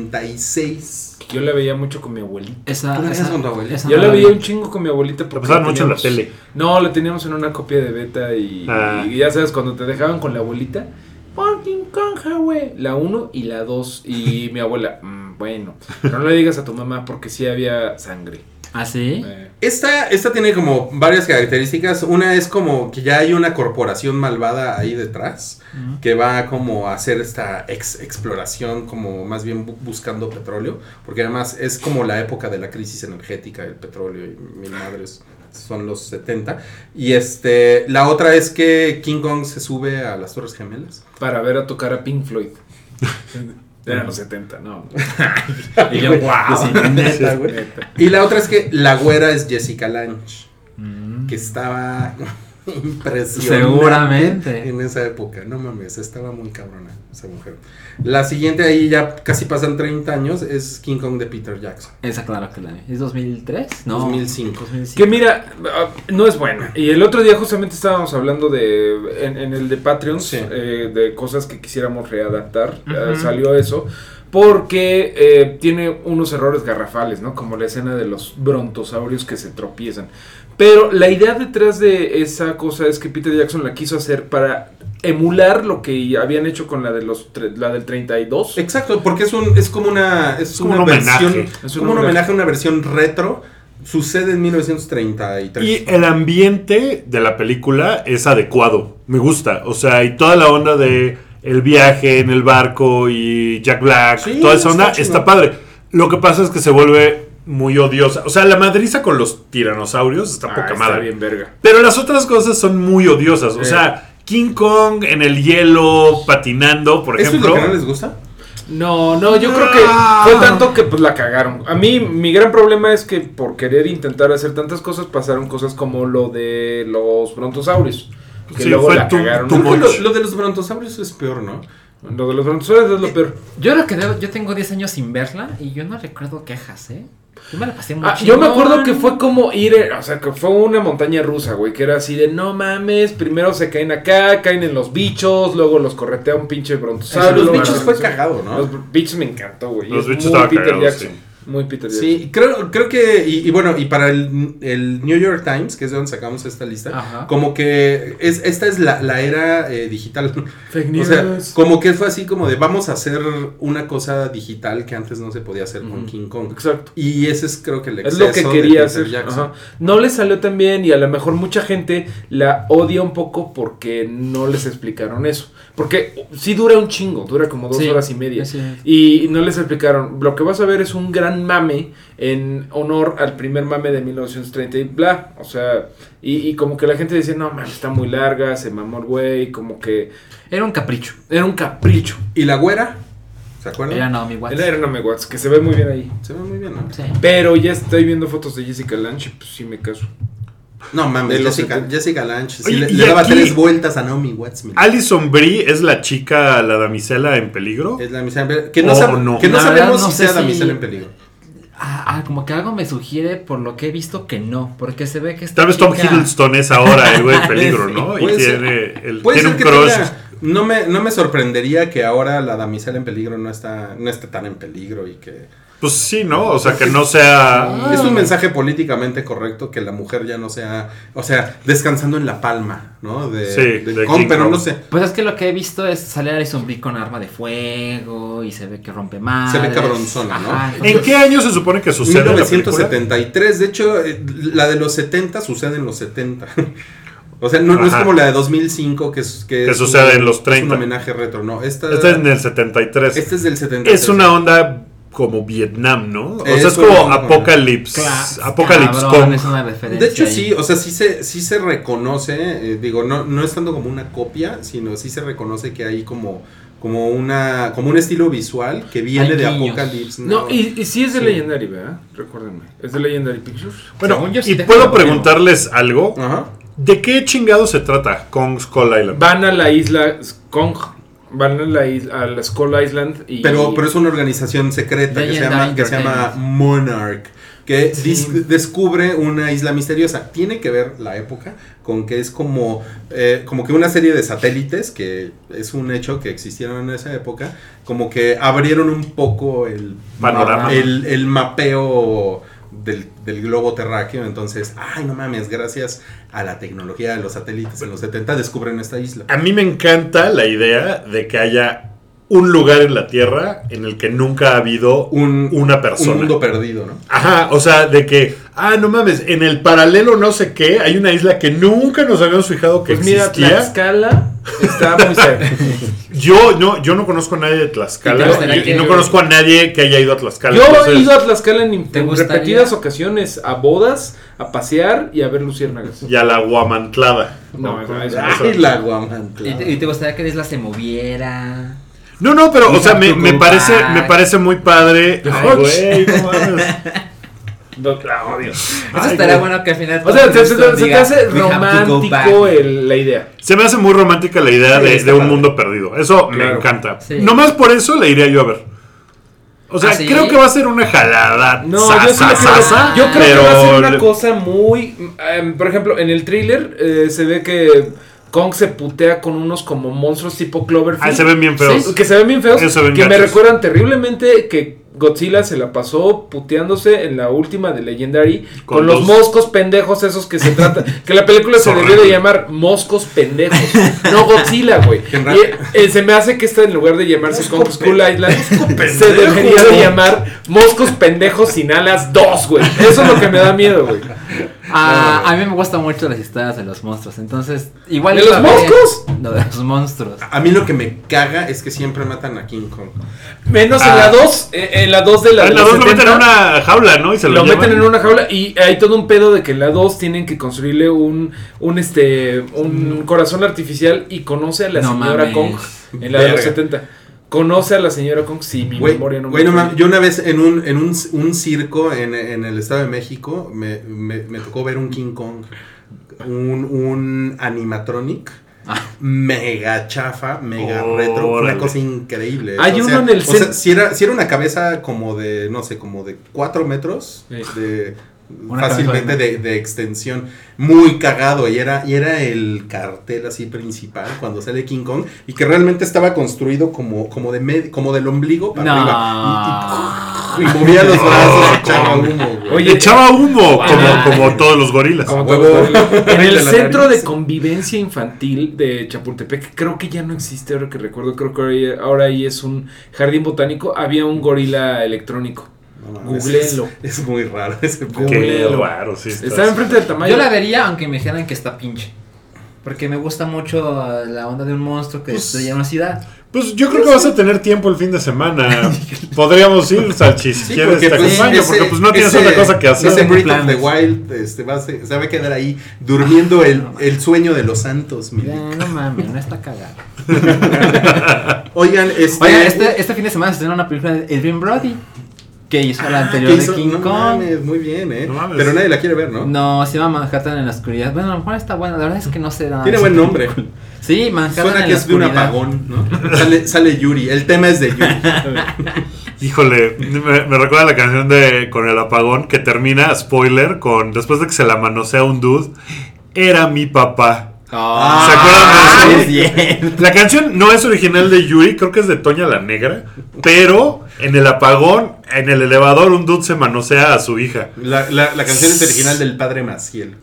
Speaker 3: 1976.
Speaker 5: Que Yo la veía mucho con mi abuelita.
Speaker 4: Esa,
Speaker 3: ¿Tú la
Speaker 4: esa,
Speaker 3: veías con tu abuela?
Speaker 4: esa
Speaker 5: Yo
Speaker 4: no
Speaker 5: la veía
Speaker 4: vi.
Speaker 5: un chingo con mi abuelita porque.
Speaker 2: pasaban mucho en la
Speaker 5: teníamos-
Speaker 2: tele.
Speaker 5: No, la teníamos en una copia de beta y,
Speaker 2: Ah.
Speaker 5: y ya sabes, cuando te dejaban con la abuelita. Pon King Kong, güey. La 1 y la 2. Y mi abuela, "Mm, bueno. Pero no le digas a tu mamá porque sí había sangre.
Speaker 4: ¿Ah, sí?
Speaker 5: Eh,
Speaker 3: Esta, esta tiene como varias características. Una es como que ya hay una corporación malvada ahí detrás que va como a hacer esta ex- exploración, como más bien bu- buscando petróleo, porque además es como la época de la crisis energética, el petróleo y mil madres son los 70. Y este, la otra es que King Kong se sube a las Torres Gemelas.
Speaker 5: para ver a tocar a Pink Floyd. Eran los 70, no.
Speaker 6: Y yo,
Speaker 4: pues,
Speaker 6: wow.
Speaker 3: Neta, güey.
Speaker 5: Neta.
Speaker 3: Y la otra es que la güera es Jessica Lange,
Speaker 4: Mm.
Speaker 3: que estaba impresionante.
Speaker 6: Seguramente.
Speaker 3: En esa época, no mames, estaba muy cabrona esa mujer. La siguiente ahí ya casi pasan 30 años, es King Kong de Peter Jackson.
Speaker 4: Esa, claro que la vi. ¿Es 2003? No.
Speaker 3: 2005.
Speaker 4: 2005.
Speaker 5: Que mira, ah, no es buena. Y el otro día justamente estábamos hablando de, en, en el de Patreon,
Speaker 3: Sí.
Speaker 5: de cosas que quisiéramos readaptar. Ah,
Speaker 4: Ujú.
Speaker 5: salió eso. Porque eh, tiene unos errores garrafales, ¿no? Como la escena de los brontosaurios que se tropiezan. Pero la idea detrás de esa cosa es que Peter Jackson la quiso hacer para emular lo que habían hecho con la de los tre- la del 32.
Speaker 3: Exacto, porque es un es como una es,
Speaker 2: como
Speaker 3: una
Speaker 2: un homenaje.
Speaker 3: versión
Speaker 5: Es un
Speaker 3: como un
Speaker 5: homenaje.
Speaker 3: homenaje a una versión retro. Sucede en 1933.
Speaker 2: Y el ambiente de la película es adecuado. Me gusta. O sea, y toda la onda de el viaje en el barco y Jack Black,
Speaker 3: Sí,
Speaker 2: toda esa onda
Speaker 3: está
Speaker 2: está,
Speaker 3: chido.
Speaker 2: padre. Lo que pasa es que se vuelve muy odiosa. O sea, la madriza con los tiranosaurios está
Speaker 5: Ah,
Speaker 2: poca
Speaker 5: está
Speaker 2: madre.
Speaker 5: bien verga.
Speaker 2: Pero las otras cosas son muy odiosas. O
Speaker 5: Sí.
Speaker 2: sea, King Kong en el hielo patinando, por
Speaker 3: ¿Eso es lo
Speaker 2: ejemplo.
Speaker 3: que no les gusta?
Speaker 5: No, no, yo creo que fue tanto que pues la cagaron. A mí mi gran problema es que por querer intentar hacer tantas cosas pasaron cosas como lo de los brontosaurios. Que
Speaker 2: Sí,
Speaker 5: luego
Speaker 2: fue
Speaker 5: la
Speaker 2: tu-
Speaker 5: cagaron.
Speaker 2: tu
Speaker 5: ¿no?
Speaker 3: Creo que
Speaker 2: much.
Speaker 3: Lo, lo de los brontosaurios es peor, ¿no?
Speaker 5: Lo de los brontosaurios es lo peor.
Speaker 4: Yo creo que debo- yo tengo 10 años sin verla y yo no recuerdo quejas, ¿eh? Yo me la pasé muy
Speaker 5: Ah, yo me acuerdo que fue como ir, eh, o sea, que fue una montaña rusa, güey, que era así de no mames, primero se caen acá, caen en los bichos, luego los corretea un pinche brontosaurio.
Speaker 3: los
Speaker 5: luego
Speaker 3: bichos
Speaker 5: los
Speaker 3: fue
Speaker 5: brontosaurios-
Speaker 3: cagado, ¿no?
Speaker 5: Los bichos me encantó, güey.
Speaker 2: Los
Speaker 5: Es
Speaker 2: bichos
Speaker 5: muy
Speaker 2: estaban
Speaker 5: Peter
Speaker 2: cagados,
Speaker 5: Jackson.
Speaker 2: sí.
Speaker 5: Muy Peter Jackson.
Speaker 3: Sí, creo, creo que, y, y bueno, y para el, el New York Times, que es de donde sacamos esta lista,
Speaker 4: Ajá.
Speaker 3: como que es, esta es la, la era eh, digital.
Speaker 5: Fake
Speaker 3: O sea,
Speaker 5: news.
Speaker 3: como que fue así como de vamos a hacer una cosa digital que antes no se podía hacer con
Speaker 5: Ujú.
Speaker 3: King Kong.
Speaker 5: Exacto.
Speaker 3: Y ese es creo que el
Speaker 5: Es
Speaker 3: exceso
Speaker 5: lo que
Speaker 3: de
Speaker 5: quería
Speaker 3: Peter
Speaker 5: hacer.
Speaker 3: Jackson.
Speaker 5: ajá. No le salió tan bien y a lo mejor mucha gente la odia un poco porque no les explicaron eso. Porque sí dura un chingo, dura como dos horas y media. Y no les explicaron. Lo que vas a ver es un gran mame en honor al primer mame de 1930 y bla. O sea, y, y como que la gente decía, no, man, está muy larga, se mamó el güey, como que
Speaker 4: Era un capricho.
Speaker 5: era un capricho.
Speaker 3: Y la güera, ¿se acuerdan?
Speaker 4: Era Naomi Watts.
Speaker 5: Era Naomi Watts, que se ve muy bien ahí.
Speaker 3: Se ve muy bien, ¿no?
Speaker 4: Sí.
Speaker 5: Pero ya estoy viendo fotos de Jessica Lange, y, pues sí me caso.
Speaker 3: No mames,
Speaker 5: De los
Speaker 3: Jessica,
Speaker 5: setenta.
Speaker 3: Jessica Lange sí
Speaker 2: Oye,
Speaker 3: le,
Speaker 2: y
Speaker 3: le daba
Speaker 2: aquí-
Speaker 3: tres vueltas a Naomi Watts. mira.
Speaker 2: Alison Brie es la chica, la damisela en peligro.
Speaker 3: Es la misión en peligro. Que no,
Speaker 2: Oh,
Speaker 3: sab-
Speaker 2: no.
Speaker 3: Que no
Speaker 4: La verdad,
Speaker 3: sabemos
Speaker 4: no
Speaker 3: si
Speaker 4: sé
Speaker 3: sea la
Speaker 4: si-
Speaker 3: misión en peligro.
Speaker 4: Ah, ah, como que algo me sugiere por lo que he visto que no. Porque se ve que está.
Speaker 2: Tal vez Tom Hiddleston es ahora el güey en peligro, ¿no? Y
Speaker 3: Puede ser.
Speaker 2: tiene, el-
Speaker 3: Puede
Speaker 2: tiene
Speaker 3: ser
Speaker 2: un
Speaker 3: que
Speaker 2: crush.
Speaker 3: tenga- no, me, no me sorprendería que ahora la damisela en peligro no está, no esté tan en peligro y que
Speaker 2: Pues sí, ¿no? O sea, que no sea.
Speaker 3: Es un mensaje políticamente correcto que la mujer ya no sea, o sea, descansando en la palma, ¿no? De,
Speaker 2: Sí,
Speaker 3: de
Speaker 2: de
Speaker 3: con,
Speaker 2: King
Speaker 3: pero
Speaker 2: Kong.
Speaker 3: no sé.
Speaker 4: Pues es que lo que he visto es salir a Zombie con arma de fuego y se ve que rompe más.
Speaker 3: cabronzona, ¿no?
Speaker 2: ¿En qué año se supone que sucede la película?
Speaker 3: 1973, de hecho, eh, la de los 70 sucede en los 70. O sea, no, no es
Speaker 2: Ajá.
Speaker 3: como la de 2005 que, es- que
Speaker 2: Que
Speaker 3: es
Speaker 2: sucede
Speaker 3: un-
Speaker 2: en los
Speaker 3: es
Speaker 2: 30.
Speaker 3: un homenaje retro, no. Esta,
Speaker 2: Esta es en el 73.
Speaker 3: este es del 70.
Speaker 2: es una onda como Vietnam, ¿no? O sea,
Speaker 3: Eso
Speaker 2: es
Speaker 3: es
Speaker 2: como
Speaker 3: una-
Speaker 2: Apocalypse. Apocalypse Kong.
Speaker 4: es una referencia.
Speaker 3: De hecho,
Speaker 4: ahí.
Speaker 3: sí, o sea, sí se, sí se reconoce, eh, digo, no, no es tanto como una copia, sino sí se reconoce que hay como, como una, como un estilo visual que viene
Speaker 4: Hay
Speaker 3: de
Speaker 4: guiños.
Speaker 3: Apocalypse.
Speaker 5: No, y, y sí es de
Speaker 3: Sí.
Speaker 5: Legendary, ¿verdad? Recuérdenme. Es de Legendary Pictures.
Speaker 2: Bueno,
Speaker 4: Según yo sí
Speaker 2: y
Speaker 4: deja
Speaker 2: puedo
Speaker 4: de dormir.
Speaker 2: preguntarles algo.
Speaker 3: Ajá.
Speaker 2: ¿De qué chingado se trata Kong Skull Island?
Speaker 5: Van a la isla Kong. Van a la isla, a la Skull Island y.
Speaker 3: Pero, pero es una organización secreta que se,
Speaker 4: Legendary
Speaker 3: llama, que se llama Monarch, que
Speaker 4: Sí.
Speaker 3: dis- descubre una isla misteriosa. Tiene que ver la época con que es como, eh, como que una serie de satélites, que es un hecho que existieron en esa época, como que abrieron un poco el
Speaker 2: Panorama.
Speaker 3: el, el mapeo del, del globo terráqueo. Entonces, ay, no mames, gracias a la tecnología de los satélites en los 70 descubren esta isla.
Speaker 2: A mí me encanta la idea de que haya un lugar en la Tierra en el que nunca ha habido
Speaker 3: Un-
Speaker 2: una
Speaker 3: Un
Speaker 2: persona.
Speaker 3: mundo perdido, ¿no?
Speaker 2: Ajá, o sea, de que, ah, no mames, en el paralelo no sé qué, hay una isla que nunca nos habíamos fijado que
Speaker 5: Pues mira,
Speaker 2: existía.
Speaker 5: Tlaxcala está muy cerca.
Speaker 2: yo, no, yo no conozco a nadie de Tlaxcala
Speaker 4: ¿Y te gustaría
Speaker 2: y- y,
Speaker 4: que-
Speaker 2: no conozco a nadie que haya ido a Tlaxcala.
Speaker 5: Yo he
Speaker 2: entonces,
Speaker 5: ido a Tlaxcala en,
Speaker 4: ¿Te
Speaker 5: en
Speaker 4: gustaría?
Speaker 5: repetidas ocasiones a bodas, a pasear y a ver luciérnagas.
Speaker 2: Y a la Guamantlada.
Speaker 5: No, eso- eso-
Speaker 2: Ah.
Speaker 3: Ay, la guamantla.
Speaker 4: ¿Y te, y te gustaría que la isla se moviera?
Speaker 2: No, no, pero,
Speaker 4: We
Speaker 2: o sea,
Speaker 4: have
Speaker 2: me,
Speaker 4: to
Speaker 2: me
Speaker 4: go
Speaker 2: parece,
Speaker 4: back.
Speaker 2: me parece muy padre. Ay, güey, no mames.
Speaker 5: no, la odio.
Speaker 4: Eso
Speaker 2: Ay,
Speaker 4: estaría
Speaker 2: güey.
Speaker 4: bueno que al final.
Speaker 5: O sea, se,
Speaker 4: todo
Speaker 5: se-
Speaker 4: el
Speaker 5: se-
Speaker 4: mundo
Speaker 5: se te
Speaker 4: diga,
Speaker 5: hace
Speaker 4: "We have to go
Speaker 5: romántico
Speaker 4: back".
Speaker 5: el- la idea.
Speaker 2: Se me hace muy romántica la idea
Speaker 3: Sí,
Speaker 2: de,
Speaker 3: está
Speaker 2: de un
Speaker 3: padre.
Speaker 2: mundo perdido. Eso me
Speaker 5: Claro.
Speaker 2: encanta.
Speaker 4: Sí.
Speaker 2: Nomás por eso le iría yo a ver. O sea,
Speaker 4: ¿Ah, sí?
Speaker 2: creo que va a ser una jalada.
Speaker 5: No,
Speaker 2: sa-
Speaker 5: yo, sí
Speaker 2: sa-
Speaker 5: le creo-
Speaker 2: sa- sa,
Speaker 5: yo creo
Speaker 2: pero
Speaker 5: que va a ser una
Speaker 2: le-
Speaker 5: cosa muy. em, por ejemplo, en el thriller eh, se ve que Kong se putea con unos como monstruos tipo Cloverfield.
Speaker 2: Ay, Ah, se ven bien feos.
Speaker 5: que se ven bien feos.
Speaker 2: Eso ven
Speaker 5: que me
Speaker 2: gachos.
Speaker 5: recuerdan terriblemente que Godzilla se la pasó puteándose en la última de Legendary
Speaker 2: Con
Speaker 5: con,
Speaker 2: dos.
Speaker 5: los moscos pendejos esos que se trata. que la película se
Speaker 2: Horrible.
Speaker 5: debió de llamar Moscos Pendejos. no Godzilla, güey.
Speaker 3: En ra-
Speaker 5: Y, eh, se me hace que esta en lugar de llamarse
Speaker 2: Mosco
Speaker 5: Kong School Island
Speaker 2: pendejo.
Speaker 5: se debería de llamar Moscos Pendejos Sin Alas 2, güey. Eso es lo que me da miedo, güey.
Speaker 4: Ah, a mí me gustan mucho las historias de los monstruos. Entonces, igual.
Speaker 5: ¿De
Speaker 4: iba
Speaker 5: los
Speaker 4: a ver-
Speaker 5: moscos?
Speaker 4: No, de los monstruos.
Speaker 3: A mí lo que me caga es que siempre matan a King Kong.
Speaker 5: Menos en
Speaker 2: Ah.
Speaker 5: la 2, eh, en la 2 de la
Speaker 2: Ah,
Speaker 5: de
Speaker 2: los
Speaker 5: los
Speaker 2: dos lo meten en
Speaker 5: 70.
Speaker 2: una jaula, ¿no? Y se lo,
Speaker 5: Lo
Speaker 2: llevan.
Speaker 5: meten en una jaula y hay todo un pedo de que en la 2 tienen que construirle un, un este un corazón artificial y conoce a la
Speaker 4: No
Speaker 5: señora
Speaker 4: mames.
Speaker 5: Kong en la de los
Speaker 3: Verga.
Speaker 5: 70. Conoce a la señora Kong, sí, mi
Speaker 3: Güey,
Speaker 5: memoria no me
Speaker 3: güey, no
Speaker 5: falla.
Speaker 3: mames, yo una vez en un, en un, un circo en, en el Estado de México me, me- me tocó ver un King Kong, un, un animatronic.
Speaker 4: Ah.
Speaker 3: Mega chafa, mega retro, fue una
Speaker 2: Órale.
Speaker 3: cosa increíble.
Speaker 5: Hay
Speaker 3: O
Speaker 5: uno
Speaker 3: sea,
Speaker 5: Ah, en el
Speaker 3: o sea,
Speaker 5: cen-
Speaker 3: si era, si era una cabeza como de, no sé, como de 4 metros,
Speaker 5: Sí.
Speaker 3: de,
Speaker 4: Una
Speaker 3: fácilmente
Speaker 4: cabeza
Speaker 3: de, de extensión, muy cagado. Y era, y era el cartel así principal cuando sale King Kong, y que realmente estaba construido como, como, de med- como del ombligo para arriba.
Speaker 4: No.
Speaker 3: Y, y- y movía los brazos,
Speaker 2: Oh,
Speaker 3: echaba
Speaker 2: Kong.
Speaker 3: humo, güey.
Speaker 5: Oye,
Speaker 2: Echaba humo, como,
Speaker 4: Ah.
Speaker 2: como todos los gorilas.
Speaker 5: Como
Speaker 3: Huevo.
Speaker 5: todo el- En el
Speaker 3: De la
Speaker 5: centro
Speaker 3: nariz.
Speaker 5: de convivencia infantil de Chapultepec, creo que ya no existe, ahora que recuerdo, creo que ahora ahí- ahora ahí es un jardín botánico, había un gorila electrónico.
Speaker 3: No mames,
Speaker 5: Googleenlo.
Speaker 3: Es, es muy raro ese pedo.
Speaker 2: Qué
Speaker 5: Culero.
Speaker 2: raro, sí. está
Speaker 5: Estaba
Speaker 2: así.
Speaker 5: enfrente del tamaño.
Speaker 4: Yo la vería aunque me dijeran que está pinche. Porque me gusta mucho la onda de un monstruo que destruye una ciudad.
Speaker 2: Pues yo creo que vas a tener tiempo el fin de semana. Podríamos ir, Salchi, si
Speaker 3: Sí,
Speaker 2: quieres te
Speaker 3: pues,
Speaker 2: acompaño,
Speaker 3: ese-
Speaker 2: porque pues no tienes
Speaker 3: ese-
Speaker 2: otra cosa que hacer.
Speaker 3: Ese Breath of
Speaker 4: Planes.
Speaker 3: the Wild este, va a ser- se va a quedar ahí durmiendo el, el sueño de los santos. mi
Speaker 4: Ya, Eh, no mames, no está cagada.
Speaker 3: Oigan, este,
Speaker 4: Oye, este, este fin de semana se estrenó una película de Adrian Brody. Que hizo la
Speaker 3: Ah,
Speaker 4: anterior
Speaker 3: que
Speaker 4: de
Speaker 3: hizo-
Speaker 4: King
Speaker 3: no
Speaker 4: Kong.
Speaker 3: mames, muy bien, ¿eh?
Speaker 2: No mames.
Speaker 3: Pero nadie la quiere ver, ¿no?
Speaker 4: ¿no? se llama Manhattan en la oscuridad. Bueno, a lo mejor está buena. La verdad es que no sé nada.
Speaker 3: Tiene
Speaker 4: de
Speaker 3: buen
Speaker 4: esa
Speaker 3: nombre.
Speaker 4: película. Sí, Manhattan
Speaker 3: Suena
Speaker 4: en
Speaker 3: que
Speaker 4: la
Speaker 3: es de un
Speaker 4: oscuridad.
Speaker 3: apagón, ¿no? sale, sale Yuri. El tema es de Yuri.
Speaker 2: Híjole, me, me recuerda la canción de Con el apagón que termina, spoiler, con después de que se la manosea un dude, era mi papá. ¿Se acuerdan
Speaker 3: Ah,
Speaker 2: de eso?
Speaker 6: es cierto.
Speaker 2: La canción no es original de Yuri, creo que es de Toña la Negra, pero en el apagón, en el elevador, un dude se manosea a su hija.
Speaker 3: La, la- la canción es original del padre Maciel.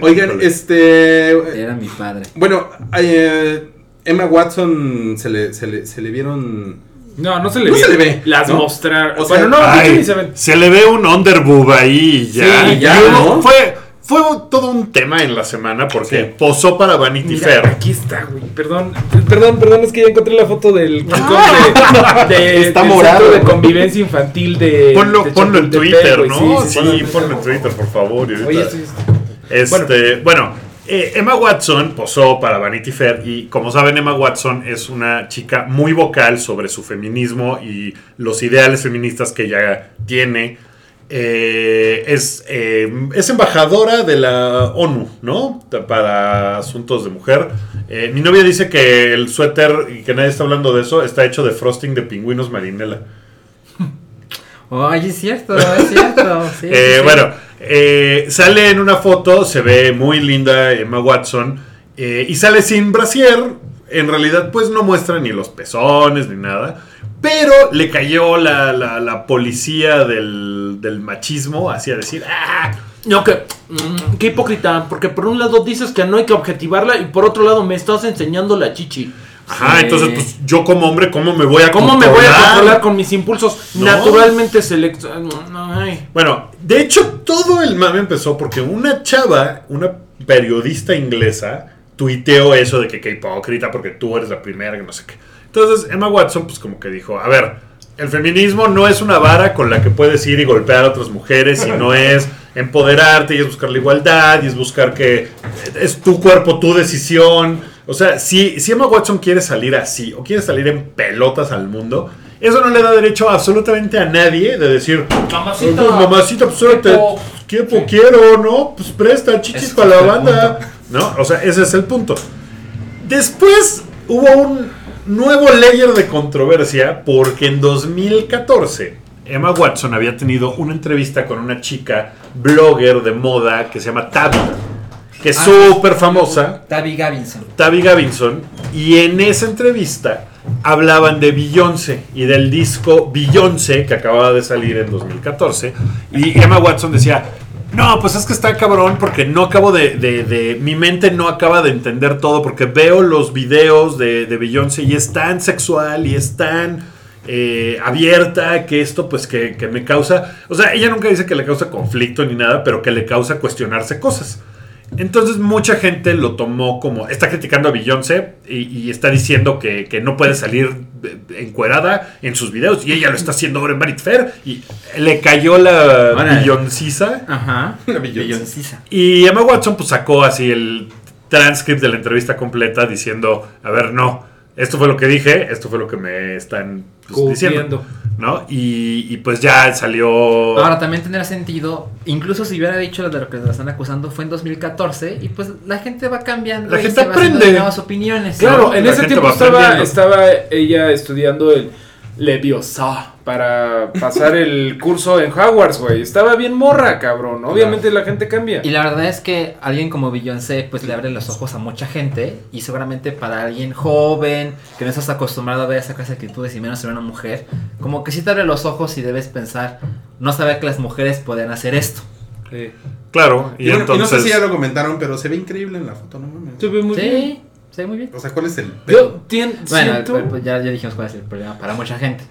Speaker 3: Oigan, este.
Speaker 4: Era mi padre.
Speaker 3: Bueno, eh, Emma Watson se le, se le- se le vieron.
Speaker 5: No, no se le
Speaker 3: No
Speaker 5: ve.
Speaker 3: se le ve,
Speaker 5: Las
Speaker 3: ¿no?
Speaker 5: mostrar.
Speaker 3: O sea,
Speaker 5: bueno, no, de hecho
Speaker 2: Ay,
Speaker 5: ni se ven.
Speaker 2: se le ve un underboob ahí y ya.
Speaker 3: Sí, ya,
Speaker 2: Y hubo-
Speaker 3: ¿no?
Speaker 2: fue, fue todo un tema en la semana porque
Speaker 3: Sí.
Speaker 2: posó para Vanity
Speaker 5: Mira,
Speaker 2: Fair.
Speaker 5: aquí está, güey. Perdón, perdón, perdón, es que ya encontré la foto del King
Speaker 4: Ah.
Speaker 5: Kong de, de-
Speaker 3: Está
Speaker 5: del
Speaker 3: morado.
Speaker 5: centro de convivencia infantil de.
Speaker 2: Ponlo,
Speaker 5: eh, de
Speaker 2: ponlo en
Speaker 5: Chapultepec,
Speaker 2: Twitter,
Speaker 5: güey.
Speaker 2: ¿no?
Speaker 5: Sí, sí,
Speaker 2: Sí, ponlo en Twitter, por favor. y ahorita-
Speaker 5: Oye, esto es-
Speaker 2: Este, bueno, eh, Emma Watson posó para Vanity Fair y como saben Emma Watson es una chica muy vocal sobre su feminismo y los ideales feministas que ella tiene. Eh, es, eh, es embajadora de la ONU, ¿no? Ta- Para asuntos de mujer. Eh, mi novia dice que el suéter, y que nadie está hablando de eso, está hecho de frosting de pingüinos marinela.
Speaker 4: Oye, es cierto, es cierto. sí,
Speaker 2: Eh,
Speaker 4: sí, sí.
Speaker 2: Bueno, eh, sale en una foto, se ve muy linda Emma Watson eh, y sale sin brasier. En realidad, pues no muestra ni los pezones ni nada. Pero le cayó la, la- la policía del, del machismo así a decir, ¡ah!
Speaker 7: No, que. mm, Qué hipócrita, porque por un lado dices que no hay que objetivarla y por otro lado me estás enseñando la chichi.
Speaker 2: Ajá,
Speaker 4: Sí.
Speaker 2: entonces, pues yo como hombre, ¿cómo me voy a
Speaker 7: ¿Cómo me voy a controlar con mis impulsos
Speaker 2: No.
Speaker 7: naturalmente selectos? Ay.
Speaker 2: Bueno, de hecho todo el mame empezó porque una chava, una periodista inglesa, tuiteó eso de que qué hipócrita porque tú eres la primera que no sé qué. Entonces Emma Watson pues como que dijo, a ver, el feminismo no es una vara con la que puedes ir y golpear a otras mujeres, sino es empoderarte y es buscar la igualdad y es buscar que es tu cuerpo, tu decisión. O sea, si, si Emma Watson quiere salir así o quiere salir en pelotas al mundo, eso no le da derecho absolutamente a nadie de decir,
Speaker 7: Mamacita.
Speaker 2: pues, mamacita, pues ahora te-
Speaker 7: Tiempo.
Speaker 2: tiempo quiero, ¿no? Pues presta chichis
Speaker 4: Ese
Speaker 2: para la
Speaker 4: es el
Speaker 2: banda. ¿No? O sea, ese es el punto. Después hubo un nuevo layer de controversia porque en 2014 Emma Watson había tenido una entrevista con una chica blogger de moda que se llama Tabby, que es
Speaker 4: Ah,
Speaker 2: súper famosa.
Speaker 4: Tavi Gavinson.
Speaker 2: Tavi Gavinson y en esa entrevista hablaban de Beyoncé y del disco Beyoncé que acababa de salir en 2014 y Emma Watson decía no, pues es que está cabrón porque no acabo de, de- de- mi mente no acaba de entender todo porque veo los videos de, de Beyoncé y es tan sexual y es tan eh, abierta que esto pues que, que me causa, o sea, ella nunca dice que le causa conflicto ni nada, pero que le causa cuestionarse cosas. Entonces mucha gente lo tomó como, está criticando a Beyoncé y, y está diciendo que, que no puede salir eh, encuerada en sus videos y ella lo está haciendo ahora en Vanity Fair y le cayó la
Speaker 4: Órale.
Speaker 2: Beyoncé
Speaker 4: Ajá.
Speaker 3: La Beyoncé.
Speaker 4: Beyoncé.
Speaker 2: y Emma Watson pues sacó así el transcript de la entrevista completa diciendo, a ver, no, esto fue lo que dije, esto fue lo que me están pues, diciendo,
Speaker 5: Cubriendo.
Speaker 2: ¿no? Y, y, pues ya salió...
Speaker 4: Ahora también tendrá sentido, incluso si hubiera dicho lo de lo que la están acusando fue en 2014 y pues la gente va cambiando.
Speaker 2: La
Speaker 4: y
Speaker 2: gente
Speaker 4: se va haciendo
Speaker 2: aprende.
Speaker 4: nuevas opiniones.
Speaker 5: Claro,
Speaker 2: La
Speaker 5: en
Speaker 2: gente
Speaker 5: ese tiempo
Speaker 2: va
Speaker 5: estaba,
Speaker 2: aprendiendo.
Speaker 5: estaba ella estudiando el Leviosa para pasar el curso en Hogwarts, güey. Estaba bien morra, cabrón. Obviamente la gente cambia.
Speaker 4: Y la verdad es que alguien como Beyoncé pues le abre los ojos a mucha gente y seguramente para alguien joven que no estás acostumbrado a ver esa clase de actitudes y menos en una mujer, como que sí te abre los ojos y debes pensar, no sabía que las mujeres podían hacer esto.
Speaker 5: Sí.
Speaker 2: Claro, y,
Speaker 3: Y, bueno, y
Speaker 2: entonces...
Speaker 3: no sé si ya lo comentaron, pero se ve increíble en la foto, no mames.
Speaker 5: Se ve muy bien.
Speaker 4: Sí, sí, muy bien.
Speaker 3: O sea, ¿cuál es el
Speaker 5: Yo tien-
Speaker 4: Bueno,
Speaker 5: siento-
Speaker 4: pues, ya, ya dijimos cuál es el problema para mucha gente.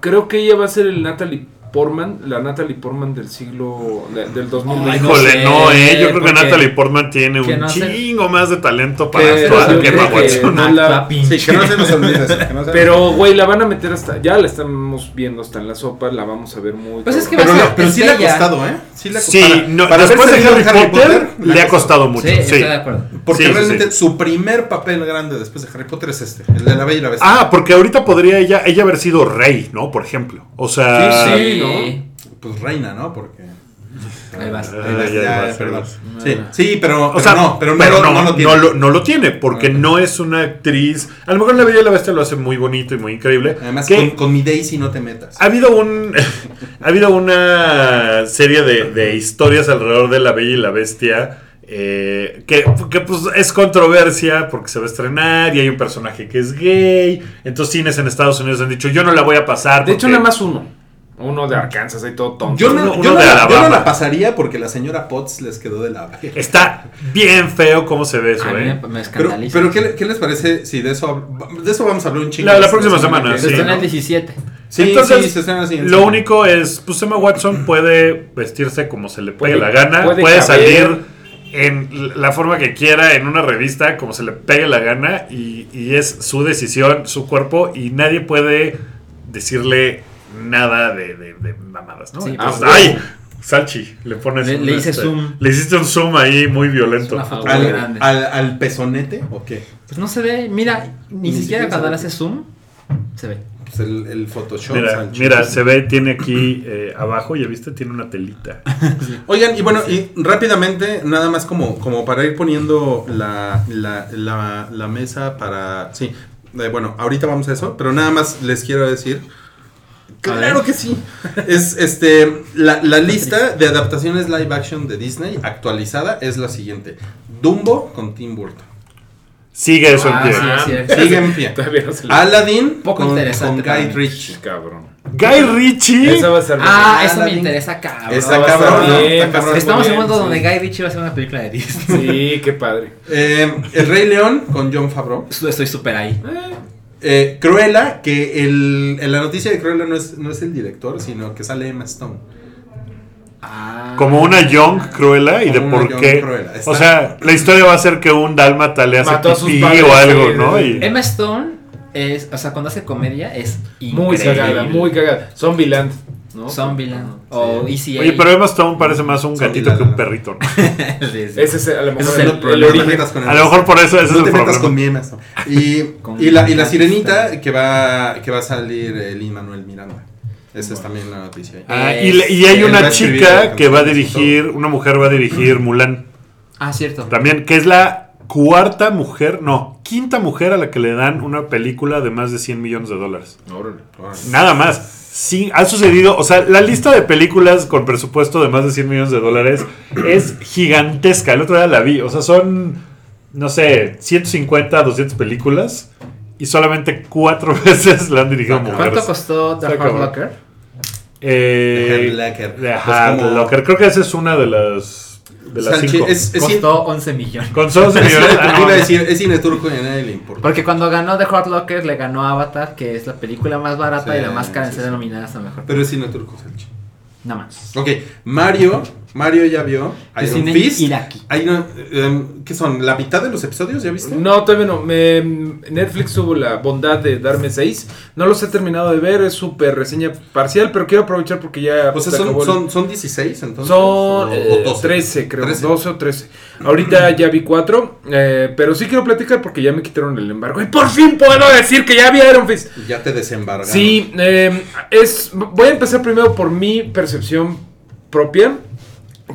Speaker 5: creo que ella va a ser el Natalie Portman, la Natalie Portman del siglo de- del 2020.
Speaker 4: Ay,
Speaker 2: Híjole, no,
Speaker 4: sé,
Speaker 2: eh. Yo creo que
Speaker 4: porque-
Speaker 2: Natalie Portman tiene
Speaker 4: que
Speaker 2: un
Speaker 4: no sé.
Speaker 2: chingo más de talento para
Speaker 5: Pero
Speaker 2: actuar
Speaker 5: yo
Speaker 2: que
Speaker 5: creo
Speaker 2: Emma
Speaker 5: que-
Speaker 2: Watson.
Speaker 5: no
Speaker 4: Ah,
Speaker 5: la-
Speaker 4: la pinche.
Speaker 3: Sí, que no se nos olvide eso. que no se-
Speaker 5: Pero, güey, la van a meter hasta. Ya la estamos viendo hasta en la sopa, la vamos a ver muy.
Speaker 4: Pues es que
Speaker 3: pero,
Speaker 4: va a
Speaker 3: la-
Speaker 4: ser-
Speaker 3: pero
Speaker 4: es
Speaker 3: sí le ha
Speaker 4: bella.
Speaker 3: costado, ¿eh? Sí, le ha
Speaker 2: Sí,
Speaker 3: costado.
Speaker 2: no,
Speaker 3: para
Speaker 2: después
Speaker 3: haber
Speaker 2: de Harry
Speaker 3: salido
Speaker 2: Potter,
Speaker 3: la
Speaker 2: le ha
Speaker 3: costó.
Speaker 2: costado mucho.
Speaker 4: Sí, pues,
Speaker 2: Sí,
Speaker 4: estoy de acuerdo.
Speaker 3: Porque
Speaker 2: Sí, sí,
Speaker 3: realmente
Speaker 2: sí.
Speaker 3: su primer papel grande después de Harry Potter es este, el de la Bella y la Bestia.
Speaker 2: Ah, porque ahorita podría ella, ella haber sido rey, ¿no? Por ejemplo. O sea.
Speaker 5: Sí, sí.
Speaker 4: Sí,
Speaker 5: ¿no?
Speaker 3: Pues reina, ¿no? Porque.
Speaker 4: Ahí vas.
Speaker 2: Ah,
Speaker 3: Ahí vas,
Speaker 2: ya,
Speaker 3: ya,
Speaker 2: ahí vas,
Speaker 3: perdón.
Speaker 2: ahí
Speaker 3: Sí, sí, pero,
Speaker 2: O sea,
Speaker 3: pero no, pero no, lo- no lo tiene.
Speaker 2: no lo, no lo tiene, porque no es una actriz. A lo mejor La Bella y la Bestia lo hace muy bonito y muy increíble.
Speaker 3: Además,
Speaker 2: que
Speaker 3: con, con mi Daisy no te metas.
Speaker 2: ha habido un ha habido una serie de, de historias alrededor de La Bella y la Bestia eh, que, que, pues es controversia porque se va a estrenar y hay un personaje que es gay. Entonces cines en Estados Unidos han dicho, yo no la voy a pasar.
Speaker 5: De hecho,
Speaker 2: porque-
Speaker 5: nada más uno. Uno de Arkansas, ahí todo tonto.
Speaker 3: Yo
Speaker 2: Uno-
Speaker 3: no, yo
Speaker 2: uno
Speaker 3: no
Speaker 2: de
Speaker 3: la, yo no
Speaker 2: Alabama.
Speaker 3: la pasaría porque la señora Potts les quedó de la verga.
Speaker 2: Está bien feo cómo se ve eso,
Speaker 4: A mí
Speaker 2: eh.
Speaker 4: me, me
Speaker 3: Pero,
Speaker 4: escandaliza.
Speaker 3: pero ¿qué, le- qué les parece si de eso hab- de eso vamos a hablar un chingo?
Speaker 2: La- la próxima semana,
Speaker 3: que
Speaker 2: sí.
Speaker 4: Se
Speaker 3: viene,
Speaker 4: estrena el
Speaker 3: ¿no?
Speaker 4: 17.
Speaker 3: Sí,
Speaker 2: Entonces,
Speaker 3: sí, se estrena así en
Speaker 2: Lo
Speaker 3: semana.
Speaker 2: único es, pues Emma Watson puede vestirse como se le pegue
Speaker 5: Puede-
Speaker 2: la gana,
Speaker 5: puede
Speaker 2: puede,
Speaker 5: caber.
Speaker 2: salir en la forma que quiera en una revista como se le pegue la gana y, y es su decisión, su cuerpo y nadie puede decirle nada de, de- de mamadas, ¿no?
Speaker 4: Sí, pues,
Speaker 2: Entonces,
Speaker 5: ah,
Speaker 2: ¡ay! Salchi, le pones
Speaker 4: Le-
Speaker 2: un, este,
Speaker 4: le hice zoom.
Speaker 2: Le hiciste un zoom ahí muy violento.
Speaker 4: una foto. Muy
Speaker 3: ¿Al,
Speaker 4: grande.
Speaker 3: al, al pezonete o qué?
Speaker 4: Pues no se ve, mira,
Speaker 3: Ni
Speaker 4: ni,
Speaker 3: siquiera
Speaker 4: siquiera
Speaker 3: se
Speaker 4: cuando
Speaker 3: ve.
Speaker 4: le haces zoom, se ve.
Speaker 3: Pues el, el Photoshop.
Speaker 2: Mira,
Speaker 3: Sancho.
Speaker 2: mira, se ve, tiene aquí eh, abajo, ya viste, tiene una telita.
Speaker 3: Oigan, y bueno, y rápidamente, nada más como, como para ir poniendo la, la, la, la mesa para... Sí, eh, bueno, ahorita vamos a eso, pero nada más les quiero decir... Claro que sí. Es este la, la lista de adaptaciones live action de Disney actualizada es la siguiente. Dumbo con Tim Burton.
Speaker 2: Sigue eso
Speaker 4: Ah,
Speaker 2: en pie.
Speaker 4: sí, es cierto.
Speaker 3: Sigue en pie.
Speaker 5: Todavía no se le-
Speaker 3: Aladdin
Speaker 4: Poco
Speaker 3: con,
Speaker 4: interesante
Speaker 3: con Guy
Speaker 4: para mí.
Speaker 3: Ritchie.
Speaker 5: Cabrón.
Speaker 2: Guy Ritchie.
Speaker 5: Esa va a ser. Ah,
Speaker 4: Ah, eso me
Speaker 3: Aladdin.
Speaker 4: interesa, cabrón.
Speaker 3: Está
Speaker 5: va a estar
Speaker 3: cabrón, está
Speaker 5: bien, va a estar
Speaker 3: cabrón.
Speaker 4: Estamos en un
Speaker 5: bien,
Speaker 4: mundo
Speaker 5: sí.
Speaker 4: donde Guy Ritchie va a hacer una película de Disney.
Speaker 5: Sí, qué padre.
Speaker 3: Eh, el Rey León con John Favreau.
Speaker 4: Estoy súper ahí.
Speaker 3: Eh, Cruella, que el, en la noticia de Cruella no es, no es el director, sino que sale Emma Stone.
Speaker 2: Como una Young Cruella y de
Speaker 3: Como una
Speaker 2: por
Speaker 3: young
Speaker 2: qué.
Speaker 3: Cruella, está.
Speaker 2: O sea, la historia va a ser que un dálmata le hace
Speaker 5: Mató a sus
Speaker 2: pipí
Speaker 5: padres,
Speaker 2: o algo,
Speaker 5: sí,
Speaker 2: ¿no?
Speaker 5: sí.
Speaker 2: Y-
Speaker 4: Emma Stone es, o sea, cuando hace comedia es
Speaker 5: Muy
Speaker 4: increíble.
Speaker 5: cagada, muy cagada. Zombieland. ¿no?
Speaker 4: Zombieland o E ECA.
Speaker 2: Oye, pero Emma Stone parece más un
Speaker 3: Sí,
Speaker 2: gatito
Speaker 3: la-
Speaker 2: que un perrito, ¿no?
Speaker 4: Sí, sí.
Speaker 5: Ese es a lo mejor
Speaker 4: es
Speaker 5: el,
Speaker 4: el
Speaker 5: el
Speaker 4: problema.
Speaker 3: No te
Speaker 5: origen.
Speaker 3: metas con
Speaker 2: A
Speaker 3: Emma
Speaker 2: lo mejor por eso ese
Speaker 3: no
Speaker 2: es
Speaker 3: te
Speaker 2: el
Speaker 3: metas
Speaker 2: problema.
Speaker 3: con mi Emma Stone. Y,
Speaker 4: Con
Speaker 3: y la, y la
Speaker 4: mi-
Speaker 3: sirenita que va, que va a salir el Manuel Miranda. Esa es también la noticia.
Speaker 2: Ah, y, le- y hay
Speaker 3: Él
Speaker 2: una
Speaker 3: va a escribir
Speaker 2: chica
Speaker 3: la
Speaker 2: que va a
Speaker 3: canción,
Speaker 2: dirigir, una mujer va a dirigir Mulan
Speaker 4: Ah, cierto.
Speaker 2: también, que es la cuarta mujer, no, quinta mujer a la que le dan una película de más de 100 millones de dólares.
Speaker 5: Órale.
Speaker 3: Órale.
Speaker 2: Nada más. Sí, ha sucedido, o sea, la lista de películas con presupuesto de más de 100 millones de dólares es gigantesca. El otro día la vi, o sea, son, no sé, 150, 200 películas y solamente cuatro veces la han dirigido
Speaker 4: ¿Cuánto
Speaker 2: mujeres.
Speaker 4: costó The
Speaker 2: Está
Speaker 4: Hard
Speaker 2: cabrón.
Speaker 4: Locker?
Speaker 2: Eh,
Speaker 3: Hurt Locker.
Speaker 2: de
Speaker 3: Pues
Speaker 2: Hurt
Speaker 3: como-
Speaker 2: Locker. Creo que esa es una de las, de las
Speaker 3: Sanchi-
Speaker 2: cinco.
Speaker 3: es, es, cine-
Speaker 4: Costó 11 millones.
Speaker 2: Con solo 11
Speaker 3: es cine-
Speaker 2: millones. ah, no,
Speaker 3: iba a decir, es cine turco y a nadie le importa.
Speaker 4: Porque cuando ganó The Hard Locker le ganó Avatar, que es la película más barata
Speaker 3: Sí,
Speaker 4: y la más cara en
Speaker 3: sí,
Speaker 4: ser
Speaker 3: sí.
Speaker 4: nominada hasta mejor.
Speaker 3: Pero es cine turco, Sanchi.
Speaker 4: Nada más.
Speaker 3: Ok, Mario, Mario ya vio
Speaker 4: Es
Speaker 3: Iron
Speaker 4: cine
Speaker 3: Fist.
Speaker 4: iraqui.
Speaker 3: Iron- em, ¿Qué son? ¿La mitad de los episodios ya viste?
Speaker 5: No, todavía no. Me- Netflix tuvo la bondad de darme seis. No los he terminado de ver, es súper reseña parcial, pero quiero aprovechar porque ya.
Speaker 3: O sea,
Speaker 5: se acabó
Speaker 3: Ah, pues son,
Speaker 5: el-
Speaker 3: son, son 16 entonces.
Speaker 5: Son
Speaker 3: o-
Speaker 5: eh,
Speaker 3: o 12.
Speaker 5: 13, creo.
Speaker 3: 13.
Speaker 5: 12 o 13. Ahorita ya vi 4. pero sí quiero platicar porque ya me quitaron el embargo. Y por fin puedo decir que ya vi Iron Fist.
Speaker 3: Ya te desembargaron.
Speaker 5: Sí, eh, es, voy a empezar primero por mi percepción propia,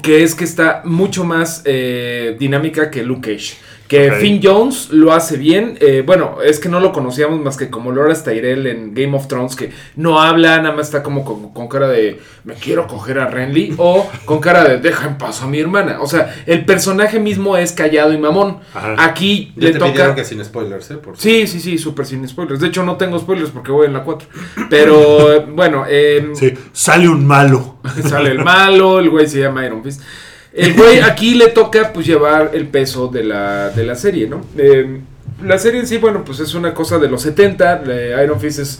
Speaker 5: que es que está mucho más eh, dinámica que Luke Cage. Que
Speaker 2: Ok.
Speaker 5: Finn Jones lo hace bien. eh, bueno, es que no lo conocíamos más que como Laura Tyrell en Game of Thrones, que no habla, nada más está como con, con cara de me quiero coger a Renly o con cara de deja en paz a mi hermana. O sea, el personaje mismo es callado y mamón.
Speaker 2: Ajá.
Speaker 5: Aquí
Speaker 3: Ya
Speaker 5: le
Speaker 3: te
Speaker 5: toca.
Speaker 3: pidieron que sin spoilers, ¿eh? Por
Speaker 5: Sí, sí, sí, súper sin spoilers. De hecho, no tengo spoilers porque voy en la 4. Pero eh, bueno, em,
Speaker 2: Sí, sale un malo.
Speaker 5: sale el malo, el güey se llama Iron Fist. El güey aquí le toca pues llevar el peso de la, de la serie, ¿no? Em, la serie en sí, bueno, pues es una cosa de los 70. eh, Iron Fist es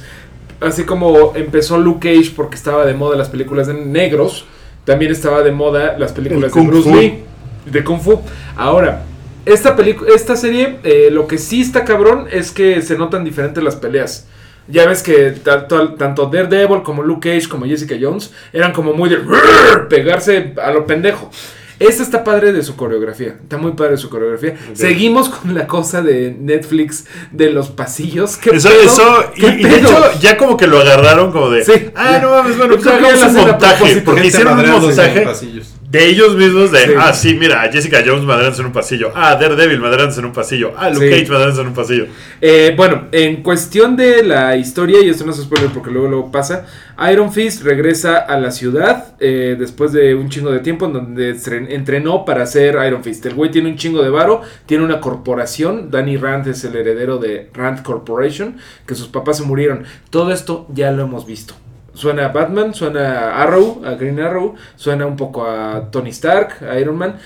Speaker 5: así como empezó Luke Cage porque estaba de moda las películas de negros. También estaba de moda las películas de
Speaker 2: Kung
Speaker 5: Bruce
Speaker 2: Fu.
Speaker 5: Lee, de Kung Fu. Ahora, esta, pelicu- esta serie, eh, lo que sí está cabrón es que se notan diferentes las peleas. Ya ves que tanto, tanto Daredevil como Luke Cage como Jessica Jones eran como muy de "Rrr", pegarse a lo pendejo. Esta está padre de su coreografía. Está muy padre su coreografía. Seguimos con la cosa de Netflix de los pasillos. ¿Qué
Speaker 2: Eso,
Speaker 5: pedo?
Speaker 2: eso, y,
Speaker 5: ¿Qué
Speaker 2: y de
Speaker 5: pedo?
Speaker 2: hecho, ya como que lo agarraron como de.
Speaker 5: Sí.
Speaker 2: ah, no mames, bueno,
Speaker 5: Yo
Speaker 2: pues
Speaker 5: creo que
Speaker 2: hagamos
Speaker 5: la
Speaker 2: un
Speaker 5: hacen a
Speaker 2: montaje.
Speaker 5: propósito. este
Speaker 2: Porque
Speaker 3: Gente
Speaker 2: hicieron un
Speaker 3: madreándose en
Speaker 2: montaje
Speaker 3: pasillos.
Speaker 2: de ellos mismos, de,
Speaker 5: Sí.
Speaker 2: ah, sí, mira, a Jessica Jones madranza en un pasillo, ah, Daredevil madranza en un pasillo, ah, Luke
Speaker 5: Sí.
Speaker 2: Cage madranza en un pasillo.
Speaker 5: Eh, bueno, en cuestión de la historia, y esto no es spoiler porque luego, luego pasa, Iron Fist regresa a la ciudad eh, después de un chingo de tiempo en donde estren- entrenó para ser Iron Fist. El güey tiene un chingo de varo, tiene una corporación, Danny Rand es el heredero de Rand Corporation, que sus papás se murieron. Todo esto ya lo hemos visto. Suena a Batman, suena a Arrow, a Green Arrow, suena un poco a Tony Stark, a Iron Man.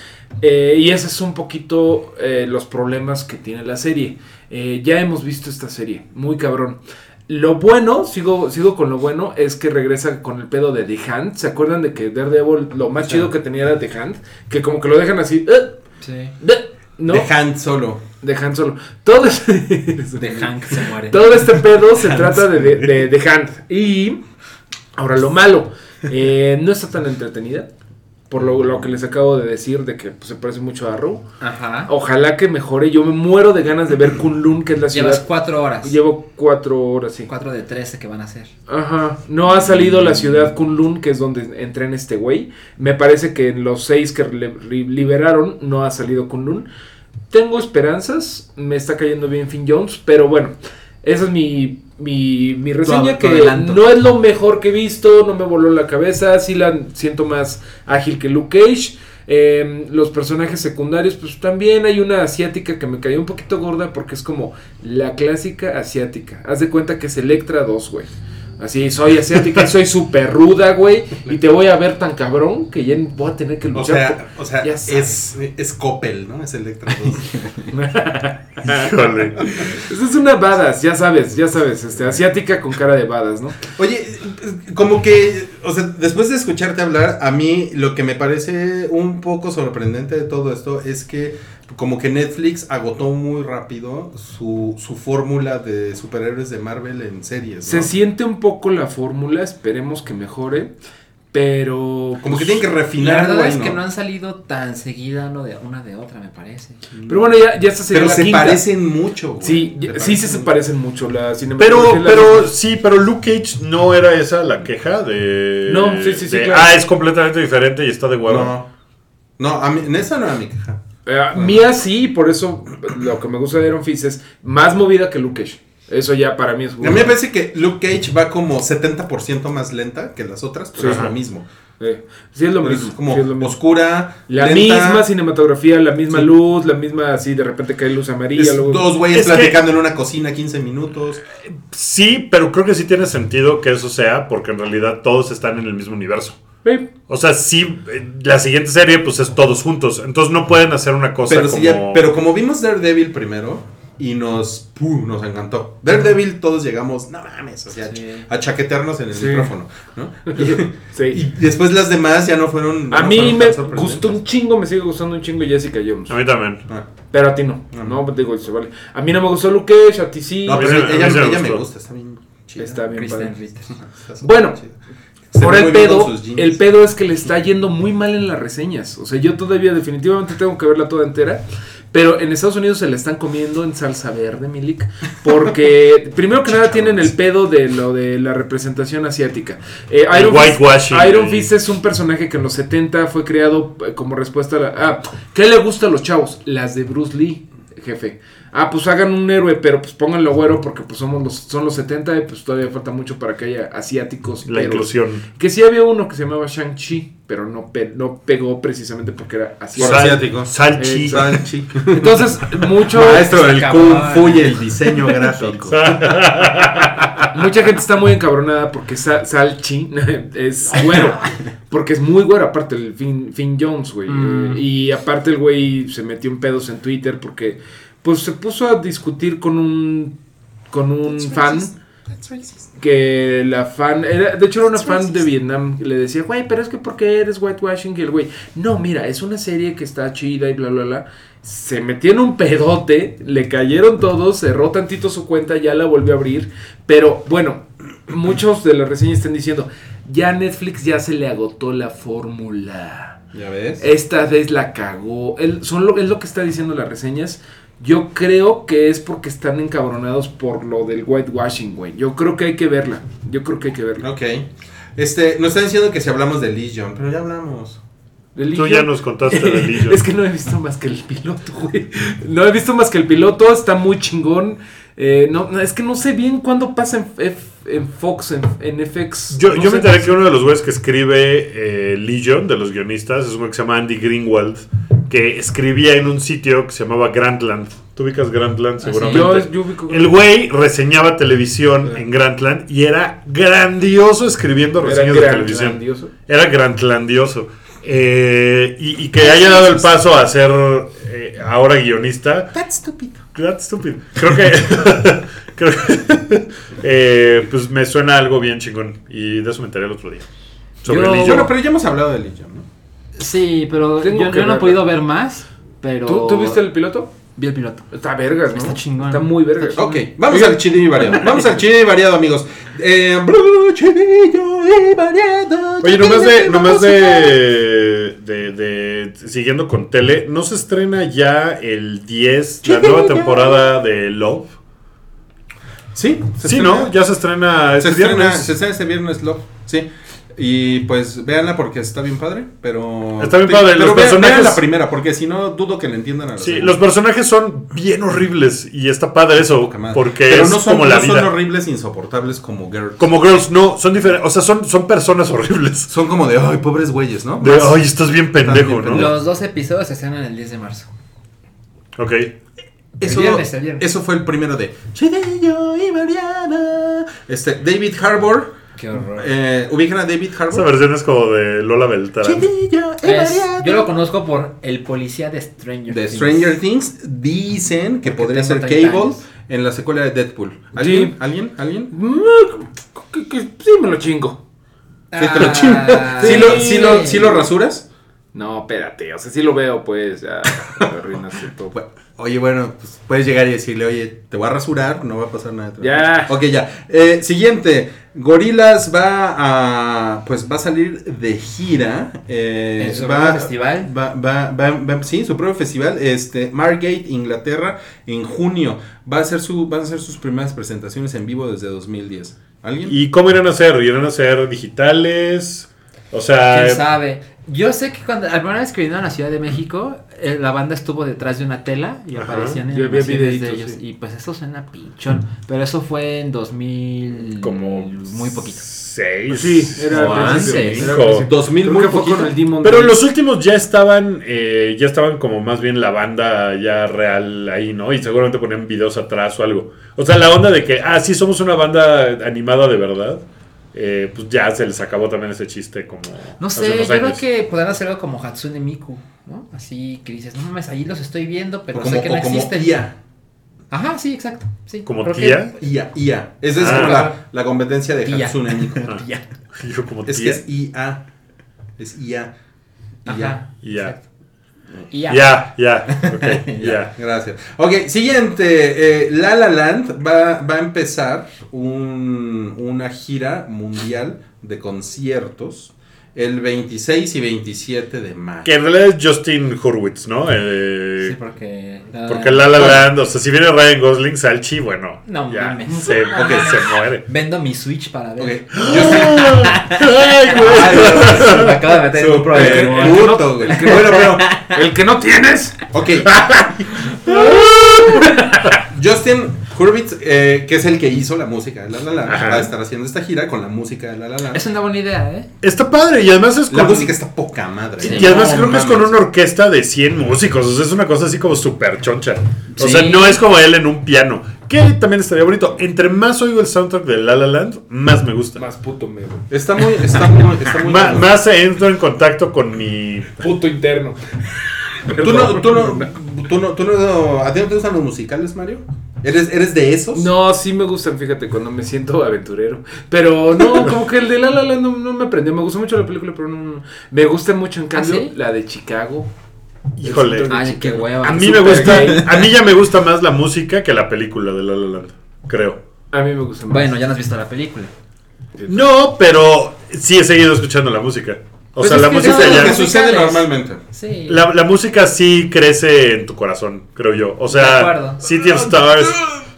Speaker 5: Eh, y ese es un poquito eh, los problemas que tiene la serie. Eh, ya hemos visto esta serie, muy cabrón. Lo bueno, sigo, sigo con lo bueno, es que regresa con el pedo de The Hand. ¿Se acuerdan de que Daredevil lo más chido que tenía era The Hand? Que como que lo dejan así, eh,
Speaker 4: Sí.
Speaker 5: de- ¿no?
Speaker 3: De Han Solo.
Speaker 5: The Hand solo. Todo es-
Speaker 4: De Hank se muere.
Speaker 5: todo este pedo se trata de, de, de- de Hand. Y ahora lo malo, eh, no está tan entretenida. Por lo, lo que les acabo de decir, de que pues, se parece mucho a Arrow.
Speaker 4: Ajá.
Speaker 5: Ojalá que mejore. Yo me muero de ganas de ver Kunlun, que es la
Speaker 4: Llevas
Speaker 5: ciudad.
Speaker 4: cuatro horas.
Speaker 5: Llevo cuatro horas, sí.
Speaker 4: Cuatro de trece que van a hacer.
Speaker 5: Ajá. No ha salido la ciudad Kunlun, que es donde entrena este güey. Me parece que en los seis que le- li- liberaron no ha salido Kunlun. Tengo esperanzas. Me está cayendo bien Finn Jones. Pero bueno, esa es mi, mi, mi reseña.
Speaker 4: av- tu
Speaker 5: que
Speaker 4: adelanto.
Speaker 5: no es lo mejor que he visto. No me voló la cabeza. Sí la siento más ágil que Luke Cage. Eh, los personajes secundarios, pues también hay una asiática que me cayó un poquito gorda porque es como la clásica asiática. Haz de cuenta que es Electra 2, güey. Así, soy asiática, y soy súper ruda, güey. Y te voy a ver tan cabrón que ya voy a tener que
Speaker 3: O
Speaker 5: luchar.
Speaker 3: sea, o sea
Speaker 5: ya
Speaker 3: es, es Coppel, ¿no? Es Electra 2.
Speaker 2: Híjole.
Speaker 5: Esa es una badass, ya sabes, ya sabes, este, asiática con cara de badas, ¿no?
Speaker 3: Oye, como que, o sea, después de escucharte hablar, a mí lo que me parece un poco sorprendente de todo esto es que como que Netflix agotó muy rápido su, su fórmula de superhéroes de Marvel en series. ¿no?
Speaker 5: Se siente un poco la fórmula, esperemos que mejore, pero...
Speaker 3: Como que
Speaker 5: pues,
Speaker 3: tienen que
Speaker 4: La
Speaker 3: refinar.
Speaker 4: verdad
Speaker 3: algo ahí,
Speaker 4: es que no han salido tan seguida uno de, una de otra, me parece.
Speaker 5: Pero bueno, ya, ya esta sería
Speaker 3: Pero
Speaker 5: la
Speaker 3: se
Speaker 5: quinta.
Speaker 3: parecen mucho. güey.
Speaker 5: Sí,
Speaker 3: Se
Speaker 5: ya- sí, sí se
Speaker 3: mucho.
Speaker 5: parecen mucho la cinematografía.
Speaker 2: Pero,
Speaker 5: la-
Speaker 2: pero sí, pero Luke Cage no era esa la queja de.
Speaker 5: No, sí, sí, sí,
Speaker 2: de,
Speaker 5: claro.
Speaker 2: Ah, es completamente diferente y está de huevo.
Speaker 3: No, no a mí, en esa no era mi queja.
Speaker 5: Eh, Mía sí, por eso lo que me gusta de Iron Fist es más movida que Luke Cage. Eso ya para mí es...
Speaker 3: A mí me parece que Luke Cage va como 70% más lenta que las otras, pero
Speaker 5: Sí.
Speaker 3: es lo mismo.
Speaker 5: Eh, sí es lo
Speaker 3: Pero es
Speaker 5: mismo.
Speaker 3: como
Speaker 5: sí es lo mismo.
Speaker 3: oscura,
Speaker 5: La
Speaker 3: lenta,
Speaker 5: misma cinematografía, la misma
Speaker 3: Sí.
Speaker 5: luz, la misma así, de repente cae luz amarilla,
Speaker 3: es
Speaker 5: luego...
Speaker 3: dos güeyes
Speaker 2: Es que-
Speaker 3: platicando en una cocina 15 minutos.
Speaker 2: Sí, pero creo que sí tiene sentido que eso sea, porque en realidad todos están en el mismo universo.
Speaker 5: Eh,
Speaker 2: O sea, sí, eh, la siguiente serie, pues es todos juntos. Entonces no pueden hacer una cosa
Speaker 3: pero,
Speaker 2: como.
Speaker 3: sí ya- pero como vimos Daredevil primero y nos ¡pum! nos encantó. Daredevil todos llegamos, no mames, o sea,
Speaker 4: Sí.
Speaker 3: a chaquetearnos en el
Speaker 5: Sí.
Speaker 3: micrófono, ¿no?
Speaker 5: sí.
Speaker 3: Y después las demás ya no fueron
Speaker 5: A
Speaker 3: no
Speaker 5: mí
Speaker 3: fueron
Speaker 5: me
Speaker 3: tan sorprendentes.
Speaker 5: gustó un chingo, me sigue gustando un chingo Jessica Jones.
Speaker 2: A mí también.
Speaker 3: Ah.
Speaker 5: Pero a ti no.
Speaker 3: A mí.
Speaker 5: No, digo, se vale. A mí no me gustó Luke Cage, a ti sí.
Speaker 3: No,
Speaker 2: mí
Speaker 3: pero
Speaker 2: se- a mí
Speaker 3: ella,
Speaker 2: se me
Speaker 3: ella me
Speaker 2: gustó.
Speaker 3: gusta, está bien chida.
Speaker 5: Está bien
Speaker 4: Kristen
Speaker 5: padre.
Speaker 4: Ritter.
Speaker 3: Está súper
Speaker 5: Bueno,
Speaker 3: chida. Se
Speaker 5: Por
Speaker 3: ve
Speaker 5: el
Speaker 3: muy bien con
Speaker 5: pedo,
Speaker 3: sus jeans.
Speaker 5: el pedo es que le está yendo muy mal en las reseñas. O sea, yo todavía definitivamente tengo que verla toda entera. Pero en Estados Unidos se la están comiendo en salsa verde, Milik. Porque primero que nada tienen el pedo de lo de la representación asiática. Eh,
Speaker 2: El
Speaker 5: Iron, Fist,
Speaker 2: whitewashing.
Speaker 5: Iron
Speaker 2: Y-
Speaker 5: Fist es un personaje que en los 70 fue creado eh, como respuesta a la... Ah, ¿qué le gusta a los chavos? Las de Bruce Lee, jefe. Ah, pues hagan un héroe, pero pues pónganlo güero porque pues somos los, son los 70 y pues todavía falta mucho para que haya asiáticos.
Speaker 2: La
Speaker 5: pero-
Speaker 2: inclusión.
Speaker 5: que sí había uno que se llamaba Shang-Chi, pero no, pe- no pegó precisamente porque era así.
Speaker 3: Por
Speaker 2: Sal-
Speaker 5: eh,
Speaker 3: asiático.
Speaker 2: Salchi.
Speaker 3: Sanchi.
Speaker 5: Entonces, mucho,
Speaker 3: Maestro del Kung
Speaker 4: Acabar.
Speaker 3: Fu y el diseño gráfico.
Speaker 5: mucha gente está muy encabronada porque Sa- Salchi es güero. Porque es muy güero, aparte el Finn, Finn Jones, güey.
Speaker 4: Mm.
Speaker 5: Eh, Y aparte el güey se metió en pedos en Twitter porque pues se puso a discutir con un con un fan que la fan era de hecho era una fan de Vietnam que le decía güey pero es que porque eres whitewashing y el güey no mira es una serie que está chida y bla bla bla se metió en un pedote le cayeron todos cerró tantito su cuenta ya la volvió a abrir pero bueno muchos de las reseñas están diciendo ya Netflix ya se le agotó la fórmula
Speaker 3: ¿Ya ves?
Speaker 5: esta vez la cagó. El- son lo, es lo que está diciendo las reseñas. Yo creo que es porque están encabronados por lo del whitewashing, güey. Yo creo que hay que verla. Yo creo que hay que verla.
Speaker 3: Ok. Este, nos están diciendo que si hablamos de Legion, pero ya hablamos.
Speaker 5: de
Speaker 2: Tú
Speaker 5: Legion.
Speaker 2: ya nos contaste de Legion.
Speaker 5: es que no he visto más que el piloto, güey. No he visto más que el piloto, está muy chingón. Eh, no, no, es que no sé bien cuándo pasa en, F- en Fox, en, en FX.
Speaker 2: Yo,
Speaker 5: no
Speaker 2: yo
Speaker 5: sé.
Speaker 2: me enteré que uno de los güeyes que escribe eh, Legion, de los guionistas, es un güey que se llama Andy Greenwald, que escribía en un sitio que se llamaba Grantland. ¿Tú ubicas Grantland
Speaker 4: sí.
Speaker 2: seguramente?
Speaker 5: Ah, Yo, Ah. yo ubico-
Speaker 2: El güey reseñaba televisión en Grantland y era grandioso escribiendo
Speaker 5: Era
Speaker 2: reseñas de
Speaker 5: gran-
Speaker 2: televisión.
Speaker 5: grandioso.
Speaker 2: Era grantlandioso. Eh, y, y que haya dado el paso a ser eh, ahora guionista.
Speaker 3: That's estúpido.
Speaker 2: That's stupid. Creo que. creo que- eh, pues me suena algo bien chingón. Y de eso me enteré el otro día. Sobre
Speaker 4: Yo-
Speaker 2: el Illo.
Speaker 3: Bueno, pero ya hemos hablado de Legion, ¿no?
Speaker 4: Sí, pero
Speaker 5: Tengo
Speaker 4: yo,
Speaker 5: que
Speaker 4: yo no he
Speaker 5: verla.
Speaker 4: podido ver más, pero...
Speaker 5: ¿Tú, tú viste el piloto?
Speaker 4: Vi el piloto.
Speaker 5: Está vergas, ¿no?
Speaker 4: Está chingón.
Speaker 5: Está muy vergas.
Speaker 4: Está
Speaker 3: Ok, vamos
Speaker 5: Oigan.
Speaker 3: al chidillo y variado. Vamos al chidillo y variado, amigos. Eh, blu, chidillo y variado.
Speaker 2: Oye, nomás de,
Speaker 3: Chidillo
Speaker 2: nomás de,
Speaker 3: musical.
Speaker 2: de, de- Siguiendo con tele, ¿no se estrena ya el 10 la nueva temporada de Love?
Speaker 3: Sí, se
Speaker 2: Sí,
Speaker 3: estrena-
Speaker 2: ¿no? Ya se estrena
Speaker 3: se
Speaker 2: este
Speaker 3: estrena,
Speaker 2: viernes.
Speaker 3: se estrena este viernes, Love. Sí. Y pues véanla porque está bien padre, pero...
Speaker 2: Está bien
Speaker 3: te-
Speaker 2: padre,
Speaker 3: Pero
Speaker 2: los
Speaker 3: vean-
Speaker 2: personajes-
Speaker 3: vean la primera, porque si no, dudo que le entiendan a la
Speaker 2: Sí,
Speaker 3: segunda.
Speaker 2: los personajes son bien horribles y está padre eso,
Speaker 3: Poca madre.
Speaker 2: porque
Speaker 3: Pero
Speaker 2: es
Speaker 3: no son,
Speaker 2: como la
Speaker 3: no son
Speaker 2: vida.
Speaker 3: horribles insoportables como Girls.
Speaker 2: como Girls, no, son diferentes, o sea, son, son personas horribles.
Speaker 3: Son como de, ay, pobres güeyes, ¿no?
Speaker 2: De,
Speaker 3: Más-
Speaker 2: ay, estás bien pendejo,
Speaker 3: Están bien
Speaker 2: ¿no?
Speaker 4: Los dos episodios se estrenan el 10 de marzo.
Speaker 2: Ok.
Speaker 3: Eso,
Speaker 4: El viernes, el viernes.
Speaker 3: eso fue el primero de Chidillo y Mariana. Este, David Harbour.
Speaker 4: Qué horror.
Speaker 3: Eh, ¿Ubican a David
Speaker 2: Esa
Speaker 3: Harbour?
Speaker 2: versión es como de Lola Beltrán.
Speaker 3: Chidillo y
Speaker 4: Es- yo lo
Speaker 3: Mariana.
Speaker 4: conozco por el policía de Stranger
Speaker 3: De
Speaker 4: Things.
Speaker 3: Stranger Things dicen que
Speaker 4: Porque
Speaker 3: podría
Speaker 4: tengo
Speaker 3: ser
Speaker 4: 30
Speaker 3: Cable
Speaker 4: años.
Speaker 3: en la secuela de Deadpool. ¿Alguien?
Speaker 5: Sí.
Speaker 3: ¿Alguien? ¿Alguien?
Speaker 5: Mm, que- que- sí, me lo chingo.
Speaker 3: Sí, te lo chingo.
Speaker 4: Ah,
Speaker 3: ¿Sí lo, sí lo- sí lo rasuras?
Speaker 5: No, espérate, o sea, sí lo veo, pues. Ya, te arruinaste todo.
Speaker 3: Bu- Oye, bueno, pues puedes llegar y decirle, oye, te voy a rasurar, no va a pasar nada.
Speaker 5: Ya.
Speaker 3: Ok, ya. Eh, siguiente, Gorilas va a, pues va a salir de gira. eh,
Speaker 4: ¿En su
Speaker 3: va-
Speaker 4: propio festival?
Speaker 3: Va, va, va- va- sí, su propio festival, este, Margate, Inglaterra, en junio. Va a ser su, van a ser sus primeras presentaciones en vivo desde 2010. ¿Alguien?
Speaker 2: ¿Y cómo irán a ser? ¿Irán a ser digitales? O sea,
Speaker 4: ¿Quién sabe? Yo sé que cuando la primera vez que vinieron a la Ciudad de México, eh, la banda estuvo detrás de una tela y
Speaker 2: Ajá,
Speaker 4: aparecían
Speaker 5: yo vi
Speaker 4: animaciones de
Speaker 5: videitos,
Speaker 4: ellos.
Speaker 5: sí.
Speaker 4: Y pues eso suena pinchón. Pero eso fue en 2000.
Speaker 2: como
Speaker 4: Muy poquito.
Speaker 2: Seis.
Speaker 5: Pues Sí, era
Speaker 4: O
Speaker 5: al principio,
Speaker 4: antes.
Speaker 5: era al
Speaker 2: Hijo.
Speaker 5: principio.
Speaker 3: 2000
Speaker 5: Creo
Speaker 3: muy
Speaker 5: que fue
Speaker 3: poquito.
Speaker 5: con el Demon
Speaker 2: Pero
Speaker 5: Days.
Speaker 2: los últimos ya estaban, eh, ya estaban como más bien la banda ya real ahí, ¿no? Y seguramente ponían videos atrás o algo. O sea, la onda de que, ah, sí, somos una banda animada de verdad. eh, pues ya se les acabó también ese chiste como...
Speaker 4: No
Speaker 2: hace
Speaker 4: sé, yo
Speaker 2: unos
Speaker 4: creo
Speaker 2: años.
Speaker 4: que podrán hacer algo como Hatsune Miku, ¿no? Así que dices, no mames, ahí los estoy viendo, pero
Speaker 3: O como,
Speaker 4: sé que no
Speaker 3: o como
Speaker 4: existen.
Speaker 3: IA.
Speaker 4: Ajá, sí, exacto. Sí.
Speaker 2: ¿Como
Speaker 4: Creo que-
Speaker 2: tía?
Speaker 3: IA, IA. Esa es
Speaker 2: Ah.
Speaker 3: como la, la competencia de
Speaker 4: Tía.
Speaker 3: Hatsune Miku.
Speaker 4: Como tía.
Speaker 2: Yo como
Speaker 3: Es que
Speaker 2: tía.
Speaker 3: es IA. Es IA. IA.
Speaker 4: Ajá.
Speaker 2: Ya.
Speaker 4: exacto. Y ya.
Speaker 2: Ya, ya, ok, ya.
Speaker 3: Gracias. Ok, siguiente. eh, la La Land va, va a empezar un- una gira mundial de conciertos el 26 y 27 de mayo.
Speaker 2: Que en realidad es Justin Hurwitz, ¿no? Eh,
Speaker 4: Sí, porque.
Speaker 2: porque La La Land, o sea, si viene Ryan Gosling, Salchi, bueno,
Speaker 4: No
Speaker 2: ya
Speaker 4: mames.
Speaker 2: se, ok, se muere.
Speaker 4: Vendo mi Switch para ver.
Speaker 3: Ok, Justin-
Speaker 2: Ay, güey.
Speaker 3: Ay,
Speaker 4: Me acabo de meter en un
Speaker 3: eh,
Speaker 4: problema.
Speaker 3: puto, güey. Bueno, bueno,
Speaker 5: El que no tienes.
Speaker 3: ok. Justin Hurwitz, eh, que es el que hizo la música de La La Land,
Speaker 2: Ajá.
Speaker 3: va a estar haciendo esta gira con la música de La La Land.
Speaker 4: Es una buena idea, ¿eh?
Speaker 2: Está padre y además es
Speaker 3: La
Speaker 2: con-
Speaker 3: música está poca madre.
Speaker 4: Sí.
Speaker 2: Y además
Speaker 3: No
Speaker 2: creo que es
Speaker 3: mames.
Speaker 2: con una orquesta de 100 músicos, o sea, es una cosa así como súper choncha. O sea,
Speaker 4: Sí.
Speaker 2: no es como él en un piano, que también estaría bonito. Entre más oigo el soundtrack de La La Land, más me gusta.
Speaker 5: Más puto me güey.
Speaker 3: Está muy, está muy, está muy.
Speaker 2: Ma- más entro en contacto con mi...
Speaker 5: Puto interno.
Speaker 3: Tú no, tú no, tú no, tú no, ¿a ti no te gustan los musicales, Mario? ¿Eres, eres de esos?
Speaker 5: No, sí me gustan, fíjate, cuando me siento aventurero. Pero no, como que el de La La Land no, no me aprendió. Me gustó mucho la película, pero no. Me gusta mucho, en cambio,
Speaker 4: sí?
Speaker 5: la de Chicago.
Speaker 2: Híjole.
Speaker 4: Ay, Ah, qué hueva.
Speaker 2: A mí me
Speaker 5: Super
Speaker 2: gusta,
Speaker 5: gay.
Speaker 2: a mí ya me gusta más la música que la película de La La Land, creo.
Speaker 5: A mí me gusta más.
Speaker 4: Bueno, ya no has visto la película.
Speaker 2: No, pero sí he seguido escuchando la música. O
Speaker 5: Pues
Speaker 2: sea,
Speaker 5: es
Speaker 2: la
Speaker 5: que
Speaker 2: música
Speaker 4: no,
Speaker 2: ya...
Speaker 4: no,
Speaker 3: que
Speaker 4: no.
Speaker 3: sucede normalmente.
Speaker 4: Sí.
Speaker 2: La, la música sí crece en tu corazón, creo yo. O
Speaker 4: De
Speaker 2: sea,
Speaker 4: acuerdo.
Speaker 2: City of Stars.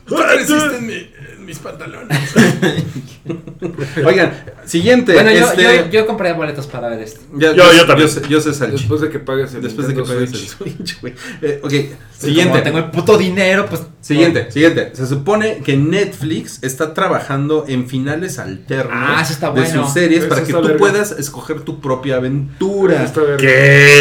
Speaker 3: Tú creciste en, mi- en mis pantalones. Oigan, siguiente.
Speaker 4: Bueno, yo,
Speaker 3: este,
Speaker 4: yo, yo compré boletos para ver esto.
Speaker 3: ya-
Speaker 2: Yo- yo también.
Speaker 3: sé- Yo sé Salchi.
Speaker 5: Después de que pagues el
Speaker 3: Después de que
Speaker 5: Nintendo
Speaker 3: pagues el
Speaker 5: Switch.
Speaker 3: Switch, güey. Eh, ok,
Speaker 4: Como
Speaker 3: siguiente.
Speaker 4: tengo el puto dinero, pues.
Speaker 3: Siguiente, siguiente. Se supone que Netflix está trabajando en finales alternos
Speaker 4: Ah, eso está
Speaker 3: de
Speaker 4: bueno.
Speaker 3: sus series
Speaker 5: Eso
Speaker 3: para que
Speaker 5: está
Speaker 3: tú
Speaker 5: verga.
Speaker 3: puedas escoger tu propia aventura.
Speaker 5: Está verga.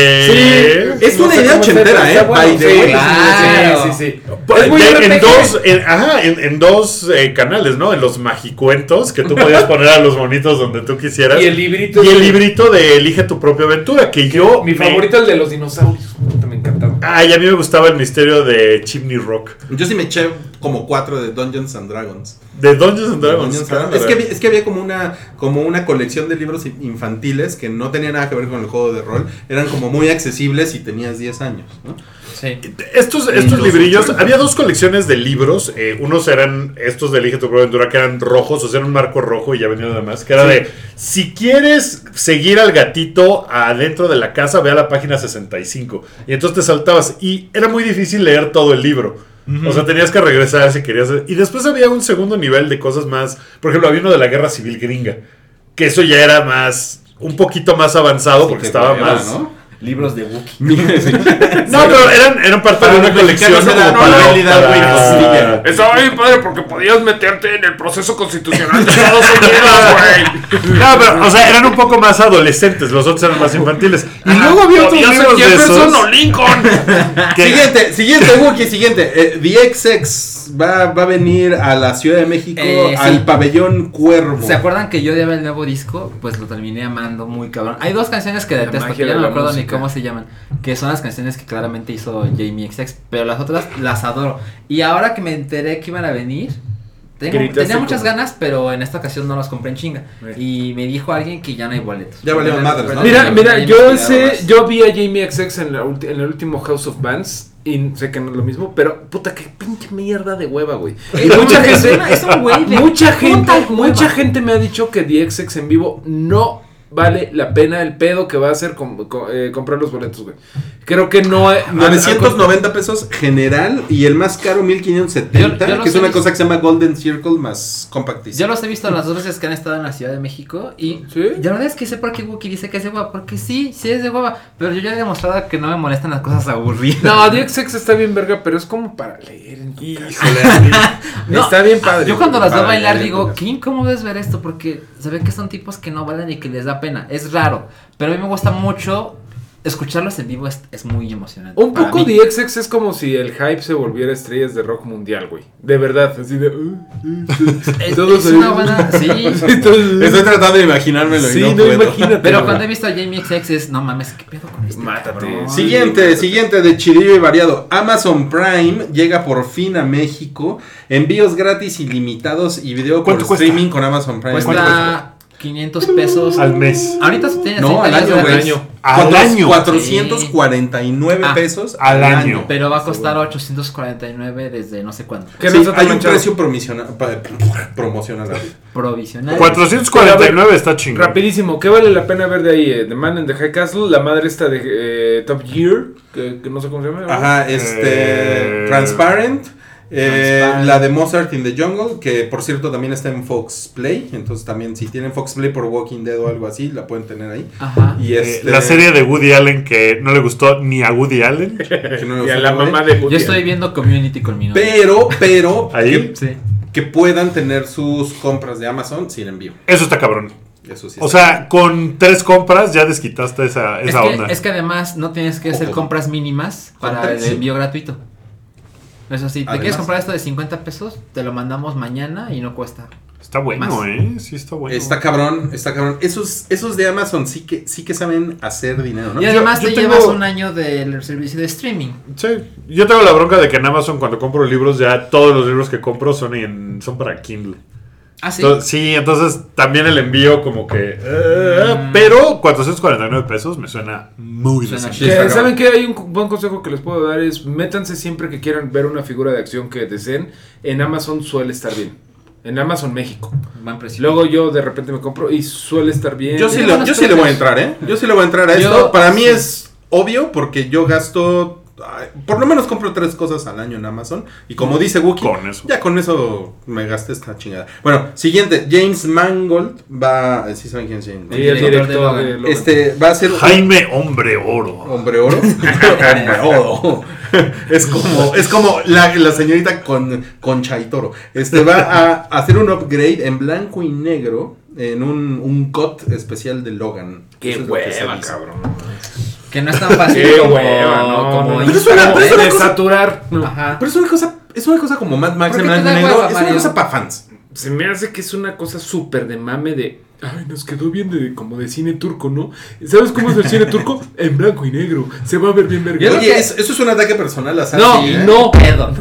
Speaker 2: ¿Qué?
Speaker 3: Es una
Speaker 5: sé
Speaker 3: idea
Speaker 5: cómo se-
Speaker 3: ochentera,
Speaker 5: está
Speaker 3: ¿eh?
Speaker 5: bueno,
Speaker 3: By the
Speaker 5: sí,
Speaker 3: way.
Speaker 4: claro.
Speaker 5: Sí, sí, sí.
Speaker 2: De-
Speaker 4: Es muy
Speaker 2: en
Speaker 4: RPG.
Speaker 2: dos, en, ajá, en, en dos eh, canales, ¿no? En los magicuentos, que tú podías poner a los monitos donde tú quisieras.
Speaker 5: Y el librito.
Speaker 2: Y el
Speaker 5: de-
Speaker 2: librito de Elige tu propia aventura, que yo.
Speaker 5: Mi
Speaker 2: me-
Speaker 5: favorito, el de los dinosaurios. Puta, Me encantaba.
Speaker 2: Ay, a mí me gustaba el misterio de Chimney Rock.
Speaker 3: Yo sí me eché como cuatro de Dungeons and Dragons.
Speaker 2: De Dungeons and Dragons.
Speaker 3: Dungeons and Dragons. Es, que, había- es que había como una, como una colección de libros in- infantiles que no tenía nada que ver con el juego de rol. Eran como muy accesibles si tenías 10 años, ¿no?
Speaker 4: Sí.
Speaker 2: Estos, estos
Speaker 3: Windows
Speaker 2: librillos,
Speaker 3: Upgrade.
Speaker 2: había dos colecciones de libros. eh, unos eran estos de Elige tu propia aventura, que eran rojos, o sea, era un marco rojo y ya venía nada más. Que era de: si quieres seguir al gatito adentro de la casa, ve a la página 65. Y entonces te saltabas. Y era muy difícil leer todo el libro. O sea, tenías que regresar si querías. Y después había un segundo nivel de cosas más. Por ejemplo, había uno de la guerra civil gringa. Que eso ya era más. Un poquito más avanzado
Speaker 3: Así
Speaker 2: porque
Speaker 3: que
Speaker 2: estaba
Speaker 3: era,
Speaker 2: más.
Speaker 3: ¿no?
Speaker 4: Libros de Wookiee.
Speaker 2: No, pero eran, eran parte
Speaker 3: Para
Speaker 2: de una
Speaker 3: los mexicanos
Speaker 2: colección ¿no?
Speaker 3: era
Speaker 2: como para,
Speaker 3: normalidad, güey, pues,
Speaker 2: para-
Speaker 3: costilla.
Speaker 5: Estaba bien padre porque podías meterte en el proceso constitucional de Estados Unidos, güey.
Speaker 2: No, pero, o sea, eran un poco más adolescentes, los otros eran más infantiles. Y luego había otros
Speaker 5: Podías ser
Speaker 2: libros de
Speaker 5: Jefferson o
Speaker 2: esos
Speaker 5: Lincoln.
Speaker 2: que-
Speaker 3: Siguiente, siguiente, Wookie, siguiente. Eh, The XX va, va a venir a la Ciudad de México
Speaker 4: Eh, sí.
Speaker 3: al pabellón Cuervo.
Speaker 4: ¿Se acuerdan que yo llevé el nuevo disco? Pues lo terminé amando muy cabrón. Hay dos canciones que detesto,
Speaker 5: magia
Speaker 4: que ya
Speaker 5: de
Speaker 4: no me
Speaker 5: la
Speaker 4: acuerdo ni
Speaker 5: música.
Speaker 4: cómo se llaman. Que son las canciones que claramente hizo Jamie XX. Pero las otras las adoro. Y ahora que me enteré que iban a venir. tengo-
Speaker 5: Gritaste
Speaker 4: tenía muchas
Speaker 5: como-
Speaker 4: ganas, pero en esta ocasión no las compré en chinga. Y me dijo alguien que ya no hay boletos.
Speaker 3: Ya valieron madres, ¿no?
Speaker 5: Mira, mira, yo ese,
Speaker 4: sé
Speaker 5: yo vi a Jamie XX en, la ulti- en el último House of Bands y sé que no es lo mismo, pero puta que pinche mierda de hueva, güey. Y mucha gente,
Speaker 4: Es un güey de
Speaker 5: mucha gente,
Speaker 4: puta hueva.
Speaker 5: mucha gente me ha dicho que DXX en vivo no vale la pena el pedo que va a hacer com- co- eh, comprar los boletos, güey. Creo que no, eh, no
Speaker 3: 990 pesos general y el más caro 1570,
Speaker 4: Yo- yo no
Speaker 3: que es
Speaker 4: sé
Speaker 3: una
Speaker 4: ni-
Speaker 3: cosa que se llama Golden Circle más Compact Disc.
Speaker 4: Yo los he visto las dos veces que han estado en la Ciudad de México y
Speaker 5: ¿Sí?
Speaker 4: ya no es que sé por qué Wookie dice que es de guapa, porque sí, sí es de guapa, pero yo ya he demostrado que no me molestan las cosas aburridas.
Speaker 5: No, DXX está bien verga, pero es como para leer. en tu
Speaker 2: Híjole, a mí-
Speaker 4: No,
Speaker 5: Está bien padre.
Speaker 4: Yo cuando las veo
Speaker 5: Para
Speaker 4: bailar
Speaker 5: leer,
Speaker 4: digo,
Speaker 5: güey.
Speaker 4: Kim, ¿cómo ves ver esto? Porque se ve que son tipos que no bailan y que les da pena. Es raro, pero a mí me gusta mucho escucharlos en vivo, es, es muy emocionante.
Speaker 5: Un
Speaker 4: para
Speaker 5: poco
Speaker 4: mí.
Speaker 5: DXX es como si el hype se volviera estrellas de rock mundial, güey. De verdad, así de. uh, uh,
Speaker 4: Es,
Speaker 5: todos
Speaker 4: es
Speaker 5: ahí.
Speaker 4: una buena, sí.
Speaker 5: Entonces,
Speaker 3: Estoy tratando de imaginármelo. y
Speaker 5: sí,
Speaker 3: no
Speaker 5: no,
Speaker 3: puedo.
Speaker 5: imagínate.
Speaker 4: Pero
Speaker 5: güey.
Speaker 4: cuando he visto a Jamie XX es, no mames, ¿qué pedo con este esto?
Speaker 5: Mátate.
Speaker 3: Siguiente, siguiente de Chidillo y Variado. Amazon Prime llega por fin a México. Envíos gratis ilimitados y video por
Speaker 2: ¿Cuánto cuesta?
Speaker 3: streaming con Amazon Prime.
Speaker 4: Cuesta 500 Pues pesos
Speaker 2: al mes.
Speaker 4: Ahorita se tiene
Speaker 3: No, al
Speaker 4: 30
Speaker 3: año,
Speaker 4: días de
Speaker 3: güey.
Speaker 4: año.
Speaker 2: Al
Speaker 3: Cuatro-
Speaker 2: año.
Speaker 3: 449
Speaker 4: Ah.
Speaker 3: pesos
Speaker 2: Al año.
Speaker 4: Pero va a costar 849 desde no sé cuándo.
Speaker 5: Que
Speaker 3: Sí,
Speaker 5: no está tan
Speaker 3: hay un
Speaker 5: manchado.
Speaker 3: precio promisiona- pa- promocional.
Speaker 4: Provisional.
Speaker 2: 449 está chingón.
Speaker 5: Rapidísimo, ¿qué vale la pena ver de ahí? eh? The Man in the High Castle, la madre esta de eh, Top Gear, que, que no sé cómo se llama. güey.
Speaker 3: Ajá, este.
Speaker 2: Eh.
Speaker 3: Transparent. eh,
Speaker 4: Transparent.
Speaker 3: La de Mozart in the Jungle, que por cierto también está en Fox Play. Entonces también, si tienen Fox Play por Walking Dead o algo así, la pueden tener ahí.
Speaker 4: Ajá.
Speaker 3: Y
Speaker 2: Eh,
Speaker 3: este,
Speaker 2: La serie de Woody Allen que no le gustó ni a Woody Allen.
Speaker 3: que no me
Speaker 5: Y
Speaker 3: gusta
Speaker 5: a la
Speaker 3: nada,
Speaker 5: mamá de
Speaker 4: Yo estoy viendo Community con mi novia.
Speaker 3: Pero, pero,
Speaker 2: Ahí.
Speaker 4: Sí.
Speaker 3: que puedan tener sus compras de Amazon sin envío.
Speaker 2: Eso está cabrón.
Speaker 3: Eso sí.
Speaker 2: O
Speaker 3: está.
Speaker 2: sea, con tres compras ya desquitaste esa,
Speaker 4: Es
Speaker 2: esa
Speaker 4: que,
Speaker 2: onda.
Speaker 4: es que además no tienes que hacer
Speaker 3: Ojo.
Speaker 4: compras mínimas para
Speaker 3: Compras,
Speaker 4: el
Speaker 3: sí.
Speaker 4: envío gratuito. Eso sí, te
Speaker 3: Además.
Speaker 4: quieres comprar esto de 50 pesos, te lo mandamos mañana y no cuesta.
Speaker 2: está bueno,
Speaker 4: más.
Speaker 2: ¿eh? Sí, está bueno.
Speaker 3: Está cabrón, está cabrón. Esos, esos de Amazon sí que, sí que saben hacer dinero, ¿no?
Speaker 4: Y además
Speaker 2: yo
Speaker 4: te
Speaker 2: tengo-
Speaker 4: llevas un año del servicio de streaming.
Speaker 2: Sí, yo tengo la bronca de que en Amazon cuando compro libros ya todos los libros que compro son en son para Kindle.
Speaker 4: Ah, sí.
Speaker 2: Entonces, sí, entonces también el envío como que... eh,
Speaker 4: Mm.
Speaker 2: Pero 449 pesos me suena muy
Speaker 4: Suena
Speaker 2: decente.
Speaker 4: chido.
Speaker 5: Que,
Speaker 3: está
Speaker 5: ¿Saben qué? Hay un cu- buen consejo que les puedo dar es métanse siempre que quieran ver una figura de acción que deseen. En Amazon suele estar bien. En Amazon México.
Speaker 4: Buen precio.
Speaker 5: Luego yo de repente me compro y suele estar bien.
Speaker 3: Yo sí,
Speaker 4: Tiene
Speaker 3: le, yo
Speaker 4: buenos
Speaker 3: sí le voy a
Speaker 4: precios.
Speaker 3: entrar, ¿eh? Yo sí le voy a entrar a
Speaker 4: Yo-
Speaker 3: esto. Para mí
Speaker 4: sí.
Speaker 3: es obvio porque yo gasto ay, por lo menos compro tres cosas al año en Amazon. Y como dice Wookie,
Speaker 2: Con eso.
Speaker 3: ya con eso me gasté esta chingada. Bueno, siguiente, James Mangold va. eh, ¿Sí saben quién es James Mangold?
Speaker 5: Sí, el director de Logan.
Speaker 3: Este va a ser un
Speaker 2: Jaime Hombre Oro.
Speaker 3: hombre oro. Hombre oro. es como, es como la, la señorita con, con Chaitoro. Este va a hacer un upgrade en blanco y negro en un, un cut especial de Logan. Eso es lo que se dice.
Speaker 4: Que no es tan fácil
Speaker 5: Qué
Speaker 4: como,
Speaker 5: hueva, no,
Speaker 4: Ah, como
Speaker 5: no, no.
Speaker 3: Pero es una- pero es una
Speaker 5: de
Speaker 3: cosa-
Speaker 5: saturar. No.
Speaker 4: Ajá.
Speaker 3: Pero es una cosa, es una cosa como Mad Max
Speaker 4: ¿Por
Speaker 3: en
Speaker 4: qué te
Speaker 3: blanco y
Speaker 4: da
Speaker 3: negro.
Speaker 4: hueva,
Speaker 3: es una
Speaker 4: Mario?
Speaker 3: cosa para fans.
Speaker 5: Se me hace que es una cosa súper de mame de. Ay, nos quedó bien de, como de cine turco, ¿no? ¿Sabes cómo es el cine turco? En blanco y negro. Se va a ver bien verga.
Speaker 3: Oye, es- eso es un ataque personal a Santi.
Speaker 5: No,
Speaker 3: ¿eh?
Speaker 5: no.
Speaker 4: Pedo.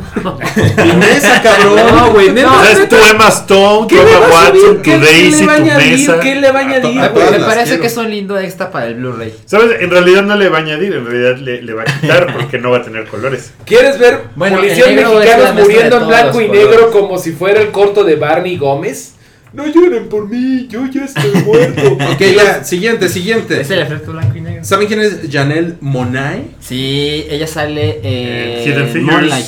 Speaker 3: Inés, cabrón.
Speaker 5: No, güey, neta.
Speaker 2: O sea, es tu Emma Stone, tu Emma Watson, tu Daisy, tu mesa.
Speaker 7: le va a
Speaker 3: Ah,
Speaker 4: Ay,
Speaker 3: todas
Speaker 4: pues, me
Speaker 3: las
Speaker 4: parece
Speaker 3: quiero.
Speaker 4: que es un lindo extra para el Blu-ray.
Speaker 2: ¿Sabes? En realidad no le va a añadir, en realidad le, le va a quitar porque no va a tener colores.
Speaker 5: ¿Quieres ver
Speaker 4: Bueno,
Speaker 5: policías
Speaker 4: el negro es la
Speaker 5: mexicanos
Speaker 4: mezcla
Speaker 5: muriendo
Speaker 4: de
Speaker 5: en blanco
Speaker 4: todos
Speaker 5: y
Speaker 4: los
Speaker 5: negro
Speaker 4: colores.
Speaker 5: como si fuera el corto de Barney Gómez? No lloren por mí, yo ya estoy muerto.
Speaker 3: Ok, ya, siguiente, siguiente.
Speaker 4: Es el efecto blanco y negro.
Speaker 3: ¿Saben quién es Janelle Monae?
Speaker 4: Sí, ella sale
Speaker 2: Eh,
Speaker 4: eh,
Speaker 2: Hidden
Speaker 4: en
Speaker 2: Figures.
Speaker 4: Moonlight.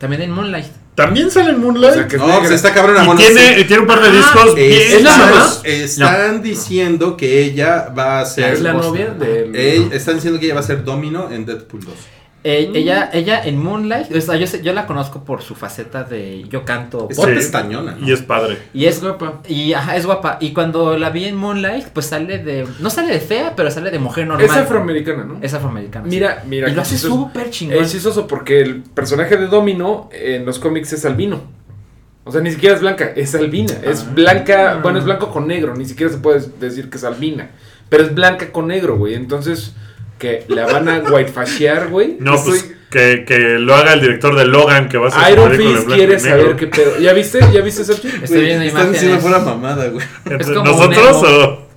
Speaker 4: También en Moonlight.
Speaker 2: También sale en Moonlight.
Speaker 5: O sea, que es
Speaker 3: No,
Speaker 5: negra.
Speaker 3: pues está cabrona.
Speaker 2: y
Speaker 3: bueno,
Speaker 2: tiene,
Speaker 3: sí.
Speaker 2: tiene un par de discos bien
Speaker 3: Es la
Speaker 2: chidos.
Speaker 3: mamá. Eh, Están diciendo que ella va a ser.
Speaker 5: Es la novia del.
Speaker 3: Ey, están diciendo que ella va a ser Domino en Deadpool 2.
Speaker 4: Eh, ella, ella en Moonlight, o sea, yo, sé- yo la conozco por su faceta de yo canto.
Speaker 3: Está
Speaker 4: pop.
Speaker 2: Sí.
Speaker 3: pestañona. ¿no?
Speaker 2: Y es padre.
Speaker 4: Y es guapa. Y ajá, es guapa. Y cuando la vi en Moonlight, pues sale de. No sale de fea, pero sale de mujer normal.
Speaker 5: Es afroamericana, ¿no?
Speaker 4: Es afroamericana. sí.
Speaker 5: Mira, mira.
Speaker 4: y
Speaker 5: qué
Speaker 4: lo hace
Speaker 5: chistoso.
Speaker 4: súper chingón.
Speaker 5: Es chistoso porque el personaje de Domino en los cómics es albino. O sea, ni siquiera es blanca, es albina.
Speaker 2: Ah.
Speaker 5: Es blanca, bueno, es blanco con negro, ni siquiera se puede decir que es albina. Pero es blanca con negro, güey. Entonces, que la van a whitefashear, güey.
Speaker 2: No,
Speaker 5: Estoy-
Speaker 2: pues que, que lo haga el director de Logan, que va a ser
Speaker 5: Iron Fist quiere saber qué pedo. ¿Ya viste? ¿Ya viste, Sergio?
Speaker 4: Estoy
Speaker 3: Güey,
Speaker 4: viendo
Speaker 3: Están diciendo
Speaker 4: imágenes.
Speaker 3: fuera mamada, güey.
Speaker 4: Es como un
Speaker 2: ¿Nosotros
Speaker 4: emo.
Speaker 2: o.?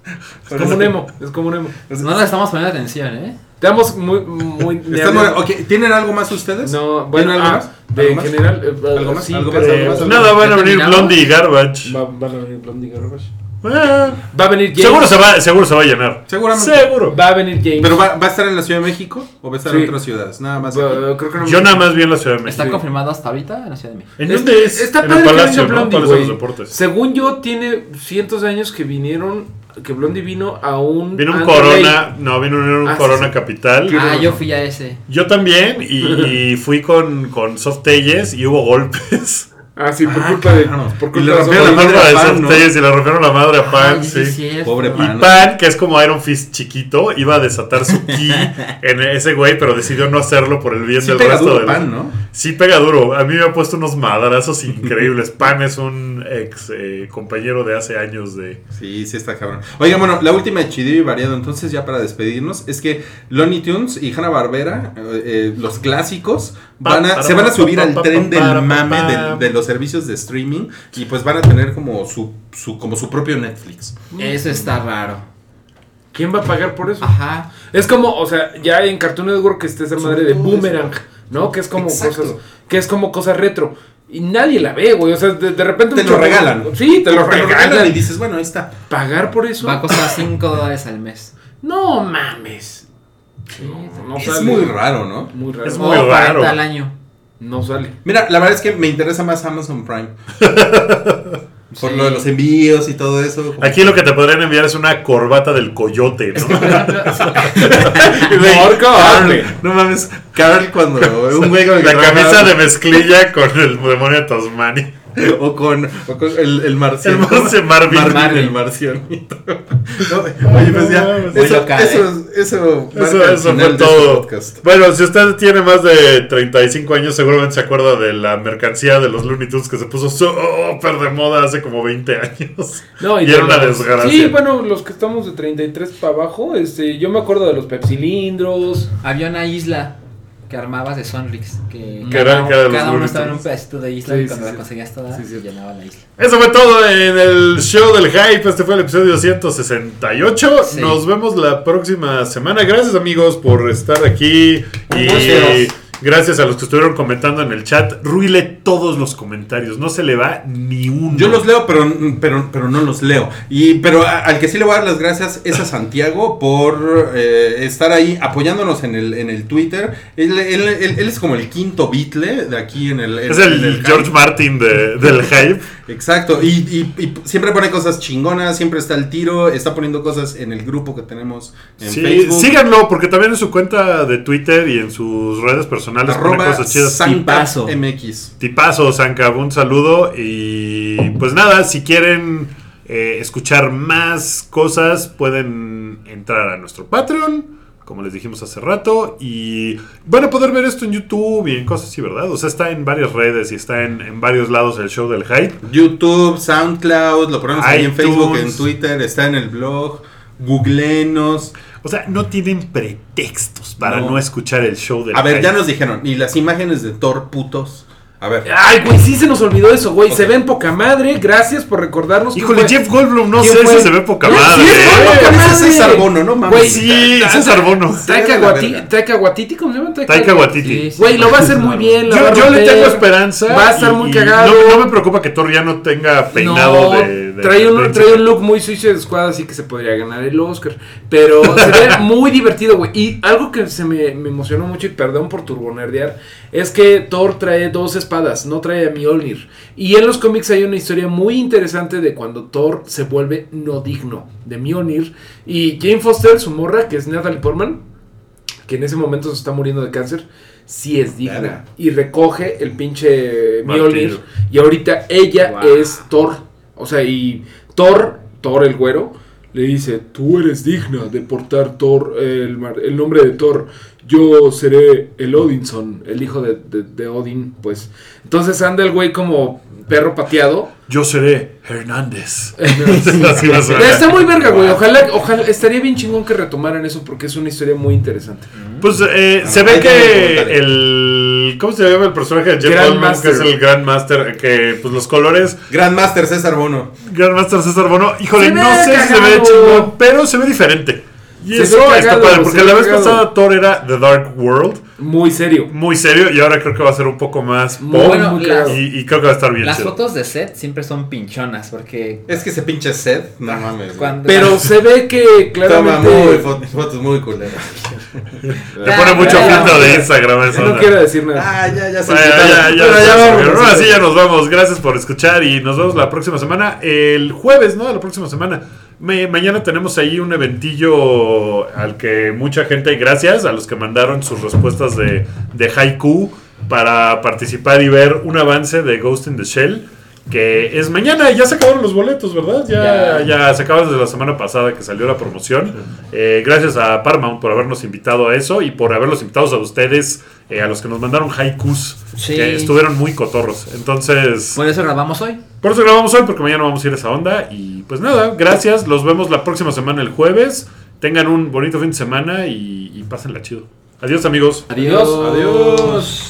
Speaker 5: Es como un emo, es como un emo.
Speaker 4: No le estamos poniendo atención, ¿eh?
Speaker 5: Te damos muy... muy me
Speaker 3: Están-
Speaker 5: hablan-
Speaker 3: ok, ¿Tienen algo más ustedes?
Speaker 5: No,
Speaker 3: ¿Tienen
Speaker 5: bueno,
Speaker 3: algo
Speaker 5: ah,
Speaker 3: más?
Speaker 5: de
Speaker 3: ¿Algo
Speaker 5: en
Speaker 3: más?
Speaker 5: general... eh,
Speaker 3: ¿Algo más?
Speaker 5: sí,
Speaker 3: ¿Algo
Speaker 5: pero-
Speaker 3: más? ¿Algo más? ¿Algo
Speaker 2: Nada, van a
Speaker 4: ¿Ya
Speaker 2: venir
Speaker 4: terminamos?
Speaker 2: Blondie y Garbage.
Speaker 5: Va, van a venir Blondie Garbage.
Speaker 2: Ah,
Speaker 5: Va a venir James.
Speaker 2: seguro, se va, seguro se va a llenar.
Speaker 3: Seguramente.
Speaker 2: Seguro.
Speaker 5: Va a venir James.
Speaker 3: ¿Pero va, va a estar en la Ciudad de México o va a estar
Speaker 5: Sí.
Speaker 3: en otras ciudades? Nada más. aquí.
Speaker 5: Va- creo que no
Speaker 2: Yo
Speaker 5: me-
Speaker 2: nada más vi en la Ciudad de
Speaker 4: Está
Speaker 2: México.
Speaker 4: confirmado hasta ahorita en la Ciudad de México.
Speaker 2: ¿En
Speaker 5: Es-
Speaker 2: dónde es?
Speaker 5: Está
Speaker 2: en
Speaker 5: padre
Speaker 2: el
Speaker 5: que venga
Speaker 2: Palacio, ¿no?
Speaker 5: Blondie,
Speaker 2: Palacio de
Speaker 5: güey.
Speaker 2: los Deportes.
Speaker 5: Según yo, tiene cientos de años que vinieron, que Blondie vino a un...
Speaker 2: Vino un
Speaker 5: a
Speaker 2: Corona, no, vino un
Speaker 5: Ah, sí,
Speaker 2: Corona
Speaker 5: sí.
Speaker 2: Capital.
Speaker 4: Ah, yo fui a ese.
Speaker 2: Yo también, y, y fui con, con Soft Telles y hubo golpes.
Speaker 5: Ah, sí, por
Speaker 3: Ah,
Speaker 5: culpa
Speaker 3: claro.
Speaker 5: de... Por
Speaker 3: Y
Speaker 5: culpa
Speaker 3: le
Speaker 5: de
Speaker 3: rompieron
Speaker 2: La
Speaker 5: Sombra.
Speaker 3: madre
Speaker 2: barba
Speaker 3: a
Speaker 2: de
Speaker 3: Pan,
Speaker 2: Soft
Speaker 3: ¿no?
Speaker 2: Telles y le rompieron la madre a Pan,
Speaker 4: Ay,
Speaker 2: sí.
Speaker 4: es cierto.
Speaker 3: Pobre
Speaker 2: Y
Speaker 3: Pan.
Speaker 2: Pan, que es como Iron Fist chiquito, iba a desatar su ki en ese güey, pero decidió no hacerlo por el bien
Speaker 3: Sí
Speaker 2: del
Speaker 3: pega
Speaker 2: resto
Speaker 3: duro
Speaker 2: del.
Speaker 3: pan, ¿no?
Speaker 2: Sí, pega duro. A mí me ha puesto unos madrazos increíbles. Pan es un ex eh, compañero de hace años de.
Speaker 3: Sí, sí está cabrón. Oiga, bueno, la última de Chidillo y Variado, entonces ya para despedirnos, es que Lonnie Tunes y Hanna Barbera, los clásicos, van a, se van a subir al tren del mame del- de, los servicios de streaming y pues van a tener como su, su, como su propio Netflix.
Speaker 4: Eso está raro.
Speaker 5: ¿Quién va a pagar por
Speaker 3: Ah.
Speaker 5: eso?
Speaker 4: Ajá.
Speaker 5: Es como, o sea, ya en Cartoon Network que está esa madre de Boomerang, ¿no? Que es como
Speaker 3: Exacto.
Speaker 5: cosas, que es como cosas retro. Y nadie la ve, güey. O sea, de, de repente.
Speaker 3: Te
Speaker 5: un
Speaker 3: lo
Speaker 5: chorro-
Speaker 3: regalan.
Speaker 5: Sí, te lo
Speaker 3: Te lo regalan y
Speaker 5: regalan.
Speaker 3: dices, bueno, ahí está.
Speaker 5: ¿Pagar por eso?
Speaker 4: Va a costar 5 dólares al mes.
Speaker 5: No mames. No, no
Speaker 3: Es
Speaker 5: sale.
Speaker 3: muy raro, ¿no?
Speaker 5: Muy raro.
Speaker 2: Es
Speaker 4: O
Speaker 2: muy raro.
Speaker 4: 40 al año.
Speaker 5: No sale.
Speaker 3: Mira, la verdad es que me interesa más Amazon Prime. Por
Speaker 4: Sí.
Speaker 3: lo de los envíos y todo eso. como-
Speaker 2: Aquí lo que te podrían enviar es una corbata del coyote, ¿no?
Speaker 4: Por ejemplo,
Speaker 3: Güey,
Speaker 5: Porco,
Speaker 2: Ah,
Speaker 3: Carl,
Speaker 5: hombre.
Speaker 3: no mames, Carl cuando un güey con el
Speaker 2: La
Speaker 3: que trabaja-
Speaker 2: camisa de mezclilla con el demonio de Tasmania.
Speaker 3: O con, o con el, el marciano.
Speaker 2: El Marce Marvin.
Speaker 3: el marcianito. No, oye, pues ya.
Speaker 2: No,
Speaker 3: eso,
Speaker 4: loca, ¿eh?
Speaker 3: eso, eso,
Speaker 2: Eso,
Speaker 3: marca el
Speaker 2: eso fue
Speaker 3: final de este
Speaker 2: todo.
Speaker 3: podcast.
Speaker 2: Bueno, si usted tiene más de 35 años, seguramente se acuerda de la mercancía de los Looney Tunes que se puso súper de moda hace como 20 años.
Speaker 5: No,
Speaker 2: Y era
Speaker 5: no,
Speaker 2: una
Speaker 5: no.
Speaker 2: desgracia.
Speaker 5: Sí, bueno, los que estamos de 33 para abajo, este, yo me acuerdo de los pepsilindros.
Speaker 4: había una isla que armabas de Sonrix. Que
Speaker 2: Que
Speaker 4: cada,
Speaker 2: era- que era de los
Speaker 4: cada uno
Speaker 2: Looney
Speaker 4: estaba en un
Speaker 2: Tunes.
Speaker 4: pedacito de isla
Speaker 5: Sí,
Speaker 4: y cuando
Speaker 5: sí,
Speaker 4: la
Speaker 5: sí.
Speaker 4: conseguías toda,
Speaker 5: Sí, sí.
Speaker 4: llenaba la isla.
Speaker 2: Eso fue todo en el show del hype. Este fue el episodio 168.
Speaker 4: Sí.
Speaker 2: Nos vemos la próxima semana. Gracias amigos por estar aquí. Y
Speaker 4: Gracias.
Speaker 2: gracias a los que estuvieron comentando en el chat. Ruile todos los comentarios, no se le va ni uno.
Speaker 3: Yo los leo, pero, pero, pero no los leo. Y, pero a- al que sí le voy a dar las gracias es a Santiago por eh, estar ahí apoyándonos en el, en el Twitter. Él, él- él- él es como el quinto bitle de aquí en el...
Speaker 2: Es
Speaker 3: en
Speaker 2: el, el George Martin de- del hype.
Speaker 3: Exacto, y, y- y siempre pone cosas chingonas, siempre está al tiro, está poniendo cosas en el grupo que tenemos en
Speaker 2: Sí,
Speaker 3: Facebook.
Speaker 2: síganlo, porque también en su cuenta de Twitter y en sus redes personales pone
Speaker 3: arroba
Speaker 2: cosas chidas.
Speaker 3: Sanca
Speaker 4: Tipazo.
Speaker 3: MX.
Speaker 2: Tipazo, Sanka, un saludo. Y pues nada, si quieren eh, escuchar más cosas, pueden entrar a nuestro Patreon, como les dijimos hace rato. Y van a poder ver esto en YouTube y en cosas así, ¿verdad? O sea, está en varias redes y está en, en varios lados el show del hype.
Speaker 3: YouTube, SoundCloud, lo ponemos ahí en
Speaker 2: iTunes.
Speaker 3: Facebook, en Twitter, está en el blog. Googlenos.
Speaker 2: O sea, no tienen pretextos para no,
Speaker 3: No.
Speaker 2: escuchar el show del
Speaker 3: A ver,
Speaker 2: hype.
Speaker 3: ya nos dijeron. Y las imágenes de Thor putos. A ver.
Speaker 5: Ay, güey, sí se nos olvidó eso, güey. Se ven poca madre. Gracias por recordarnos. quién
Speaker 2: Híjole,
Speaker 5: fue.
Speaker 2: Jeff Goldblum, no
Speaker 5: ¿Quién
Speaker 2: sé
Speaker 5: fue?
Speaker 2: si se ve poca
Speaker 5: No,
Speaker 2: madre. ¿eh?
Speaker 5: sí, es poca
Speaker 3: Ese es
Speaker 5: madre.
Speaker 3: César Bono, no mames.
Speaker 5: Güey,
Speaker 2: Sí, César Bono.
Speaker 5: Taika
Speaker 3: Sí, la
Speaker 5: Waititi-
Speaker 3: verga.
Speaker 5: Taika Waititi, ¿cómo se llama?
Speaker 2: Taika Waititi.
Speaker 4: Sí, sí.
Speaker 5: Güey, lo va a hacer muy bien. la va
Speaker 2: Yo,
Speaker 5: a
Speaker 2: yo le
Speaker 5: romper.
Speaker 2: tengo esperanza.
Speaker 5: Va a estar muy cagado.
Speaker 2: No, no me preocupa que Thor ya no tenga peinado
Speaker 5: No,
Speaker 2: de, de-
Speaker 5: trae,
Speaker 2: de-
Speaker 5: un, trae un look muy Suicide Squad, así que se podría ganar el Oscar. Pero se ve muy divertido, güey. Y algo que se me, me emocionó mucho, y perdón por turbonerdear, es que Thor trae dos espadas, no trae a Mjolnir. Y en los cómics hay una historia muy interesante de cuando Thor se vuelve no digno de Mjolnir. Y Jane Foster, su morra, que es Natalie Portman, que en ese momento se está muriendo de cáncer, sí es digna.
Speaker 3: Verga.
Speaker 5: Y recoge el pinche Mjolnir.
Speaker 2: Martillo.
Speaker 5: Y ahorita ella
Speaker 4: Wow.
Speaker 5: es Thor. O sea, y Thor, Thor el güero, le dice, tú eres digna de portar Thor, el, mar- el nombre de Thor. Yo seré el Odinson, el hijo de, de- de Odin, pues. Entonces anda el güey como perro pateado.
Speaker 2: Yo seré Hernández. Así va a sonar.
Speaker 5: Está muy verga, güey. Ojalá, ojalá, estaría bien chingón que retomaran eso porque es una historia muy interesante.
Speaker 2: Pues eh,
Speaker 3: Ah,
Speaker 2: se ve
Speaker 3: ahí tengo un
Speaker 2: que
Speaker 3: comentario.
Speaker 2: el. ¿Cómo se llama el personaje de Jeff Goldblum? Que
Speaker 5: Grandmaster.
Speaker 2: es el Grandmaster. Que pues los colores.
Speaker 3: Grandmaster César Bono.
Speaker 2: Grandmaster César Bono. Híjole,
Speaker 5: Se ve
Speaker 2: no sé si se ve
Speaker 5: cagado.
Speaker 2: chingón, pero se ve diferente. Y
Speaker 5: Se ve
Speaker 2: eso está
Speaker 5: cagado,
Speaker 2: padre.
Speaker 5: se
Speaker 2: Porque
Speaker 5: ve
Speaker 2: la vez
Speaker 5: cagado.
Speaker 2: pasada Thor era The Dark World.
Speaker 5: Muy serio.
Speaker 2: Muy serio. Y ahora creo que va a ser un poco más pop.
Speaker 5: Muy
Speaker 4: bueno,
Speaker 5: muy
Speaker 4: las-
Speaker 5: cagado.
Speaker 2: y, y creo que va a estar bien.
Speaker 4: Las
Speaker 2: chido.
Speaker 4: fotos de set siempre son pinchonas porque
Speaker 3: Es que se pinche sed. No mames. güey.
Speaker 4: Ah, cuando
Speaker 5: Pero se ve que
Speaker 3: Toma muy,
Speaker 5: claramente...
Speaker 3: fo- fotos muy culeras.
Speaker 2: Le pone mucho
Speaker 4: Ah,
Speaker 2: filtro
Speaker 4: bueno.
Speaker 2: de Instagram a esa
Speaker 5: No
Speaker 2: onda.
Speaker 5: quiero decir nada.
Speaker 3: Ah, ya, ya se
Speaker 2: Bueno,
Speaker 3: quitaron.
Speaker 2: ya, ya,
Speaker 3: Bueno,
Speaker 2: nos
Speaker 3: ya
Speaker 2: vamos,
Speaker 3: vamos.
Speaker 2: pero ahora sí ya nos vamos. Gracias por escuchar y nos vemos la próxima semana. El jueves, ¿no? La próxima semana. Me- mañana tenemos ahí un eventillo al que mucha gente, gracias a los que mandaron sus respuestas de, de haiku para participar y ver un avance de Ghost in the Shell. Que es mañana, ya se acabaron los boletos, ¿verdad? Ya, ya.
Speaker 4: Ya.
Speaker 2: se acabaron desde la semana pasada que salió la promoción. Eh, gracias a Paramount por habernos invitado a eso y por haberlos invitado a ustedes, eh, a los que nos mandaron haikus
Speaker 4: Sí.
Speaker 2: que estuvieron muy cotorros. Entonces,
Speaker 4: Por eso grabamos hoy.
Speaker 2: por eso grabamos hoy, porque mañana vamos a ir a esa onda. Y pues nada, gracias. Los vemos la próxima semana, el jueves. Tengan un bonito fin de semana y, y pásenla chido. Adiós, amigos.
Speaker 5: Adiós.
Speaker 3: Adiós.